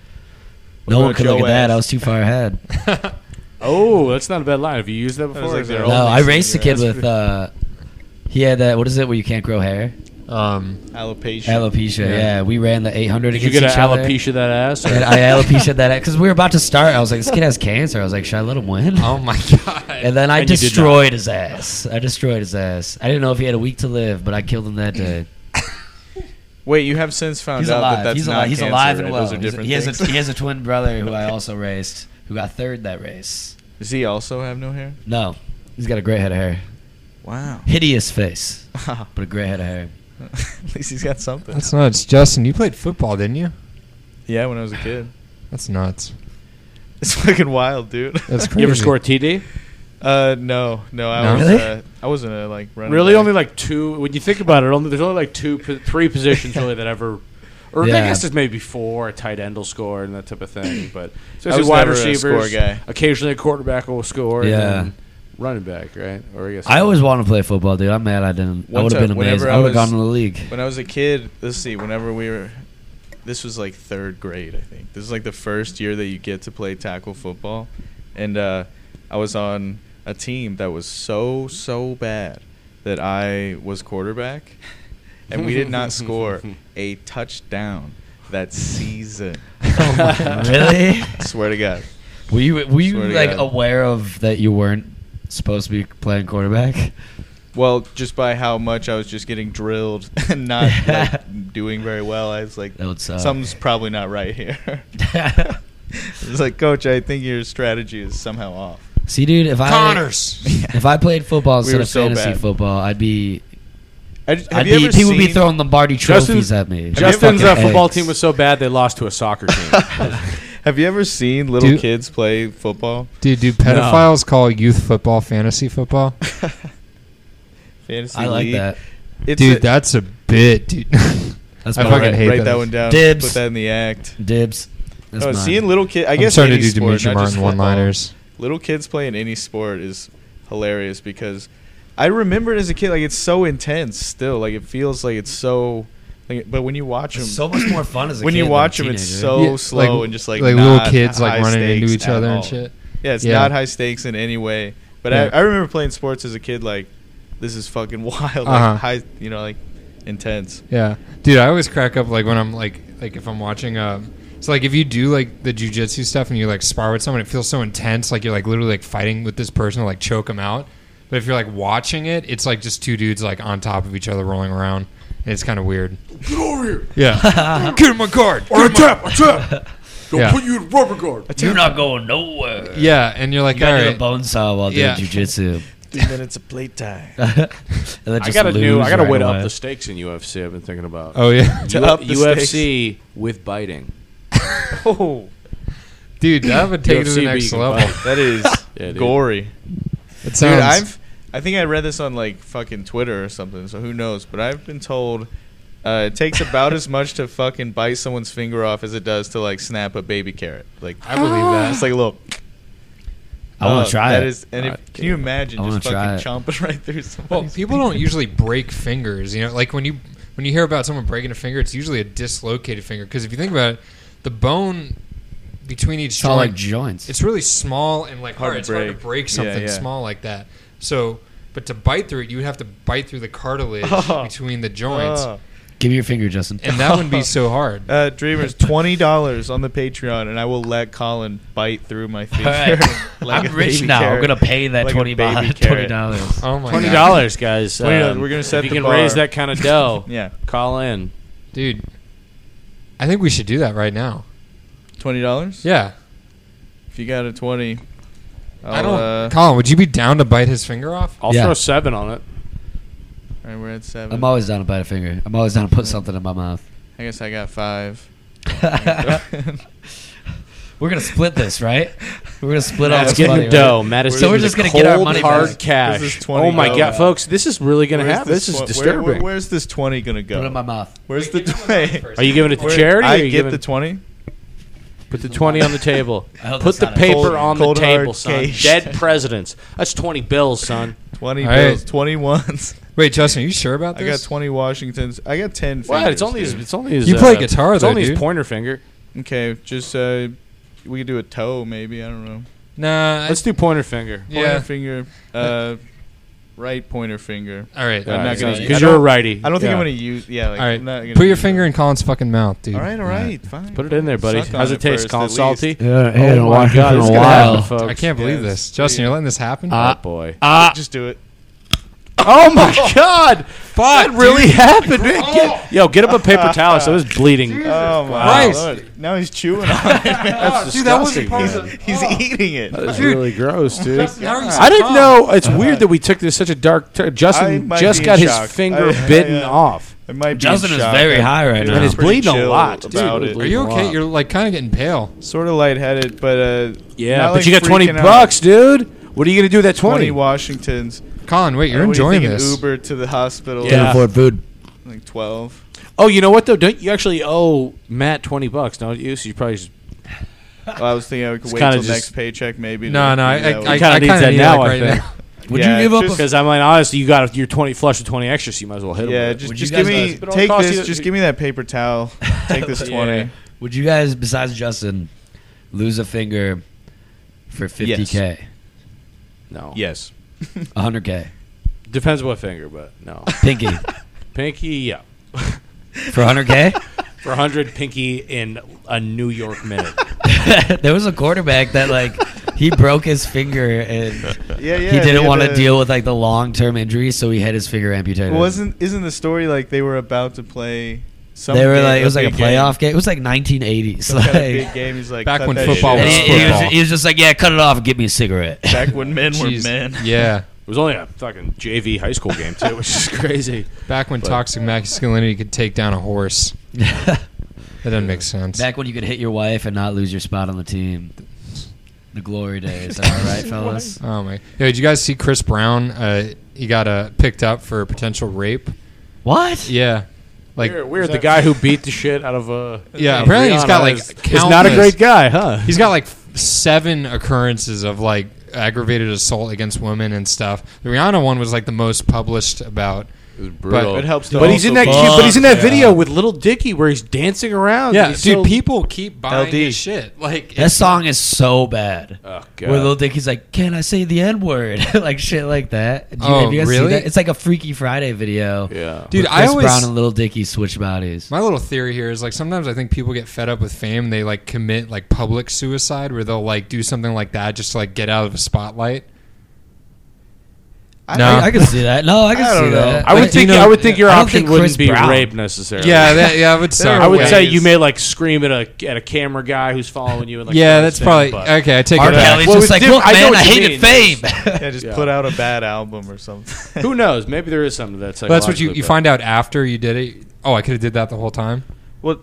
[SPEAKER 5] What
[SPEAKER 3] no
[SPEAKER 5] about
[SPEAKER 3] one could look
[SPEAKER 5] Joe
[SPEAKER 3] at that.
[SPEAKER 5] ass?
[SPEAKER 3] I was too far ahead.
[SPEAKER 4] Oh, that's not a bad line. Have you used that
[SPEAKER 5] was
[SPEAKER 4] before?
[SPEAKER 5] like
[SPEAKER 4] Is there
[SPEAKER 5] their
[SPEAKER 4] a-
[SPEAKER 5] old
[SPEAKER 3] no, I
[SPEAKER 5] makes
[SPEAKER 3] raced a
[SPEAKER 5] it
[SPEAKER 3] kid
[SPEAKER 5] easier.
[SPEAKER 3] with. Uh, he had that. What is it? Where you can't grow hair?
[SPEAKER 2] Um,
[SPEAKER 5] alopecia.
[SPEAKER 3] Alopecia.
[SPEAKER 2] Yeah.
[SPEAKER 3] Yeah, we ran the 800
[SPEAKER 4] Did you
[SPEAKER 3] against
[SPEAKER 4] get
[SPEAKER 3] each
[SPEAKER 4] an
[SPEAKER 3] other.
[SPEAKER 4] alopecia of that ass?
[SPEAKER 3] And I alopecia that because we were about to start. I was like, this kid has cancer. I was like, should I let him win?
[SPEAKER 2] oh my god.
[SPEAKER 3] And then I
[SPEAKER 4] And you did not.
[SPEAKER 3] destroyed his ass. I destroyed his ass. I didn't know if he had a week to live, but I killed him that day.
[SPEAKER 5] Wait, you have since found
[SPEAKER 3] He's
[SPEAKER 5] out
[SPEAKER 3] alive.
[SPEAKER 5] that that's
[SPEAKER 3] he's
[SPEAKER 5] not
[SPEAKER 3] alive. He's
[SPEAKER 5] cancer,
[SPEAKER 3] alive and
[SPEAKER 5] right?
[SPEAKER 3] well.
[SPEAKER 5] Those are
[SPEAKER 3] He's-
[SPEAKER 5] different
[SPEAKER 3] he has
[SPEAKER 5] things.
[SPEAKER 3] a he has a twin brother who I also raced, who got third that race.
[SPEAKER 5] Does he also have no hair?
[SPEAKER 3] No, he's got a great head of hair,
[SPEAKER 5] Wow.
[SPEAKER 3] hideous face,
[SPEAKER 5] Wow.
[SPEAKER 3] but a great head of hair.
[SPEAKER 5] At least he's got something.
[SPEAKER 2] That's nuts. Justin, you played football, didn't you?
[SPEAKER 5] yeah, when I was a kid.
[SPEAKER 2] That's nuts.
[SPEAKER 5] It's fucking wild, dude.
[SPEAKER 2] That's
[SPEAKER 4] You ever
[SPEAKER 2] Crazy.
[SPEAKER 4] score a TD?
[SPEAKER 5] Uh, no, no, I
[SPEAKER 2] No?
[SPEAKER 5] was.
[SPEAKER 3] Really?
[SPEAKER 5] Uh, I wasn't a like running.
[SPEAKER 4] Really,
[SPEAKER 5] back.
[SPEAKER 4] only like two. When you think about it, only there's only like two, po- three positions really that ever. Or I
[SPEAKER 3] Yeah.
[SPEAKER 4] guess there's maybe four. A tight end will score and that type of thing. But
[SPEAKER 5] I was
[SPEAKER 4] wide
[SPEAKER 5] never a
[SPEAKER 4] receivers,
[SPEAKER 5] score guy.
[SPEAKER 4] occasionally a quarterback will score.
[SPEAKER 3] Yeah.
[SPEAKER 4] and then running back, right? Or I guess
[SPEAKER 3] I always wanted to play football, dude. I'm mad I didn't. I
[SPEAKER 5] One
[SPEAKER 3] would have been
[SPEAKER 5] time, whenever
[SPEAKER 3] amazing.
[SPEAKER 5] I
[SPEAKER 3] I would have
[SPEAKER 5] was-
[SPEAKER 3] gone to the league.
[SPEAKER 5] When I was a kid, let's see. Whenever we were, this was like third grade, I think. This is like the first year that you get to play tackle football, and uh, I was on a team that was so so bad that I was quarterback, and we did not score a touchdown that season.
[SPEAKER 3] Oh my- really?
[SPEAKER 5] Swear to God.
[SPEAKER 3] Were you were you
[SPEAKER 5] Swear to
[SPEAKER 3] like
[SPEAKER 5] God.
[SPEAKER 3] aware of that you weren't supposed to be playing quarterback?
[SPEAKER 5] Well, just by how much I was just getting drilled and not like, doing very well, I was like,
[SPEAKER 3] That would suck.
[SPEAKER 5] something's probably not right here. it's like, coach, I think your strategy is somehow off.
[SPEAKER 3] See, dude, if I if I played football
[SPEAKER 5] We
[SPEAKER 3] instead
[SPEAKER 5] were
[SPEAKER 3] of
[SPEAKER 5] so
[SPEAKER 3] fantasy
[SPEAKER 5] bad.
[SPEAKER 3] football, I'd be
[SPEAKER 5] I just-
[SPEAKER 3] I'd be people would be throwing Lombardi trophies
[SPEAKER 4] Justin's-
[SPEAKER 3] at me.
[SPEAKER 4] Justin's uh,
[SPEAKER 3] Fucking
[SPEAKER 4] football
[SPEAKER 3] eggs.
[SPEAKER 4] team was so bad they lost to a soccer team.
[SPEAKER 5] Have you ever seen little
[SPEAKER 2] Dude.
[SPEAKER 5] kids play football,
[SPEAKER 2] Dude, do pedophiles call youth football fantasy football?
[SPEAKER 5] fantasy
[SPEAKER 3] I like
[SPEAKER 5] league?
[SPEAKER 3] that.
[SPEAKER 5] It's
[SPEAKER 2] Dude,
[SPEAKER 5] a-
[SPEAKER 2] that's a bit, dude.
[SPEAKER 3] That's
[SPEAKER 2] I
[SPEAKER 3] my
[SPEAKER 2] fucking
[SPEAKER 5] write,
[SPEAKER 2] hate
[SPEAKER 5] write
[SPEAKER 2] that.
[SPEAKER 5] that. one down.
[SPEAKER 3] Dibs.
[SPEAKER 5] Put that in the act.
[SPEAKER 3] dibs. That's
[SPEAKER 5] No,
[SPEAKER 3] mine.
[SPEAKER 5] seeing little kids, I
[SPEAKER 2] I'm
[SPEAKER 5] guess
[SPEAKER 2] starting
[SPEAKER 5] any
[SPEAKER 2] to do
[SPEAKER 5] sport,
[SPEAKER 2] Dimitri
[SPEAKER 5] not just
[SPEAKER 2] Martin
[SPEAKER 5] football.
[SPEAKER 2] one-liners.
[SPEAKER 5] little kids playing any sport is hilarious because I remember it as a kid. Like it's so intense still. Like it feels like it's so. Like, but when you watch them,
[SPEAKER 3] It's so much more fun as a
[SPEAKER 5] when
[SPEAKER 3] kid
[SPEAKER 5] you
[SPEAKER 3] than a
[SPEAKER 5] watch them, it's
[SPEAKER 3] teenager.
[SPEAKER 5] so slow and just like
[SPEAKER 2] little
[SPEAKER 5] not
[SPEAKER 2] kids like
[SPEAKER 5] high
[SPEAKER 2] running into
[SPEAKER 5] stakes
[SPEAKER 2] each
[SPEAKER 5] at
[SPEAKER 2] other
[SPEAKER 5] all.
[SPEAKER 2] and shit.
[SPEAKER 5] Yeah, it's
[SPEAKER 2] Yeah.
[SPEAKER 5] not high stakes in any way. But
[SPEAKER 2] Yeah.
[SPEAKER 5] I, I remember playing sports as a kid. Like this is fucking wild. Like
[SPEAKER 2] Uh-huh.
[SPEAKER 5] high, you know, like intense.
[SPEAKER 2] Yeah, dude, I always crack up like when I'm like like if I'm watching um. So like if you do like the jujitsu stuff and you like spar with someone, it feels so intense. Like you're like literally like fighting with this person to like choke them out. But if you're like watching it, it's like just two dudes like on top of each other rolling around, and it's kind of weird.
[SPEAKER 4] Get over here!
[SPEAKER 2] Yeah, get in my card.
[SPEAKER 4] Or a tap, a tap. They'll
[SPEAKER 2] Yeah.
[SPEAKER 4] put you in rubber guard.
[SPEAKER 3] You're not going nowhere.
[SPEAKER 2] Yeah, and you're like,
[SPEAKER 3] You
[SPEAKER 2] all
[SPEAKER 3] gotta do a
[SPEAKER 2] right,
[SPEAKER 3] bone saw while doing
[SPEAKER 2] Yeah.
[SPEAKER 3] jujitsu.
[SPEAKER 5] Three minutes of play time.
[SPEAKER 3] and then
[SPEAKER 4] I
[SPEAKER 3] just
[SPEAKER 4] got a new.
[SPEAKER 3] lose
[SPEAKER 4] I got to
[SPEAKER 3] right
[SPEAKER 4] win
[SPEAKER 3] away.
[SPEAKER 4] up the stakes in UFC. I've been thinking about
[SPEAKER 2] oh yeah,
[SPEAKER 5] To up the
[SPEAKER 4] UFC with biting.
[SPEAKER 5] Oh,
[SPEAKER 2] dude, that would take it to the
[SPEAKER 4] UFC, but you
[SPEAKER 2] next
[SPEAKER 4] can
[SPEAKER 2] level.
[SPEAKER 4] bite.
[SPEAKER 5] that is
[SPEAKER 4] Yeah, dude.
[SPEAKER 5] gory.
[SPEAKER 2] It sounds.
[SPEAKER 5] Dude, I've I think I read this on like fucking Twitter or something, so who knows? But I've been told uh, it takes about as much to fucking bite someone's finger off as it does to like snap a baby carrot. Like
[SPEAKER 2] I believe that.
[SPEAKER 5] it's like a little.
[SPEAKER 3] I want
[SPEAKER 5] Oh,
[SPEAKER 3] to try
[SPEAKER 5] that
[SPEAKER 3] it.
[SPEAKER 5] is- and
[SPEAKER 4] I
[SPEAKER 5] if, can you imagine
[SPEAKER 3] I wanna
[SPEAKER 5] just fucking
[SPEAKER 3] try
[SPEAKER 5] chomping right through
[SPEAKER 2] Well,
[SPEAKER 5] something?
[SPEAKER 2] people don't usually break fingers. You know, like when you when you hear about someone breaking a finger, it's usually a dislocated finger. Because if you think about it, the bone between each
[SPEAKER 3] It's all
[SPEAKER 2] joint,
[SPEAKER 3] like joints.
[SPEAKER 2] it's really small and like hard.
[SPEAKER 5] Hard to
[SPEAKER 2] It's hard to
[SPEAKER 5] break.
[SPEAKER 2] break
[SPEAKER 5] Yeah,
[SPEAKER 2] something
[SPEAKER 5] yeah.
[SPEAKER 2] small like that. So, but to bite through it, you would have to bite through the cartilage
[SPEAKER 5] Oh.
[SPEAKER 2] between the joints,
[SPEAKER 3] Give me your finger, Justin.
[SPEAKER 2] and that wouldn't be so hard.
[SPEAKER 5] Uh, Dreamers, twenty dollars on the Patreon, and I will let Colin bite through my finger.
[SPEAKER 3] right.
[SPEAKER 5] like
[SPEAKER 3] I'm
[SPEAKER 5] a
[SPEAKER 3] rich
[SPEAKER 5] baby
[SPEAKER 3] now.
[SPEAKER 5] carrot.
[SPEAKER 3] I'm gonna pay that
[SPEAKER 5] Like a
[SPEAKER 3] twenty
[SPEAKER 5] baby
[SPEAKER 3] dollars. Twenty
[SPEAKER 5] carrot.
[SPEAKER 3] dollars.
[SPEAKER 2] Oh my
[SPEAKER 4] Twenty
[SPEAKER 2] god,
[SPEAKER 4] dollars, guys.
[SPEAKER 5] Twenty dollars.
[SPEAKER 4] Um,
[SPEAKER 5] We're gonna
[SPEAKER 4] if
[SPEAKER 5] set
[SPEAKER 4] you
[SPEAKER 5] the
[SPEAKER 4] can raise
[SPEAKER 5] bar.
[SPEAKER 4] that kind of dough.
[SPEAKER 5] Yeah,
[SPEAKER 4] Call in.
[SPEAKER 2] dude! I think we should do that right now.
[SPEAKER 5] twenty dollars.
[SPEAKER 2] Yeah,
[SPEAKER 5] If you got a twenty, I'll,
[SPEAKER 2] I'll, I do not
[SPEAKER 5] Uh,
[SPEAKER 2] Colin, would you be down to bite his finger off?
[SPEAKER 4] I'll
[SPEAKER 3] Yeah.
[SPEAKER 4] throw seven on it.
[SPEAKER 5] all right, we're at seven.
[SPEAKER 3] I'm always down to bite a finger. I'm always down to put something in my mouth.
[SPEAKER 5] I guess I got five.
[SPEAKER 3] We're gonna split this, right? We're gonna split all
[SPEAKER 5] Matt's
[SPEAKER 3] this
[SPEAKER 4] Let's
[SPEAKER 5] getting
[SPEAKER 4] get
[SPEAKER 3] money.
[SPEAKER 4] the
[SPEAKER 3] right?
[SPEAKER 4] dough. Matt is
[SPEAKER 5] So we're
[SPEAKER 4] getting
[SPEAKER 3] just
[SPEAKER 4] the
[SPEAKER 3] gonna get our
[SPEAKER 4] cold,
[SPEAKER 3] money
[SPEAKER 4] hard
[SPEAKER 3] back.
[SPEAKER 4] cash.
[SPEAKER 5] This is $20
[SPEAKER 4] oh my god,
[SPEAKER 5] now.
[SPEAKER 4] folks, this is really gonna
[SPEAKER 5] Where's
[SPEAKER 4] happen. This is
[SPEAKER 5] twen- where-
[SPEAKER 4] disturbing.
[SPEAKER 5] where- where's this twenty gonna
[SPEAKER 3] Put it
[SPEAKER 5] go?
[SPEAKER 3] in my mouth.
[SPEAKER 5] where's the twenty?
[SPEAKER 4] are you giving it to
[SPEAKER 5] Where-
[SPEAKER 4] charity? or
[SPEAKER 5] I
[SPEAKER 4] are you
[SPEAKER 5] get
[SPEAKER 4] giving-
[SPEAKER 5] the twenty.
[SPEAKER 4] Put the twenty on the table.
[SPEAKER 3] I hope
[SPEAKER 4] Put
[SPEAKER 3] Oh, that's
[SPEAKER 4] the
[SPEAKER 3] not a-
[SPEAKER 4] paper
[SPEAKER 5] Cold-
[SPEAKER 4] on the
[SPEAKER 5] cold hard
[SPEAKER 4] table, son.
[SPEAKER 5] cash.
[SPEAKER 4] Dead presidents. That's twenty bills, son.
[SPEAKER 5] Twenty
[SPEAKER 2] All right.
[SPEAKER 5] bills, twenty ones.
[SPEAKER 2] Wait, Justin, are you sure about
[SPEAKER 5] I
[SPEAKER 2] this?
[SPEAKER 5] got twenty Washingtons. I got ten.
[SPEAKER 4] What?
[SPEAKER 5] fingers,
[SPEAKER 4] It's only his.
[SPEAKER 5] dude.
[SPEAKER 4] It's only his. uh,
[SPEAKER 2] You play guitar,
[SPEAKER 4] It's
[SPEAKER 2] though,
[SPEAKER 4] only
[SPEAKER 2] dude.
[SPEAKER 4] his pointer finger.
[SPEAKER 5] Okay, just uh, we could do a toe maybe. I don't know.
[SPEAKER 2] Nah. I-
[SPEAKER 4] Let's do pointer finger.
[SPEAKER 2] Yeah.
[SPEAKER 5] Pointer finger, uh, right pointer finger.
[SPEAKER 2] all right.
[SPEAKER 5] I'm not gonna- I
[SPEAKER 4] because you're a
[SPEAKER 5] don't-
[SPEAKER 4] righty.
[SPEAKER 5] I don't think
[SPEAKER 4] Yeah.
[SPEAKER 5] I'm gonna use. Yeah, like,
[SPEAKER 2] all right.
[SPEAKER 5] I'm not gonna
[SPEAKER 2] Put your
[SPEAKER 5] do
[SPEAKER 2] finger
[SPEAKER 5] that.
[SPEAKER 2] in Colin's fucking mouth, dude.
[SPEAKER 5] All right, all right, fine.
[SPEAKER 4] Put it in there, buddy.
[SPEAKER 5] Suck on
[SPEAKER 4] How's it taste?
[SPEAKER 5] first,
[SPEAKER 4] Call
[SPEAKER 5] at
[SPEAKER 4] salty.
[SPEAKER 5] least.
[SPEAKER 3] Yeah,
[SPEAKER 4] Oh my god, it's gonna happen, folks.
[SPEAKER 2] I can't believe
[SPEAKER 5] Yeah,
[SPEAKER 2] this,
[SPEAKER 5] it's
[SPEAKER 2] Justin.
[SPEAKER 5] pretty-
[SPEAKER 2] You're letting this happen.
[SPEAKER 4] Oh boy.
[SPEAKER 5] Just do it.
[SPEAKER 4] Ah. Oh my god!
[SPEAKER 2] Fuck,
[SPEAKER 4] that really
[SPEAKER 2] dude.
[SPEAKER 4] happened. man. Get- yo, get him a paper towel. So it's bleeding.
[SPEAKER 5] Oh my
[SPEAKER 2] Christ.
[SPEAKER 5] lord! Now he's chewing on it.
[SPEAKER 4] That's
[SPEAKER 2] Dude, that wasn't
[SPEAKER 4] disgusting,
[SPEAKER 2] part
[SPEAKER 4] man.
[SPEAKER 2] of the-
[SPEAKER 5] he's eating it.
[SPEAKER 4] That's really gross, dude.
[SPEAKER 2] Now he's
[SPEAKER 4] I didn't
[SPEAKER 2] calm.
[SPEAKER 4] know. It's weird that we took this such a dark. turn. Justin
[SPEAKER 5] might
[SPEAKER 4] just
[SPEAKER 5] be
[SPEAKER 4] got
[SPEAKER 5] in
[SPEAKER 4] his
[SPEAKER 5] shock.
[SPEAKER 4] finger
[SPEAKER 5] I- I,
[SPEAKER 4] bitten
[SPEAKER 5] uh,
[SPEAKER 4] off.
[SPEAKER 5] It might be
[SPEAKER 3] Justin
[SPEAKER 5] in
[SPEAKER 3] is
[SPEAKER 5] shock.
[SPEAKER 3] very high right
[SPEAKER 5] He
[SPEAKER 3] now.
[SPEAKER 5] was
[SPEAKER 4] And it's
[SPEAKER 5] pretty
[SPEAKER 4] bleeding a
[SPEAKER 5] chill
[SPEAKER 4] lot, dude.
[SPEAKER 5] about
[SPEAKER 2] Are
[SPEAKER 5] it.
[SPEAKER 2] you
[SPEAKER 4] Wow.
[SPEAKER 2] okay? You're like kind of getting pale.
[SPEAKER 5] Sort of lightheaded, but uh,
[SPEAKER 4] Yeah,
[SPEAKER 5] not,
[SPEAKER 4] but
[SPEAKER 5] like,
[SPEAKER 4] you got twenty
[SPEAKER 5] freaking out.
[SPEAKER 4] bucks, dude. What are you gonna do with that
[SPEAKER 5] Twenty
[SPEAKER 4] twenty?
[SPEAKER 5] Washingtons.
[SPEAKER 2] Colin, wait, you're
[SPEAKER 5] Uh, what do you
[SPEAKER 2] enjoying
[SPEAKER 5] think, an
[SPEAKER 2] this.
[SPEAKER 5] Uber to the hospital.
[SPEAKER 4] Yeah.
[SPEAKER 3] afford food.
[SPEAKER 5] Like twelve.
[SPEAKER 4] Oh, you know what though? Don't you actually owe Matt twenty bucks? Don't you? So you probably just,
[SPEAKER 5] Well, I was thinking I could wait
[SPEAKER 4] kinda
[SPEAKER 5] till
[SPEAKER 4] just-
[SPEAKER 5] next paycheck, maybe. to
[SPEAKER 2] No, no, I,
[SPEAKER 5] do that
[SPEAKER 2] I,
[SPEAKER 5] with.
[SPEAKER 2] I,
[SPEAKER 4] kinda
[SPEAKER 2] I
[SPEAKER 4] need
[SPEAKER 2] kind of
[SPEAKER 4] that
[SPEAKER 2] need
[SPEAKER 4] now,
[SPEAKER 2] that
[SPEAKER 4] I
[SPEAKER 2] right
[SPEAKER 4] think.
[SPEAKER 2] now.
[SPEAKER 3] Would
[SPEAKER 5] Yeah,
[SPEAKER 3] you give up?
[SPEAKER 5] just-
[SPEAKER 3] a,
[SPEAKER 4] because I'm like honestly, you got your twenty flush with twenty extra. So you might as well hit him.
[SPEAKER 5] yeah,
[SPEAKER 4] with it.
[SPEAKER 5] just,
[SPEAKER 3] Would
[SPEAKER 5] just
[SPEAKER 3] you
[SPEAKER 5] give
[SPEAKER 3] guys, uh,
[SPEAKER 5] me
[SPEAKER 4] But it'll
[SPEAKER 5] take
[SPEAKER 4] cost
[SPEAKER 5] this.
[SPEAKER 4] you-
[SPEAKER 5] just give me that paper towel. Take this twenty.
[SPEAKER 4] Yeah.
[SPEAKER 3] would you guys, besides Justin, lose a finger for 50k,
[SPEAKER 4] no.
[SPEAKER 5] Yes.
[SPEAKER 3] 100k,
[SPEAKER 4] Depends what finger, but no.
[SPEAKER 3] pinky
[SPEAKER 4] Pinky, yeah.
[SPEAKER 3] for 100k?
[SPEAKER 4] For hundred, pinky in a New York minute.
[SPEAKER 3] there was a quarterback that like he broke his finger and
[SPEAKER 5] Yeah, yeah.
[SPEAKER 3] he didn't
[SPEAKER 5] had
[SPEAKER 3] want to
[SPEAKER 5] a-
[SPEAKER 3] deal with like the long term injury, so he had his finger amputated.
[SPEAKER 5] Wasn't isn't the story like they were about to play? Some
[SPEAKER 3] they were
[SPEAKER 5] game,
[SPEAKER 3] like it was like a
[SPEAKER 5] big
[SPEAKER 3] playoff
[SPEAKER 5] game,
[SPEAKER 3] game. It was like 1980s.
[SPEAKER 5] Some
[SPEAKER 3] like,
[SPEAKER 5] kind of big game. He's like
[SPEAKER 2] Back
[SPEAKER 5] cut
[SPEAKER 2] when
[SPEAKER 5] that
[SPEAKER 2] football
[SPEAKER 3] and
[SPEAKER 5] shit
[SPEAKER 2] was
[SPEAKER 5] out.
[SPEAKER 3] he, he was,
[SPEAKER 2] football.
[SPEAKER 3] he was just like, yeah, cut it off, and get me a cigarette.
[SPEAKER 5] Back when men were
[SPEAKER 2] Jeez.
[SPEAKER 5] men.
[SPEAKER 2] Yeah,
[SPEAKER 4] It was only a fucking JV high school game too, which is crazy.
[SPEAKER 2] back when toxic masculinity could take down a horse. That doesn't make sense.
[SPEAKER 3] Back when you could hit your wife and not lose your spot on the team. The glory days. Am I right, fellas?
[SPEAKER 2] Oh my! Yo, did you guys see Chris Brown? Uh, he got uh, picked up for potential rape.
[SPEAKER 3] What?
[SPEAKER 2] Yeah, like
[SPEAKER 4] weird, weird. The guy who beat the shit out of a
[SPEAKER 2] yeah. Apparently, he's got like
[SPEAKER 4] He's not a
[SPEAKER 2] countless-
[SPEAKER 4] great guy, huh?
[SPEAKER 2] He's got like seven occurrences of like aggravated assault against women and stuff. The Rihanna one was like the most published about. brutal.
[SPEAKER 5] It helps. to
[SPEAKER 4] But he's in that
[SPEAKER 5] also-
[SPEAKER 4] cute, but he's in that
[SPEAKER 5] Yeah.
[SPEAKER 4] video with little Dicky where he's dancing
[SPEAKER 3] Oh,
[SPEAKER 4] around.
[SPEAKER 2] Yeah,
[SPEAKER 4] and
[SPEAKER 2] dude,
[SPEAKER 4] he's so-
[SPEAKER 2] people keep buying
[SPEAKER 5] LD.
[SPEAKER 2] his shit. Like,
[SPEAKER 3] That song is so bad.
[SPEAKER 4] Oh, God.
[SPEAKER 3] Where little Dicky's like, "Can I say the N word?" like shit, like that. Do you,
[SPEAKER 2] Oh,
[SPEAKER 3] have you guys seen
[SPEAKER 2] really?
[SPEAKER 3] that? It's like a Freaky Friday video.
[SPEAKER 4] Yeah.
[SPEAKER 2] dude,
[SPEAKER 3] Chris
[SPEAKER 2] I always
[SPEAKER 3] Brown and Little Dicky switch bodies.
[SPEAKER 2] My little theory here is like sometimes I think people get fed up with fame and they like commit like public suicide where they'll like do something like that just to like get out of the spotlight.
[SPEAKER 5] I-
[SPEAKER 2] No.
[SPEAKER 3] I, I can see that. No, I can
[SPEAKER 5] I
[SPEAKER 3] see
[SPEAKER 5] don't know.
[SPEAKER 3] that.
[SPEAKER 4] I would
[SPEAKER 3] Like,
[SPEAKER 4] think
[SPEAKER 3] you know,
[SPEAKER 4] I would think your
[SPEAKER 3] I don't
[SPEAKER 4] option
[SPEAKER 3] think
[SPEAKER 4] wouldn't
[SPEAKER 3] Chris
[SPEAKER 4] be
[SPEAKER 3] Brown-
[SPEAKER 4] rape necessarily.
[SPEAKER 2] yeah, that, yeah, I would suck.
[SPEAKER 4] I would
[SPEAKER 5] ways.
[SPEAKER 4] say you may like scream at a at a camera guy who's following you. And, like,
[SPEAKER 2] yeah,
[SPEAKER 4] trying to
[SPEAKER 2] that's
[SPEAKER 4] sing,
[SPEAKER 2] probably
[SPEAKER 4] but-
[SPEAKER 2] okay. I take
[SPEAKER 3] R.
[SPEAKER 2] it back.
[SPEAKER 3] Kelly's
[SPEAKER 4] Well,
[SPEAKER 3] just
[SPEAKER 4] it's
[SPEAKER 3] like,
[SPEAKER 4] diff-
[SPEAKER 3] look,
[SPEAKER 4] I know
[SPEAKER 3] man,
[SPEAKER 4] what
[SPEAKER 3] I
[SPEAKER 4] you
[SPEAKER 3] hated
[SPEAKER 4] mean.
[SPEAKER 3] fame.
[SPEAKER 5] Yeah, just
[SPEAKER 4] Yeah.
[SPEAKER 5] put out a bad album or something.
[SPEAKER 4] Who knows? Maybe there is something that's.
[SPEAKER 2] But that's what you you find out after you did it. Oh, I could have did that the whole time.
[SPEAKER 5] Well,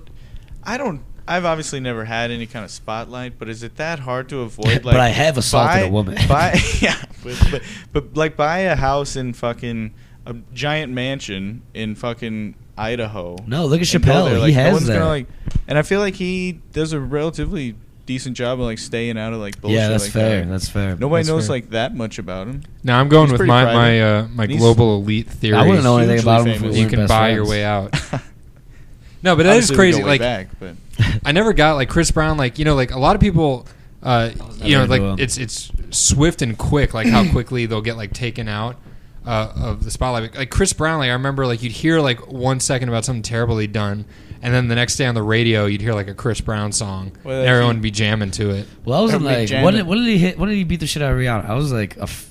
[SPEAKER 5] I don't. I've obviously never had any kind of spotlight, but is it that hard to avoid? Like,
[SPEAKER 3] But I have assaulted
[SPEAKER 5] buy-
[SPEAKER 3] a woman.
[SPEAKER 5] Buy, yeah, but, but, but like buy a house in fucking a giant mansion in fucking Idaho.
[SPEAKER 3] No, look at
[SPEAKER 5] and go
[SPEAKER 3] Chappelle.
[SPEAKER 5] there,
[SPEAKER 3] He
[SPEAKER 5] like, no
[SPEAKER 3] has
[SPEAKER 5] one's
[SPEAKER 3] that.
[SPEAKER 5] Gonna, like, and I feel like he does a relatively decent job of like staying out of like bullshit.
[SPEAKER 3] yeah, that's
[SPEAKER 5] like
[SPEAKER 3] fair.
[SPEAKER 5] that.
[SPEAKER 3] That's fair.
[SPEAKER 5] Nobody
[SPEAKER 2] That's
[SPEAKER 5] knows
[SPEAKER 2] fair.
[SPEAKER 5] like that much about him.
[SPEAKER 2] Now I'm going
[SPEAKER 5] He's
[SPEAKER 2] with
[SPEAKER 5] pretty
[SPEAKER 2] my
[SPEAKER 5] private.
[SPEAKER 2] my uh, my
[SPEAKER 5] He's-
[SPEAKER 2] global elite theory.
[SPEAKER 3] I wouldn't know anything
[SPEAKER 5] hugely
[SPEAKER 3] about him if we
[SPEAKER 5] famous.
[SPEAKER 3] weren't
[SPEAKER 2] You can
[SPEAKER 3] best
[SPEAKER 2] buy
[SPEAKER 3] friends.
[SPEAKER 2] your way out. No, but that is
[SPEAKER 5] Obviously, we
[SPEAKER 2] crazy.
[SPEAKER 5] go way
[SPEAKER 2] Like
[SPEAKER 5] back, but
[SPEAKER 2] I never got like Chris Brown, like you know, like a lot of people, uh, you know,
[SPEAKER 3] never
[SPEAKER 2] like
[SPEAKER 3] well.
[SPEAKER 2] it's it's swift and quick, like how quickly they'll get like taken out uh, of the spotlight. Like Chris Brown, like I remember, like you'd hear like one second about something terrible he'd done, and then the next day on the radio, you'd hear like a Chris Brown song,
[SPEAKER 5] Well,
[SPEAKER 2] and
[SPEAKER 5] that's-
[SPEAKER 2] everyone would be jamming to it.
[SPEAKER 3] Well, I was in,
[SPEAKER 5] Everybody
[SPEAKER 3] like,
[SPEAKER 5] jammed
[SPEAKER 3] what
[SPEAKER 5] it.
[SPEAKER 3] did, what did he hit? What did he beat the shit out of Rihanna? I was like, a f-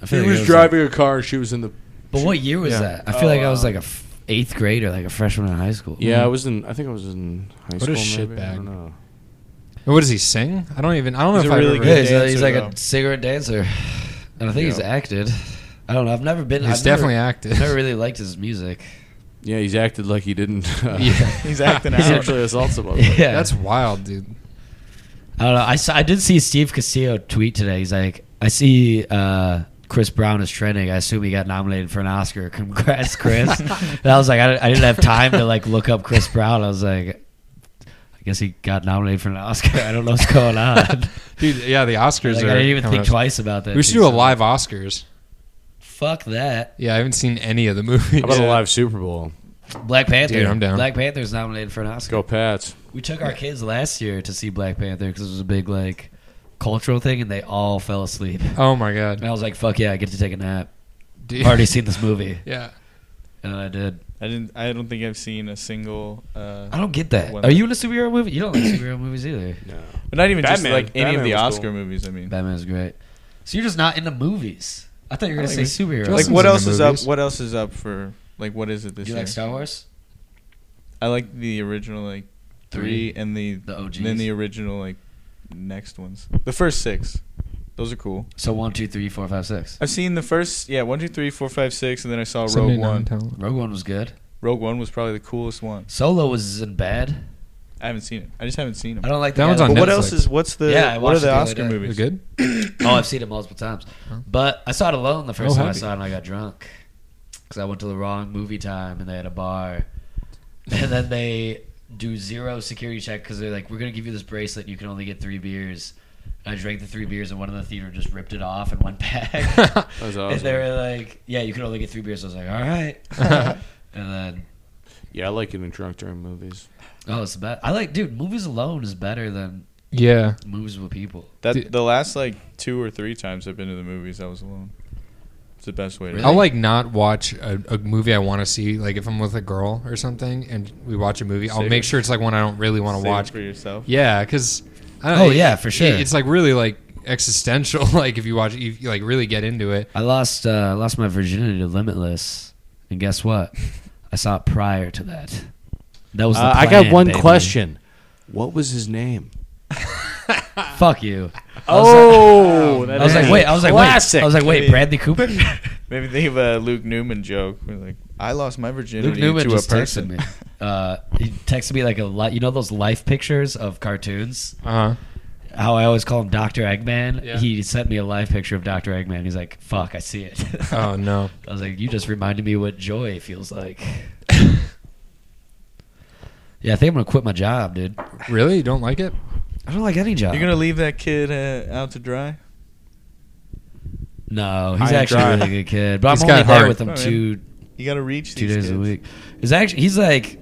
[SPEAKER 3] I feel
[SPEAKER 4] He
[SPEAKER 3] like I
[SPEAKER 4] was
[SPEAKER 3] like-
[SPEAKER 4] driving a car. She was in the.
[SPEAKER 3] but what year was
[SPEAKER 5] Yeah.
[SPEAKER 3] that? I feel
[SPEAKER 5] Oh,
[SPEAKER 3] like I was
[SPEAKER 5] uh,
[SPEAKER 3] like a f- eighth grader, like a freshman in high school.
[SPEAKER 4] Yeah, I was in. I think I was in high
[SPEAKER 2] What a
[SPEAKER 4] school. maybe. I
[SPEAKER 2] shitbag.
[SPEAKER 4] don't know.
[SPEAKER 2] And what does he sing? I don't even. I don't
[SPEAKER 5] He's
[SPEAKER 2] know
[SPEAKER 5] a
[SPEAKER 2] if
[SPEAKER 5] really
[SPEAKER 2] I've
[SPEAKER 5] good-
[SPEAKER 3] Yeah,
[SPEAKER 2] ever.
[SPEAKER 3] he's,
[SPEAKER 5] dancer,
[SPEAKER 3] a, he's like
[SPEAKER 5] though.
[SPEAKER 3] a cigarette dancer, and I think he's
[SPEAKER 5] Yeah.
[SPEAKER 3] acted. I don't know. I've never been.
[SPEAKER 2] He's
[SPEAKER 3] I've
[SPEAKER 2] definitely
[SPEAKER 3] never,
[SPEAKER 2] acted.
[SPEAKER 3] I've never really liked his music.
[SPEAKER 4] Yeah, he's acted like he didn't. Uh,
[SPEAKER 2] Yeah.
[SPEAKER 5] he's acting
[SPEAKER 4] He
[SPEAKER 5] out.
[SPEAKER 4] sexually assaults someone.
[SPEAKER 3] yeah,
[SPEAKER 2] That's wild, dude.
[SPEAKER 3] I don't know. I saw, I did see Steve Castillo tweet today. He's like, I see uh, Chris Brown is trending. I assume he got nominated for an Oscar. Congrats, Chris. and I was like, I didn't, I didn't have time to like look up Chris Brown. I was like, I guess he got nominated for an Oscar. I don't know what's going on. like,
[SPEAKER 2] Dude, yeah, the
[SPEAKER 3] I
[SPEAKER 2] Oscars are.
[SPEAKER 3] didn't even
[SPEAKER 2] coming
[SPEAKER 3] think
[SPEAKER 2] up.
[SPEAKER 3] twice about that.
[SPEAKER 2] We should
[SPEAKER 3] dude.
[SPEAKER 2] do a
[SPEAKER 3] So,
[SPEAKER 2] live Oscars.
[SPEAKER 3] Fuck that.
[SPEAKER 2] Yeah, I haven't seen any of the movies.
[SPEAKER 4] How about a live Super Bowl?
[SPEAKER 3] Black Panther.
[SPEAKER 2] Dude, I'm down.
[SPEAKER 3] Black Panther's nominated for an Oscar.
[SPEAKER 4] Go Pats.
[SPEAKER 3] We took our kids last year to see Black Panther because it was a big like cultural thing, and they all fell asleep.
[SPEAKER 2] Oh my god,
[SPEAKER 3] And I was like, fuck yeah, I get to take a nap.
[SPEAKER 2] dude.
[SPEAKER 3] I've already seen this movie,
[SPEAKER 2] Yeah.
[SPEAKER 3] and I did.
[SPEAKER 5] I didn't. I don't think I've seen a single. Uh,
[SPEAKER 3] I don't get that.
[SPEAKER 5] One
[SPEAKER 3] Are
[SPEAKER 5] that-
[SPEAKER 3] you in a superhero movie? You don't like superhero movies either.
[SPEAKER 5] But not even just
[SPEAKER 4] Batman.
[SPEAKER 5] like any
[SPEAKER 4] Batman
[SPEAKER 5] of the
[SPEAKER 4] was
[SPEAKER 5] Oscar
[SPEAKER 4] cool.
[SPEAKER 5] movies. I mean,
[SPEAKER 3] Batman's great. So you're just not into movies. I thought you were
[SPEAKER 5] I
[SPEAKER 3] gonna say
[SPEAKER 5] like
[SPEAKER 3] superhero.
[SPEAKER 5] Like
[SPEAKER 2] Wilson's
[SPEAKER 5] what
[SPEAKER 2] in the
[SPEAKER 5] else is up?
[SPEAKER 2] movies.
[SPEAKER 5] What else is up for? Like what is it
[SPEAKER 3] Do
[SPEAKER 5] this
[SPEAKER 3] you
[SPEAKER 5] year?
[SPEAKER 3] like Star Wars?
[SPEAKER 5] I like the original like three, and the
[SPEAKER 3] The OGs.
[SPEAKER 5] then the original like next ones. The first six, those are cool.
[SPEAKER 3] So one, two, three, four, five, six.
[SPEAKER 5] I've seen the first yeah one two three four five six, and then I saw Rogue
[SPEAKER 2] Somebody not
[SPEAKER 5] One.
[SPEAKER 2] intelligent.
[SPEAKER 3] Rogue One was good.
[SPEAKER 5] Rogue One was probably the coolest one.
[SPEAKER 3] Solo wasn't bad.
[SPEAKER 5] I haven't seen it. I just haven't seen
[SPEAKER 3] I
[SPEAKER 5] them.
[SPEAKER 3] don't like
[SPEAKER 2] That
[SPEAKER 3] the
[SPEAKER 2] one's
[SPEAKER 3] guy
[SPEAKER 2] on
[SPEAKER 5] But
[SPEAKER 3] that-
[SPEAKER 5] what
[SPEAKER 2] Netflix.
[SPEAKER 5] else is? What's the
[SPEAKER 3] Yeah, I
[SPEAKER 5] what are
[SPEAKER 3] watched it
[SPEAKER 5] the
[SPEAKER 3] the other day.
[SPEAKER 5] Oscar movies?
[SPEAKER 2] They're good.
[SPEAKER 3] Oh, I've seen it multiple times. But I saw it alone the first
[SPEAKER 2] Oh,
[SPEAKER 3] time I
[SPEAKER 2] have you?
[SPEAKER 3] saw it, and I got drunk because I went to the wrong movie time, and they had a bar, and then they do zero security check because they're like, "We're gonna give you this bracelet. You can only get three beers." And I drank the three beers, and one in the theater just ripped it off and went back.
[SPEAKER 4] was
[SPEAKER 3] And
[SPEAKER 4] awesome.
[SPEAKER 3] they were like, "Yeah, you can only get three beers." I was like, "All right," and then.
[SPEAKER 4] Yeah, I like getting drunk during movies.
[SPEAKER 3] Oh, it's bad. I like, dude. Movies alone is better than
[SPEAKER 2] Yeah.
[SPEAKER 3] movies with people.
[SPEAKER 5] That
[SPEAKER 2] Dude.
[SPEAKER 5] the last like two or three times I've been to the movies, I was alone. It's the best way. to
[SPEAKER 2] I'll like not watch a, a movie I want to see. Like if I'm with a girl or something, and we watch a movie, I'll
[SPEAKER 5] Save
[SPEAKER 2] make
[SPEAKER 5] it.
[SPEAKER 2] sure it's like one I don't really want
[SPEAKER 5] Save
[SPEAKER 2] to
[SPEAKER 5] it
[SPEAKER 2] watch.
[SPEAKER 5] for yourself.
[SPEAKER 2] Yeah, because
[SPEAKER 3] Oh, yeah, for sure.
[SPEAKER 2] It's like really like existential. Like if you watch, you, you like really get into it.
[SPEAKER 3] I lost uh, I lost my virginity to Limitless, and guess what? I saw it prior to that. That was the
[SPEAKER 4] Uh, I
[SPEAKER 3] plan,
[SPEAKER 4] got one
[SPEAKER 3] baby.
[SPEAKER 4] question. What was his name?
[SPEAKER 3] Fuck you.
[SPEAKER 4] Oh,
[SPEAKER 3] I was like, wait. I was like, wait. I was like, wait.
[SPEAKER 5] Maybe-
[SPEAKER 3] Bradley Cooper.
[SPEAKER 5] Maybe think of a Luke Newman joke. We're like, I lost my
[SPEAKER 3] Luke
[SPEAKER 5] virginity
[SPEAKER 3] Newman
[SPEAKER 5] to
[SPEAKER 3] just
[SPEAKER 5] a person.
[SPEAKER 3] texted me. Uh, he texted me like a lot. You know those life pictures of cartoons?
[SPEAKER 2] Uh huh.
[SPEAKER 3] How I always call him Doctor Eggman.
[SPEAKER 2] Yeah.
[SPEAKER 3] He sent me a live picture of Doctor Eggman. He's like, "Fuck, I see it."
[SPEAKER 2] Oh no.
[SPEAKER 3] I was like, you just reminded me what joy feels like. yeah, I think I'm gonna quit my job, dude.
[SPEAKER 2] Really? You don't like it?
[SPEAKER 3] I don't like any job.
[SPEAKER 5] You're gonna leave that kid uh, out to dry?
[SPEAKER 3] no, he's
[SPEAKER 4] High and
[SPEAKER 3] actually
[SPEAKER 4] dry.
[SPEAKER 3] a really good kid, but
[SPEAKER 2] He's
[SPEAKER 3] I'm only
[SPEAKER 2] got
[SPEAKER 3] there
[SPEAKER 2] heart.
[SPEAKER 3] with him
[SPEAKER 5] All right.
[SPEAKER 3] two
[SPEAKER 5] You gotta reach
[SPEAKER 3] two
[SPEAKER 5] these
[SPEAKER 3] days a
[SPEAKER 5] kids.
[SPEAKER 3] week. Is actually he's like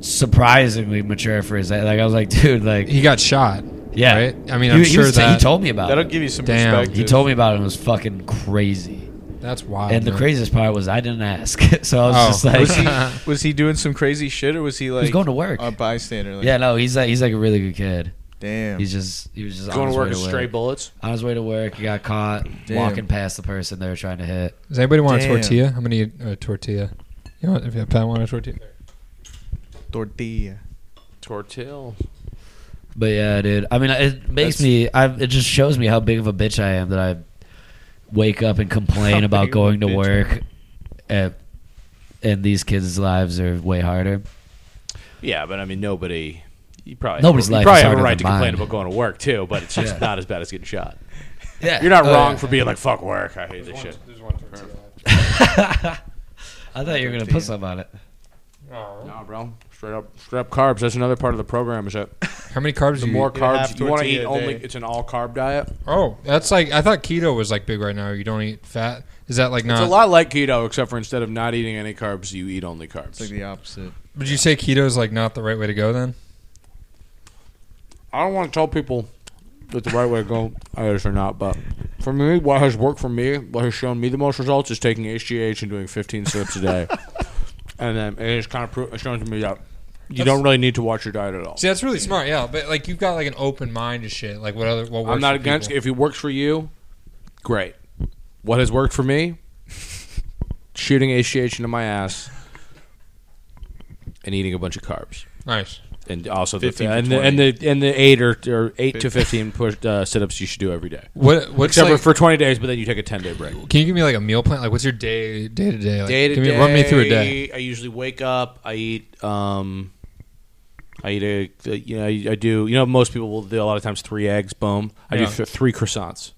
[SPEAKER 3] surprisingly mature for his like I was like, dude, like
[SPEAKER 2] He got shot.
[SPEAKER 3] yeah.
[SPEAKER 2] Right? I mean,
[SPEAKER 3] he,
[SPEAKER 2] I'm
[SPEAKER 3] he
[SPEAKER 2] sure
[SPEAKER 3] was-
[SPEAKER 2] that
[SPEAKER 3] he told me about
[SPEAKER 5] That'll
[SPEAKER 3] it.
[SPEAKER 5] give you some
[SPEAKER 2] Damn.
[SPEAKER 5] perspective.
[SPEAKER 3] He told me about it. and It was fucking crazy.
[SPEAKER 2] That's wild.
[SPEAKER 3] And the
[SPEAKER 2] man.
[SPEAKER 3] craziest part was I didn't ask, so I was
[SPEAKER 2] Oh.
[SPEAKER 3] just like,
[SPEAKER 5] Was he, was he doing some crazy shit, or was he like
[SPEAKER 3] going to work.
[SPEAKER 5] a bystander? Like,
[SPEAKER 3] yeah, no, he's like he's like a really good kid.
[SPEAKER 5] damn.
[SPEAKER 3] He's just he was just on
[SPEAKER 4] going
[SPEAKER 3] his
[SPEAKER 4] to work
[SPEAKER 3] way
[SPEAKER 4] with stray bullets.
[SPEAKER 3] on his way to work, he got caught
[SPEAKER 5] Damn.
[SPEAKER 3] walking past the person they were trying to hit.
[SPEAKER 2] Does anybody want
[SPEAKER 5] Damn.
[SPEAKER 2] a tortilla? I'm gonna eat a tortilla. You want? If you Pat want a tortilla.
[SPEAKER 5] tortilla.
[SPEAKER 4] Tortilla.
[SPEAKER 3] But yeah, dude. I mean, it makes
[SPEAKER 5] That's-
[SPEAKER 3] me. I it just shows me how big of a bitch I am that I wake up and
[SPEAKER 5] How
[SPEAKER 3] complain
[SPEAKER 5] big
[SPEAKER 3] about
[SPEAKER 5] of
[SPEAKER 3] going
[SPEAKER 5] a
[SPEAKER 3] to
[SPEAKER 5] bitch
[SPEAKER 3] work, and, and these kids' lives are way harder.
[SPEAKER 4] Yeah, but I mean, nobody. You probably
[SPEAKER 3] Nobody's
[SPEAKER 4] you
[SPEAKER 3] life
[SPEAKER 4] probably
[SPEAKER 3] is
[SPEAKER 4] have a
[SPEAKER 3] harder
[SPEAKER 4] right to
[SPEAKER 3] than
[SPEAKER 4] complain
[SPEAKER 3] mine.
[SPEAKER 4] about going to work too, but it's just
[SPEAKER 3] Yeah.
[SPEAKER 4] not as bad as getting shot.
[SPEAKER 3] Yeah,
[SPEAKER 4] You're not
[SPEAKER 2] Oh,
[SPEAKER 4] wrong for being like fuck work. I hate this shit.
[SPEAKER 3] I thought you were gonna put some on it.
[SPEAKER 4] No, bro. Straight up, straight up carbs. That's another part of the program. Is that
[SPEAKER 2] How many carbs?
[SPEAKER 4] the
[SPEAKER 2] do you
[SPEAKER 4] more
[SPEAKER 2] eat?
[SPEAKER 5] half
[SPEAKER 4] carbs you want to
[SPEAKER 5] tortilla
[SPEAKER 4] eat,
[SPEAKER 5] a
[SPEAKER 4] only
[SPEAKER 5] day.
[SPEAKER 4] it's an all carb diet.
[SPEAKER 2] Oh, that's like I thought keto was like big right now. You don't eat fat. Is that like
[SPEAKER 4] It's
[SPEAKER 2] not?
[SPEAKER 4] a lot like keto, except for instead of not eating any carbs, you eat only carbs.
[SPEAKER 5] It's like the opposite.
[SPEAKER 2] Would you say keto is like not the right way to go then?
[SPEAKER 4] I don't want to tell people that the right way to go is or not, but for me, what has worked for me, what has shown me the most results, is taking HGH and doing 15 sips a day, and then it has kind of pro- shown to me that you don't really need to watch your diet at all.
[SPEAKER 2] See, that's really smart. Yeah, but like you've got like an open mind to shit. Like what other? What works
[SPEAKER 4] I'm not
[SPEAKER 2] for
[SPEAKER 4] against.
[SPEAKER 2] people.
[SPEAKER 4] If it works for you, great. What has worked for me? Shooting HGH into my ass and eating a bunch of carbs.
[SPEAKER 2] Nice.
[SPEAKER 4] And also the
[SPEAKER 5] 15 to
[SPEAKER 4] and, the, and the and the eight or, or eight to fifteen push uh, sit-ups you should do every day.
[SPEAKER 2] What? What's
[SPEAKER 4] Except
[SPEAKER 2] like-
[SPEAKER 4] for for 20 days, but then you take a 10 day break.
[SPEAKER 2] Can you give me like a meal plan? Like, what's your day day to day? Like,
[SPEAKER 4] Day to
[SPEAKER 2] give me,
[SPEAKER 4] day,
[SPEAKER 2] Run me through a day.
[SPEAKER 4] I usually wake up. I eat. Um, I eat a. uh, You know, I, I do. You know, most people will do a lot of times three eggs. Boom. I
[SPEAKER 2] Yeah.
[SPEAKER 4] do th- three croissants.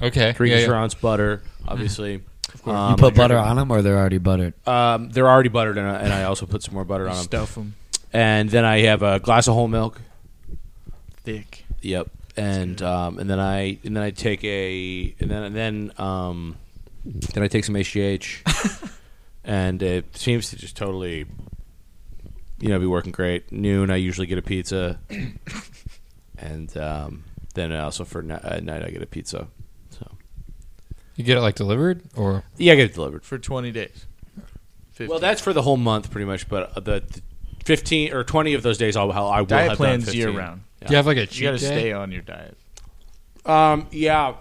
[SPEAKER 2] Okay.
[SPEAKER 4] Three
[SPEAKER 2] yeah, yeah.
[SPEAKER 4] croissants, butter. Obviously, of course.
[SPEAKER 3] you put butter on them, or they're already buttered.
[SPEAKER 4] Um, they're already buttered, and I, and I also put some more butter on them.
[SPEAKER 5] Stuff them
[SPEAKER 4] And then I have a glass of whole milk.
[SPEAKER 5] thick.
[SPEAKER 4] Yep. And um, and then I and then I take a and then and then um, then I take some HGH, and it seems to just totally, you know, be working great. Noon I usually get a pizza, and um, then I also for ni- at night I get a pizza. So
[SPEAKER 2] You get it like delivered or
[SPEAKER 4] yeah, I get it delivered.
[SPEAKER 5] for 20 days. 50.
[SPEAKER 4] Well, that's for the whole month pretty much, but the, the fifteen or twenty of those days I'll, I'll I will
[SPEAKER 5] diet
[SPEAKER 4] have done
[SPEAKER 5] plans
[SPEAKER 4] 15.
[SPEAKER 5] year round.
[SPEAKER 2] do you have like a cheat
[SPEAKER 5] You gotta
[SPEAKER 2] day?
[SPEAKER 5] stay on your diet.
[SPEAKER 4] Um, yeah,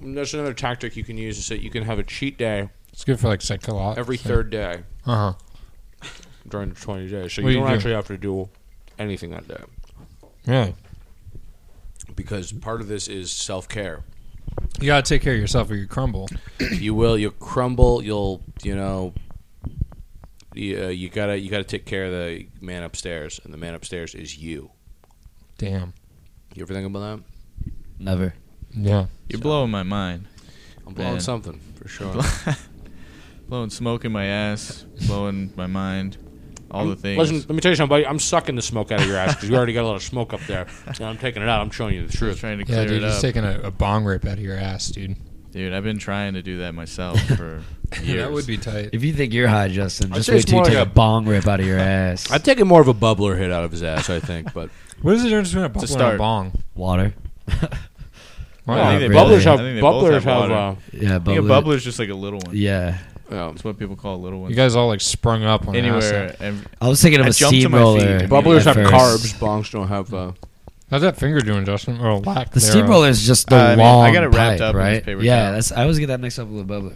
[SPEAKER 4] There's another tactic you can use is that you can have a cheat day
[SPEAKER 2] It's good for like psychological.
[SPEAKER 4] every third day
[SPEAKER 2] Uh huh.
[SPEAKER 4] during the 20 days. So
[SPEAKER 2] What do you
[SPEAKER 4] you don't
[SPEAKER 2] do?
[SPEAKER 4] actually have to do anything that day
[SPEAKER 2] Yeah.
[SPEAKER 4] because part of this is self care.
[SPEAKER 2] You gotta take care of yourself or you crumble.
[SPEAKER 4] you will. You'll crumble. You'll you know. You, uh, you gotta you gotta take care of the man upstairs, and the man upstairs is you.
[SPEAKER 2] Damn.
[SPEAKER 4] You ever think about
[SPEAKER 3] Never.
[SPEAKER 2] Yeah.
[SPEAKER 5] You're blowing my mind.
[SPEAKER 4] that? I'm blowing
[SPEAKER 5] Man.
[SPEAKER 4] something for sure.
[SPEAKER 5] blowing smoke in my ass, blowing my mind, all the things.
[SPEAKER 4] Listen, let me tell you something, buddy. I'm sucking the smoke out of your ass because you already got a lot of smoke up there, and I'm taking it out. I'm showing you the
[SPEAKER 5] Just
[SPEAKER 4] truth.
[SPEAKER 5] trying to clear
[SPEAKER 2] Yeah, dude,
[SPEAKER 5] it
[SPEAKER 2] just
[SPEAKER 5] up.
[SPEAKER 2] taking a, a bong rip out of your ass, dude.
[SPEAKER 5] dude, I've been trying to do that myself for years.
[SPEAKER 2] That would be tight.
[SPEAKER 3] If you think you're high, Justin, just
[SPEAKER 4] say
[SPEAKER 3] wait
[SPEAKER 4] it's
[SPEAKER 3] till you
[SPEAKER 4] more
[SPEAKER 3] take
[SPEAKER 4] like
[SPEAKER 3] a
[SPEAKER 4] a-
[SPEAKER 3] bong rip out of your ass.
[SPEAKER 4] I'm taking more of a bubbler hit out of his ass, I think. But
[SPEAKER 2] What is the difference between a bubble and a
[SPEAKER 5] start.
[SPEAKER 2] bong?
[SPEAKER 3] Water.
[SPEAKER 5] I
[SPEAKER 4] Yeah,
[SPEAKER 5] think they
[SPEAKER 4] bubblers
[SPEAKER 5] both-
[SPEAKER 4] have
[SPEAKER 5] I think they both
[SPEAKER 4] bubblers
[SPEAKER 5] have
[SPEAKER 4] have. Uh,
[SPEAKER 5] water.
[SPEAKER 3] yeah,
[SPEAKER 5] I think a
[SPEAKER 3] bubbler.
[SPEAKER 5] bubbler's just like a little one.
[SPEAKER 3] Yeah.
[SPEAKER 4] yeah.
[SPEAKER 5] That's what people call a little one.
[SPEAKER 2] You guys all like sprung up on
[SPEAKER 5] Anywhere.
[SPEAKER 2] Acid.
[SPEAKER 5] ev-
[SPEAKER 3] I was thinking of
[SPEAKER 5] I
[SPEAKER 3] a
[SPEAKER 5] jumped to my
[SPEAKER 3] steamroller.
[SPEAKER 5] feet and-
[SPEAKER 4] Bubblers
[SPEAKER 3] at
[SPEAKER 4] have
[SPEAKER 3] first.
[SPEAKER 4] carbs. Bongs don't have. Uh,
[SPEAKER 2] How's that finger doing, Justin? Or lack
[SPEAKER 3] The
[SPEAKER 2] thereof?
[SPEAKER 3] steamroller is just the
[SPEAKER 5] Uh, I mean, I
[SPEAKER 3] long
[SPEAKER 5] got it wrapped
[SPEAKER 3] pipe,
[SPEAKER 5] up in this
[SPEAKER 3] right?
[SPEAKER 5] paper
[SPEAKER 3] yeah,
[SPEAKER 5] towel.
[SPEAKER 3] that's. I always get that mixed up with a bubbler.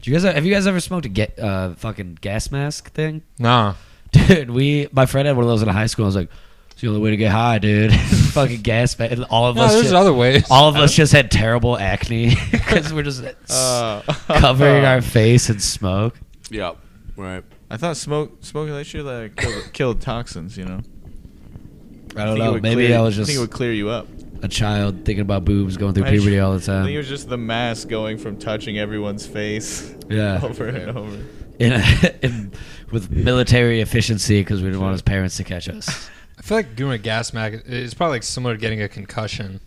[SPEAKER 3] Do you guys have you guys ever smoked a ga- uh, fucking gas mask thing?
[SPEAKER 2] Nah.
[SPEAKER 3] Dude, we my friend had one of those in high school. I was like, "It's the only way to get high, dude." fucking gas mask. And all of
[SPEAKER 2] No,
[SPEAKER 3] us,
[SPEAKER 2] there's
[SPEAKER 3] just,
[SPEAKER 2] other ways.
[SPEAKER 3] all of us just had terrible acne because we're just
[SPEAKER 5] Uh,
[SPEAKER 3] covering our face in smoke.
[SPEAKER 4] yeah. Right.
[SPEAKER 5] I thought smoke smoking that shit like killed, killed toxins. You
[SPEAKER 3] I
[SPEAKER 5] know. think
[SPEAKER 3] don't
[SPEAKER 5] it
[SPEAKER 3] know.
[SPEAKER 5] would
[SPEAKER 3] Maybe
[SPEAKER 5] clear-
[SPEAKER 3] I was
[SPEAKER 5] I think
[SPEAKER 3] just
[SPEAKER 5] it would clear you up.
[SPEAKER 3] a child thinking about boobs, going through puberty all the
[SPEAKER 5] I think it
[SPEAKER 3] time.
[SPEAKER 5] was just the mask going from touching everyone's face
[SPEAKER 3] Yeah,
[SPEAKER 5] over and over.
[SPEAKER 3] in a, in, with military efficiency because we didn't want his parents to catch us.
[SPEAKER 2] I feel like doing a gas mag is probably like similar to getting a concussion.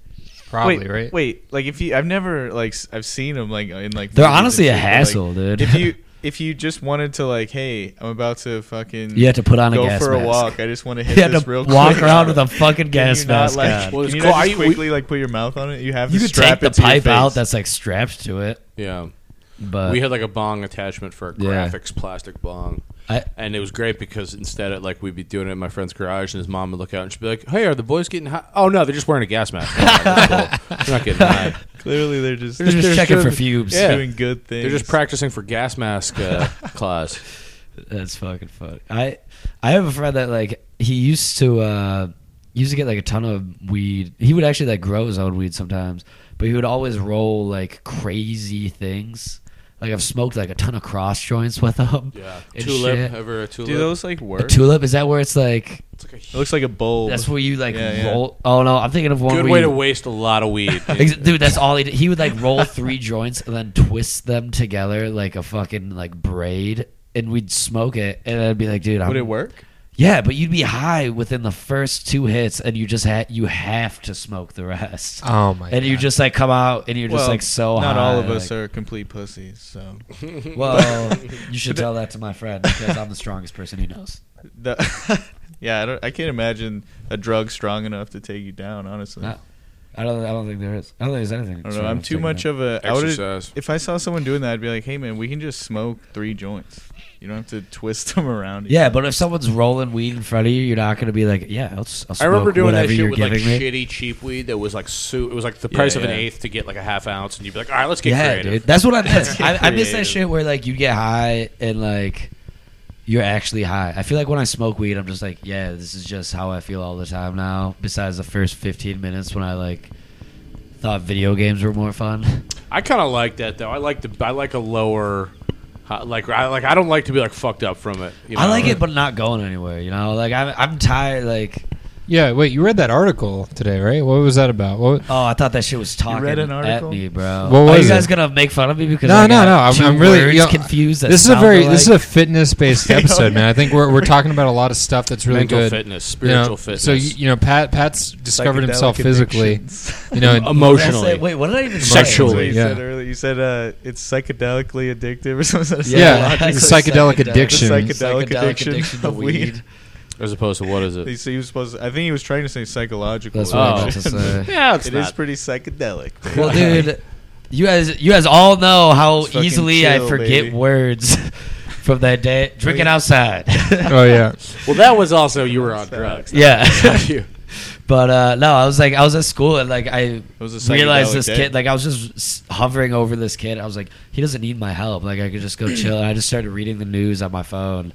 [SPEAKER 2] Probably,
[SPEAKER 5] wait,
[SPEAKER 2] right?
[SPEAKER 5] Wait, like if you, I've never like s- I've seen them like in like.
[SPEAKER 3] They're
[SPEAKER 5] movies and
[SPEAKER 3] honestly a
[SPEAKER 5] shit, but,
[SPEAKER 3] hassle, dude.
[SPEAKER 5] If you if you just wanted to like, hey, I'm about to fucking.
[SPEAKER 3] You had to put on a
[SPEAKER 5] go
[SPEAKER 3] gas
[SPEAKER 5] for a
[SPEAKER 3] mask.
[SPEAKER 5] walk. I just want to hit
[SPEAKER 3] You had
[SPEAKER 5] this
[SPEAKER 3] to
[SPEAKER 5] real
[SPEAKER 3] walk
[SPEAKER 5] quick.
[SPEAKER 3] around with a fucking
[SPEAKER 5] Can you
[SPEAKER 3] gas
[SPEAKER 5] not,
[SPEAKER 3] mask
[SPEAKER 5] like,
[SPEAKER 3] on.
[SPEAKER 4] Well,
[SPEAKER 5] can
[SPEAKER 4] it's
[SPEAKER 5] you
[SPEAKER 4] cool.
[SPEAKER 5] not
[SPEAKER 4] I-
[SPEAKER 5] just
[SPEAKER 4] we-
[SPEAKER 5] quickly like put your mouth on it? You have
[SPEAKER 3] You
[SPEAKER 5] to
[SPEAKER 3] could
[SPEAKER 5] strap
[SPEAKER 3] take the
[SPEAKER 5] it to your
[SPEAKER 3] pipe out
[SPEAKER 5] face.
[SPEAKER 3] that's like strapped to it,
[SPEAKER 4] Yeah.
[SPEAKER 3] but
[SPEAKER 4] we had like a bong attachment for a
[SPEAKER 3] Uh, Yeah.
[SPEAKER 4] graphics plastic bong.
[SPEAKER 3] I-
[SPEAKER 4] and it was great because instead of like we'd be doing it in my friend's garage and his mom would look out and she'd be like, Hey, are the boys getting high? Oh no, they're just wearing a gas mask. That's cool. They're not getting high.
[SPEAKER 5] Clearly, they're just,
[SPEAKER 3] they're just
[SPEAKER 4] they're
[SPEAKER 3] checking
[SPEAKER 4] just-
[SPEAKER 3] for fumes.
[SPEAKER 4] yeah.
[SPEAKER 5] doing good things.
[SPEAKER 4] They're just practicing for gas mask uh, class.
[SPEAKER 3] That's fucking funny. I I have a friend that like he used to uh he used to get like a ton of weed. He would actually like grow his own weed sometimes, but he would always roll like crazy things. Like I've smoked like a ton of cross joints with him.
[SPEAKER 4] Yeah.
[SPEAKER 3] and
[SPEAKER 4] tulip,
[SPEAKER 3] shit.
[SPEAKER 4] ever a tulip?
[SPEAKER 5] Do those like
[SPEAKER 3] A
[SPEAKER 5] work?
[SPEAKER 3] tulip is that where it's like
[SPEAKER 4] it's like a
[SPEAKER 5] It looks like a bulb.
[SPEAKER 3] that's where you like
[SPEAKER 5] Yeah, yeah.
[SPEAKER 3] roll? Oh no, I'm thinking of one
[SPEAKER 4] good
[SPEAKER 3] where
[SPEAKER 4] way
[SPEAKER 3] you-
[SPEAKER 4] to waste a lot of weed.
[SPEAKER 3] Ex- Dude, that's all he did. He would like roll three joints and then twist them together like a fucking like braid, and we'd smoke it, and I'd be like, dude, I'm,
[SPEAKER 5] Would it work?
[SPEAKER 3] Yeah, but you'd be high within the first two hits, and you just had you have to smoke the rest,
[SPEAKER 2] Oh my
[SPEAKER 3] and you
[SPEAKER 2] God.
[SPEAKER 3] just like come out, and you're just like so high.
[SPEAKER 5] Not all of us are complete pussies. So
[SPEAKER 3] are. Well, you should tell that to my friend because I'm the strongest person he knows.
[SPEAKER 5] the, yeah, I, don't, I can't imagine a drug strong enough to take you down. Honestly,
[SPEAKER 3] No. I don't. I don't think there is. I don't think there's anything.
[SPEAKER 5] I don't know. I'm too much of a. I would've-
[SPEAKER 4] Exercise.
[SPEAKER 5] if I saw someone doing that, I'd be like, "Hey, man, we can just smoke three joints. You don't have to twist them around."
[SPEAKER 3] Yeah, but if someone's rolling weed in front of you, you're not going to be like, yeah, I'll, s will smoke
[SPEAKER 4] I remember doing
[SPEAKER 3] whatever
[SPEAKER 4] that shit
[SPEAKER 3] you're
[SPEAKER 4] with like
[SPEAKER 3] giving me.
[SPEAKER 4] shitty cheap weed that was like so it was like the
[SPEAKER 5] Yeah,
[SPEAKER 4] price of an
[SPEAKER 5] yeah.
[SPEAKER 4] eighth to get like a half ounce and you'd be like, All right, let's get
[SPEAKER 3] Yeah,
[SPEAKER 4] creative.
[SPEAKER 3] dude. That's what I
[SPEAKER 5] Let's
[SPEAKER 3] miss.
[SPEAKER 5] get
[SPEAKER 3] I, I miss that
[SPEAKER 5] creative.
[SPEAKER 3] shit where like you get high and like you're actually high. I feel like when I smoke weed, I'm just like, yeah, this is just how I feel all the time now. Besides the first 15 minutes when I like thought video games were more fun.
[SPEAKER 4] I kind of like that though. I like the I like a lower, hi- like I like I don't like to be like fucked up from it. you
[SPEAKER 3] I
[SPEAKER 4] know?
[SPEAKER 3] like it, but not going anywhere. You know, like I'm, I'm tired. Like,
[SPEAKER 2] Yeah, wait, you read that article today, right? What was that about? What
[SPEAKER 3] oh, I thought that shit was talking
[SPEAKER 5] read an
[SPEAKER 3] at
[SPEAKER 5] article?
[SPEAKER 3] me, bro.
[SPEAKER 2] What
[SPEAKER 3] Are
[SPEAKER 2] was
[SPEAKER 3] you guys
[SPEAKER 2] it?
[SPEAKER 3] gonna make fun of me because
[SPEAKER 2] no,
[SPEAKER 3] I
[SPEAKER 2] no,
[SPEAKER 3] got
[SPEAKER 2] no. I'm,
[SPEAKER 3] two
[SPEAKER 2] I'm really
[SPEAKER 3] words
[SPEAKER 2] you know,
[SPEAKER 3] confused. that
[SPEAKER 2] This is a
[SPEAKER 3] sound
[SPEAKER 2] very this is a
[SPEAKER 3] alike?
[SPEAKER 2] fitness based episode, man. I think we're, we're talking about a lot of stuff that's really
[SPEAKER 4] mental
[SPEAKER 2] good.
[SPEAKER 4] fitness,
[SPEAKER 2] You
[SPEAKER 4] spiritual
[SPEAKER 2] know,
[SPEAKER 4] fitness.
[SPEAKER 2] So you, you know, Pat Pat's discovered himself
[SPEAKER 5] Psychedelic
[SPEAKER 2] physically.
[SPEAKER 5] addictions.
[SPEAKER 2] You know, and-
[SPEAKER 4] Um,
[SPEAKER 3] What did I say?
[SPEAKER 4] emotionally.
[SPEAKER 3] Wait, what did I even say?
[SPEAKER 5] That's what
[SPEAKER 4] Sexually.
[SPEAKER 5] you
[SPEAKER 2] Yeah.
[SPEAKER 5] said earlier. You said uh, it's psychedelically addictive or something.
[SPEAKER 2] Yeah,
[SPEAKER 3] Psychedelic-
[SPEAKER 2] it's psychedelic addiction.
[SPEAKER 5] Psychedelic addiction of weed.
[SPEAKER 4] As opposed to what is
[SPEAKER 5] He
[SPEAKER 4] it?
[SPEAKER 5] said he was supposed. To, I think he was trying to say psychological.
[SPEAKER 3] That's what I
[SPEAKER 4] Oh.
[SPEAKER 3] meant to say.
[SPEAKER 4] Yeah, it's
[SPEAKER 5] It
[SPEAKER 4] not.
[SPEAKER 5] is pretty psychedelic.
[SPEAKER 3] Well, dude, you guys, you guys all know how
[SPEAKER 5] Just fucking
[SPEAKER 3] easily I
[SPEAKER 5] chill,
[SPEAKER 3] forget
[SPEAKER 5] baby.
[SPEAKER 3] words from that day drinking outside.
[SPEAKER 2] oh yeah,
[SPEAKER 4] well, that was also you were on drugs.
[SPEAKER 3] yeah.
[SPEAKER 4] You-
[SPEAKER 3] But uh, no, I was like, I was at school and like I
[SPEAKER 5] was a
[SPEAKER 3] realized
[SPEAKER 5] psychedelic
[SPEAKER 3] this
[SPEAKER 5] day.
[SPEAKER 3] kid. Like I was just s- hovering over this kid. I was like, he doesn't need my help. Like I could just go chill. And I just started reading the news on my phone.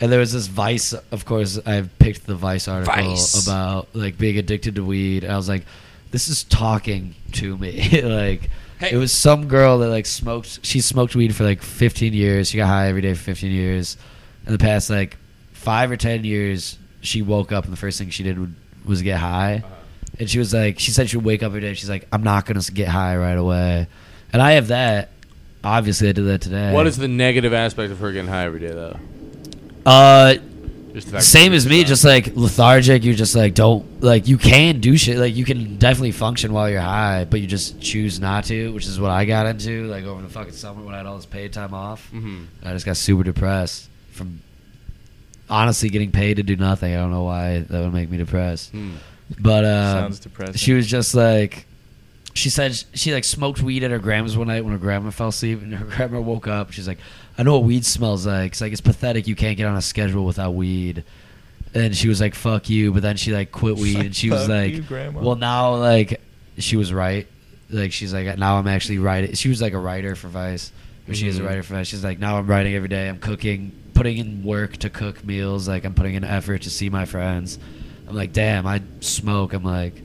[SPEAKER 3] And there was this Vice. Of course, I picked the Vice article
[SPEAKER 2] Vice.
[SPEAKER 3] about like being addicted to weed. And I was like, this is talking to me. like
[SPEAKER 2] Hey.
[SPEAKER 3] it was some girl that like smoked. She smoked weed for like 15 years. She got high every day for 15 years. In the past like five or 10 years, she woke up and the first thing she did would, was get high.
[SPEAKER 4] Uh-huh.
[SPEAKER 3] And she was like, she said she would wake up every day. She's like, I'm not gonna s- get high right away. And I have that. Obviously, I did that today.
[SPEAKER 4] What is the negative aspect of her getting high every day, though?
[SPEAKER 3] uh
[SPEAKER 4] Just the fact that
[SPEAKER 3] same
[SPEAKER 4] she
[SPEAKER 3] as me?
[SPEAKER 4] gets high.
[SPEAKER 3] Just like lethargic. You just like don't like you can do shit. Like you can definitely function while you're high, but you just choose not to, which is what I got into. Like over the fucking summer when I had all this paid time off,
[SPEAKER 4] Mhm.
[SPEAKER 3] I just got super depressed from honestly getting paid to do nothing. I don't know why that would make me depressed.
[SPEAKER 4] Hmm.
[SPEAKER 3] But uh,
[SPEAKER 5] Sounds depressing.
[SPEAKER 3] She was just like, she said sh- she like smoked weed at her grandma's one night when her grandma fell asleep, and her grandma woke up. She's like, I know what weed smells like. It's like it's pathetic. You can't get on a schedule without weed. And she was like, "Fuck you," but then she like quit weed, and she was
[SPEAKER 5] Fuck
[SPEAKER 3] like,
[SPEAKER 5] you, Grandma.
[SPEAKER 3] "Well, now like she was right. Like she's like now I'm actually writing. She was like a writer for Vice, or she is a
[SPEAKER 2] Mm-hmm.
[SPEAKER 4] Mhm.
[SPEAKER 3] writer for Vice. She's like now I'm writing every day. I'm cooking, putting in work to cook meals. Like I'm putting in effort to see my friends. I'm like, damn, I smoke. I'm like,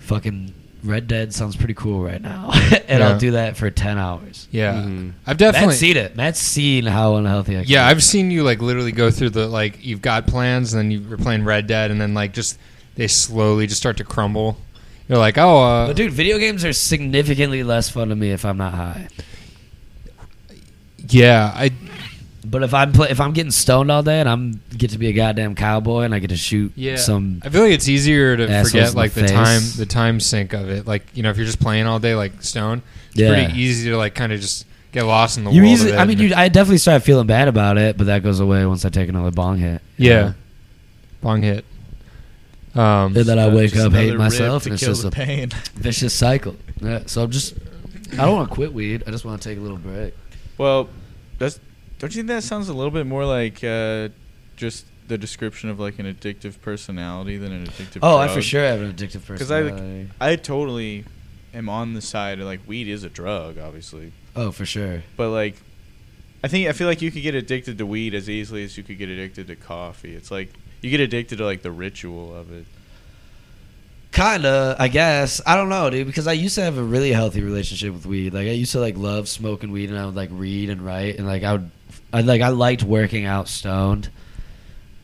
[SPEAKER 3] fucking Red Dead sounds pretty cool right now, and
[SPEAKER 2] Yeah.
[SPEAKER 3] I'll do that for ten hours.
[SPEAKER 2] Yeah,
[SPEAKER 4] Mhm.
[SPEAKER 2] I've definitely
[SPEAKER 3] Matt's seen it. Matt's seen how unhealthy. I can
[SPEAKER 2] Yeah,
[SPEAKER 3] be.
[SPEAKER 2] I've seen you like literally go through the like you've got plans and then you were playing Red Dead and then like just they slowly just start to crumble. You're like, oh, uh,
[SPEAKER 3] But dude, video games are significantly less fun to me if I'm not high.
[SPEAKER 2] yeah, I
[SPEAKER 3] But if I'm play, if I'm getting stoned all day and I'm get to be a goddamn cowboy and I get to shoot
[SPEAKER 2] yeah.
[SPEAKER 3] some
[SPEAKER 2] I feel like it's easier to
[SPEAKER 3] Assholes in
[SPEAKER 2] forget
[SPEAKER 3] the
[SPEAKER 2] like the,
[SPEAKER 3] face.
[SPEAKER 2] time the time sink of it. Like you know, if you're just playing all day like Stone, it's
[SPEAKER 3] Yeah.
[SPEAKER 2] pretty easy to like kind of just get lost in the
[SPEAKER 3] you
[SPEAKER 2] world.
[SPEAKER 3] easily,
[SPEAKER 2] of it
[SPEAKER 3] I mean,
[SPEAKER 2] And-
[SPEAKER 3] dude, I definitely start feeling bad about it, but that goes away once I take another bong hit. you
[SPEAKER 2] yeah,
[SPEAKER 3] know?
[SPEAKER 2] bong hit. Um,
[SPEAKER 3] and then I
[SPEAKER 5] Uh,
[SPEAKER 3] wake
[SPEAKER 5] just
[SPEAKER 3] up, hate
[SPEAKER 5] another rib
[SPEAKER 3] myself,
[SPEAKER 5] to
[SPEAKER 3] and it's
[SPEAKER 5] kill
[SPEAKER 3] just
[SPEAKER 5] the
[SPEAKER 3] a
[SPEAKER 5] pain.
[SPEAKER 3] vicious cycle. Yeah, so I'm just, I don't want to quit weed. I just want to take a little break.
[SPEAKER 5] Well, that's don't you think that sounds a little bit more like uh, just the description of like an addictive personality than an addictive?
[SPEAKER 3] Oh,
[SPEAKER 5] drug?
[SPEAKER 3] I for sure have an addictive
[SPEAKER 5] Because I,
[SPEAKER 3] personality.
[SPEAKER 5] like, I totally am on the side of like weed is a drug, obviously,
[SPEAKER 3] oh, for sure.
[SPEAKER 5] but like. I think I feel like you could get addicted to weed as easily as you could get addicted to coffee. It's like you get addicted to like the ritual of it.
[SPEAKER 3] Kinda, I guess. I don't know, dude. Because I used to have a really healthy relationship with weed. Like I used to like love smoking weed, and I would like read and write, and like I would, I like I liked working out stoned.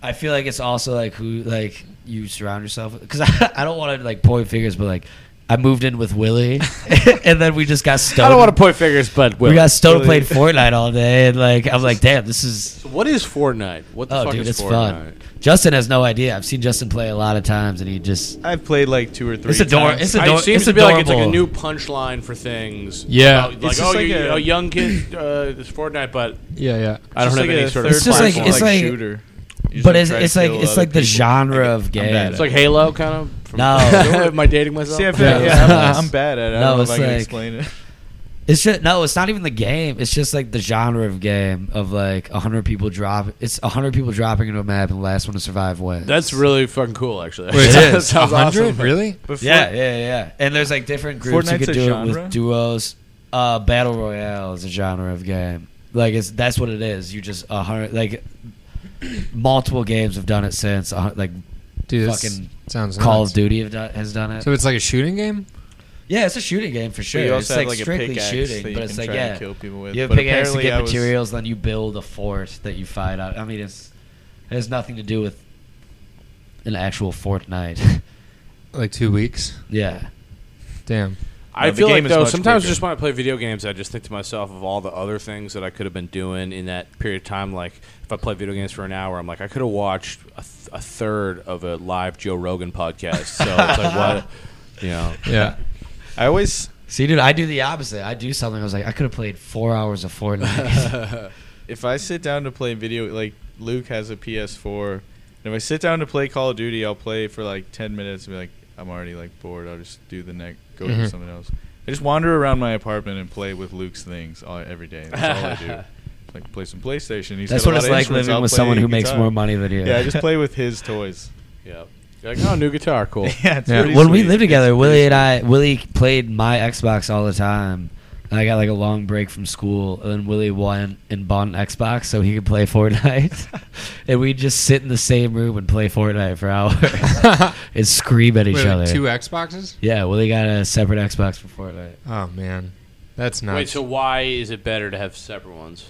[SPEAKER 3] I feel like it's also like who like you surround yourself with. Because I, I don't want to like point fingers, but like I moved in with Willie, and then we just got stoned.
[SPEAKER 4] I don't want to point fingers, but
[SPEAKER 3] We
[SPEAKER 4] Will.
[SPEAKER 3] got stoned, played Fortnite all day, and like I'm like, damn, this is
[SPEAKER 4] So what is Fortnite? What the
[SPEAKER 3] oh,
[SPEAKER 4] fuck
[SPEAKER 3] dude,
[SPEAKER 4] is
[SPEAKER 3] it's
[SPEAKER 4] Fortnite?
[SPEAKER 3] fun. Justin has no idea. I've seen Justin play a lot of times, and he just
[SPEAKER 5] I've played like two or three.
[SPEAKER 3] It's ador-
[SPEAKER 5] times.
[SPEAKER 3] it's
[SPEAKER 4] I-
[SPEAKER 3] ador-
[SPEAKER 4] it seems
[SPEAKER 3] it's
[SPEAKER 4] to be like it's like a
[SPEAKER 3] adorable.
[SPEAKER 4] new punchline for things.
[SPEAKER 2] Yeah.
[SPEAKER 4] About,
[SPEAKER 2] It's
[SPEAKER 4] like
[SPEAKER 5] just
[SPEAKER 4] oh,
[SPEAKER 5] like
[SPEAKER 4] you,
[SPEAKER 5] a-
[SPEAKER 4] a, young kid, uh, this Fortnite, but
[SPEAKER 2] yeah, yeah.
[SPEAKER 4] I don't
[SPEAKER 5] Just
[SPEAKER 4] have
[SPEAKER 5] like
[SPEAKER 4] any
[SPEAKER 5] a
[SPEAKER 4] sort of.
[SPEAKER 5] third
[SPEAKER 3] It's just like-
[SPEAKER 5] platform,
[SPEAKER 3] it's like-
[SPEAKER 5] shooter. You just,
[SPEAKER 3] but it's,
[SPEAKER 5] try to
[SPEAKER 3] it's like
[SPEAKER 5] kill
[SPEAKER 3] it's
[SPEAKER 5] other
[SPEAKER 3] like the
[SPEAKER 5] people.
[SPEAKER 3] genre of
[SPEAKER 5] I'm bad
[SPEAKER 3] game.
[SPEAKER 5] at
[SPEAKER 4] It's like Halo, kind of. From
[SPEAKER 3] No.
[SPEAKER 4] am I dating myself?
[SPEAKER 5] See, I feel,
[SPEAKER 3] Yeah,
[SPEAKER 5] yeah,
[SPEAKER 3] that's-
[SPEAKER 5] I'm, I'm bad at it.
[SPEAKER 3] No,
[SPEAKER 5] I don't know if
[SPEAKER 3] it's
[SPEAKER 5] I can
[SPEAKER 3] like-
[SPEAKER 5] explain it.
[SPEAKER 3] It's just no, it's not even the game. It's just like the genre of game of like hundred people drop. It's hundred people dropping into a map, and the last one to survive wins.
[SPEAKER 4] That's really fucking cool, actually.
[SPEAKER 2] Wait,
[SPEAKER 4] That
[SPEAKER 2] it is
[SPEAKER 4] sounds awesome.
[SPEAKER 2] 100? Really?
[SPEAKER 5] But
[SPEAKER 3] yeah, yeah, yeah. And there's like different groups
[SPEAKER 5] Fortnite's
[SPEAKER 3] you
[SPEAKER 5] a
[SPEAKER 3] could do it
[SPEAKER 5] genre?
[SPEAKER 3] with duos. Uh, battle royale is a genre of game. Like it's that's what it is. You just a hundred like multiple games have done it since. a hun- Like
[SPEAKER 2] Dude, this
[SPEAKER 3] fucking
[SPEAKER 2] sounds
[SPEAKER 3] Call
[SPEAKER 2] nuts.
[SPEAKER 3] of Duty have done, has done it.
[SPEAKER 2] So it's like a shooting game.
[SPEAKER 3] yeah, it's a shooting game for sure.
[SPEAKER 5] you
[SPEAKER 3] it's
[SPEAKER 5] also
[SPEAKER 3] like,
[SPEAKER 5] have like a
[SPEAKER 3] strictly
[SPEAKER 5] pickaxe
[SPEAKER 3] shooting,
[SPEAKER 5] that you
[SPEAKER 3] but it's
[SPEAKER 5] can
[SPEAKER 3] like
[SPEAKER 5] try
[SPEAKER 3] yeah,
[SPEAKER 5] and kill people with.
[SPEAKER 3] You have
[SPEAKER 5] but
[SPEAKER 3] big ass to
[SPEAKER 5] apparently I
[SPEAKER 3] get
[SPEAKER 5] was-
[SPEAKER 3] materials, then you build a fort that you fight out. I mean, it's it has nothing to do with an actual Fortnite.
[SPEAKER 2] Like two weeks.
[SPEAKER 3] yeah,
[SPEAKER 2] Damn.
[SPEAKER 4] I
[SPEAKER 5] the
[SPEAKER 4] feel
[SPEAKER 5] game
[SPEAKER 4] like
[SPEAKER 5] is
[SPEAKER 4] though
[SPEAKER 5] much
[SPEAKER 4] sometimes
[SPEAKER 5] bigger.
[SPEAKER 4] just when I play video games, I just think to myself of all the other things that I could have been doing in that period of time. Like if I play video games for an hour, I'm like I could have watched a, th- a third of a live Joe Rogan podcast. So it's like what, you know?
[SPEAKER 2] Yeah.
[SPEAKER 5] I always
[SPEAKER 3] see, dude, I do the opposite. I do something. I was like, I could have played four hours of Fortnite.
[SPEAKER 5] if I sit down to play video, like Luke has a PS4, and if I sit down to play Call of Duty, I'll play for like ten minutes and be like, I'm already like bored. I'll just do the next, go do
[SPEAKER 3] Mm-hmm.
[SPEAKER 2] Mhm.
[SPEAKER 5] something else. I just wander around my apartment and play with Luke's things all, every day. That's all I do. Like play some PlayStation. He's
[SPEAKER 3] That's
[SPEAKER 5] got
[SPEAKER 3] what
[SPEAKER 5] a lot
[SPEAKER 3] it's
[SPEAKER 5] of
[SPEAKER 3] like
[SPEAKER 5] instruments.
[SPEAKER 3] living
[SPEAKER 5] I'll
[SPEAKER 3] with
[SPEAKER 5] play
[SPEAKER 3] someone who makes
[SPEAKER 5] guitar.
[SPEAKER 3] more money than you.
[SPEAKER 5] Yeah, I just play with his toys.
[SPEAKER 4] Yeah. You're like, oh, new guitar, cool.
[SPEAKER 5] yeah, it's
[SPEAKER 2] Yeah.
[SPEAKER 5] pretty
[SPEAKER 3] when we
[SPEAKER 5] sweet.
[SPEAKER 3] lived together,
[SPEAKER 5] It's
[SPEAKER 3] Willie and
[SPEAKER 5] pretty
[SPEAKER 3] I, Willie played my Xbox all the time. And I got like a long break from school, and then Willie went and bought an Xbox so he could play Fortnite. and we'd just sit in the same room and play Fortnite for hours and scream at each
[SPEAKER 2] Wait,
[SPEAKER 3] other.
[SPEAKER 2] like two Xboxes?
[SPEAKER 3] yeah, Willie got a separate Xbox for Fortnite.
[SPEAKER 2] Oh man, that's nuts.
[SPEAKER 4] Wait, so why is it better to have separate ones?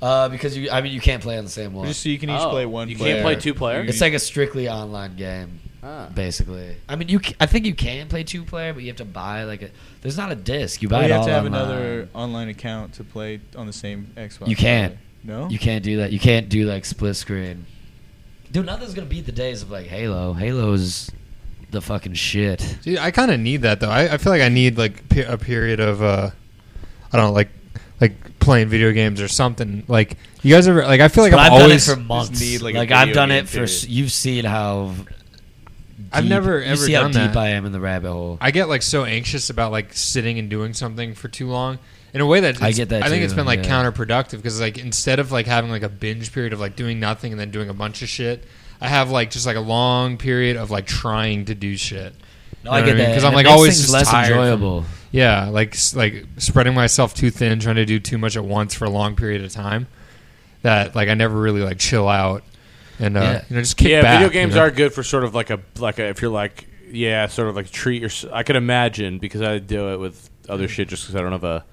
[SPEAKER 3] Uh, because you, I mean, you can't play on the same one.
[SPEAKER 5] Just so you can each
[SPEAKER 4] Oh,
[SPEAKER 5] play one.
[SPEAKER 4] you can't play two player?
[SPEAKER 5] You
[SPEAKER 3] It's like a strictly online game,
[SPEAKER 4] Ah.
[SPEAKER 3] basically. I mean, you, c- I think you can play two player, but you have to buy like a. There's not a disc. You
[SPEAKER 5] Oh,
[SPEAKER 3] buy it
[SPEAKER 5] you have
[SPEAKER 3] all
[SPEAKER 5] to have
[SPEAKER 3] online.
[SPEAKER 5] another online account to play on the same Xbox.
[SPEAKER 3] You can't.
[SPEAKER 5] No.
[SPEAKER 3] You can't do that. You can't do like split screen. Dude, nothing's gonna beat the days of like Halo. Halo's the fucking shit.
[SPEAKER 2] Dude, I kind of need that though. I, I feel like I need like pe- a period of uh, I don't know, like like playing video games or something. Like you guys ever like I feel like
[SPEAKER 3] but
[SPEAKER 2] I'm
[SPEAKER 3] I've
[SPEAKER 2] always
[SPEAKER 3] done it for months.
[SPEAKER 5] need, like,
[SPEAKER 3] like
[SPEAKER 5] a
[SPEAKER 3] I've
[SPEAKER 5] video
[SPEAKER 3] done
[SPEAKER 5] game
[SPEAKER 3] it for. s
[SPEAKER 5] period.
[SPEAKER 3] You've seen how.
[SPEAKER 2] I've
[SPEAKER 3] deep-
[SPEAKER 2] never
[SPEAKER 3] you
[SPEAKER 2] ever
[SPEAKER 3] see
[SPEAKER 2] done
[SPEAKER 3] how
[SPEAKER 2] that.
[SPEAKER 3] deep I am in the rabbit hole.
[SPEAKER 2] I get like so anxious about like sitting and doing something for too long. In a way that
[SPEAKER 3] I
[SPEAKER 2] it's-
[SPEAKER 3] get that
[SPEAKER 2] I think it's
[SPEAKER 3] too,
[SPEAKER 2] been like
[SPEAKER 3] yeah.
[SPEAKER 2] counterproductive because like instead of like having like a binge period of like doing nothing and then doing a bunch of shit, I have like just like a long period of like trying to do shit.
[SPEAKER 3] No,
[SPEAKER 2] You
[SPEAKER 3] I
[SPEAKER 2] know what I
[SPEAKER 3] get
[SPEAKER 2] mean?
[SPEAKER 3] that
[SPEAKER 2] 'Cause
[SPEAKER 3] and
[SPEAKER 2] I'm,
[SPEAKER 3] it
[SPEAKER 2] like,
[SPEAKER 3] makes
[SPEAKER 2] always
[SPEAKER 3] things
[SPEAKER 2] just
[SPEAKER 3] less
[SPEAKER 2] tired from-
[SPEAKER 3] enjoyable.
[SPEAKER 2] Yeah, like s- like spreading myself too thin, trying to do too much at once for a long period of time. That like I never really like chill out and uh,
[SPEAKER 3] Yeah.
[SPEAKER 2] you know just kick
[SPEAKER 4] yeah,
[SPEAKER 2] back.
[SPEAKER 4] video games
[SPEAKER 2] you know?
[SPEAKER 4] are good for sort of like a like a, if you're like yeah, sort of like treat your. I can imagine because I do it with other shit just because I don't have a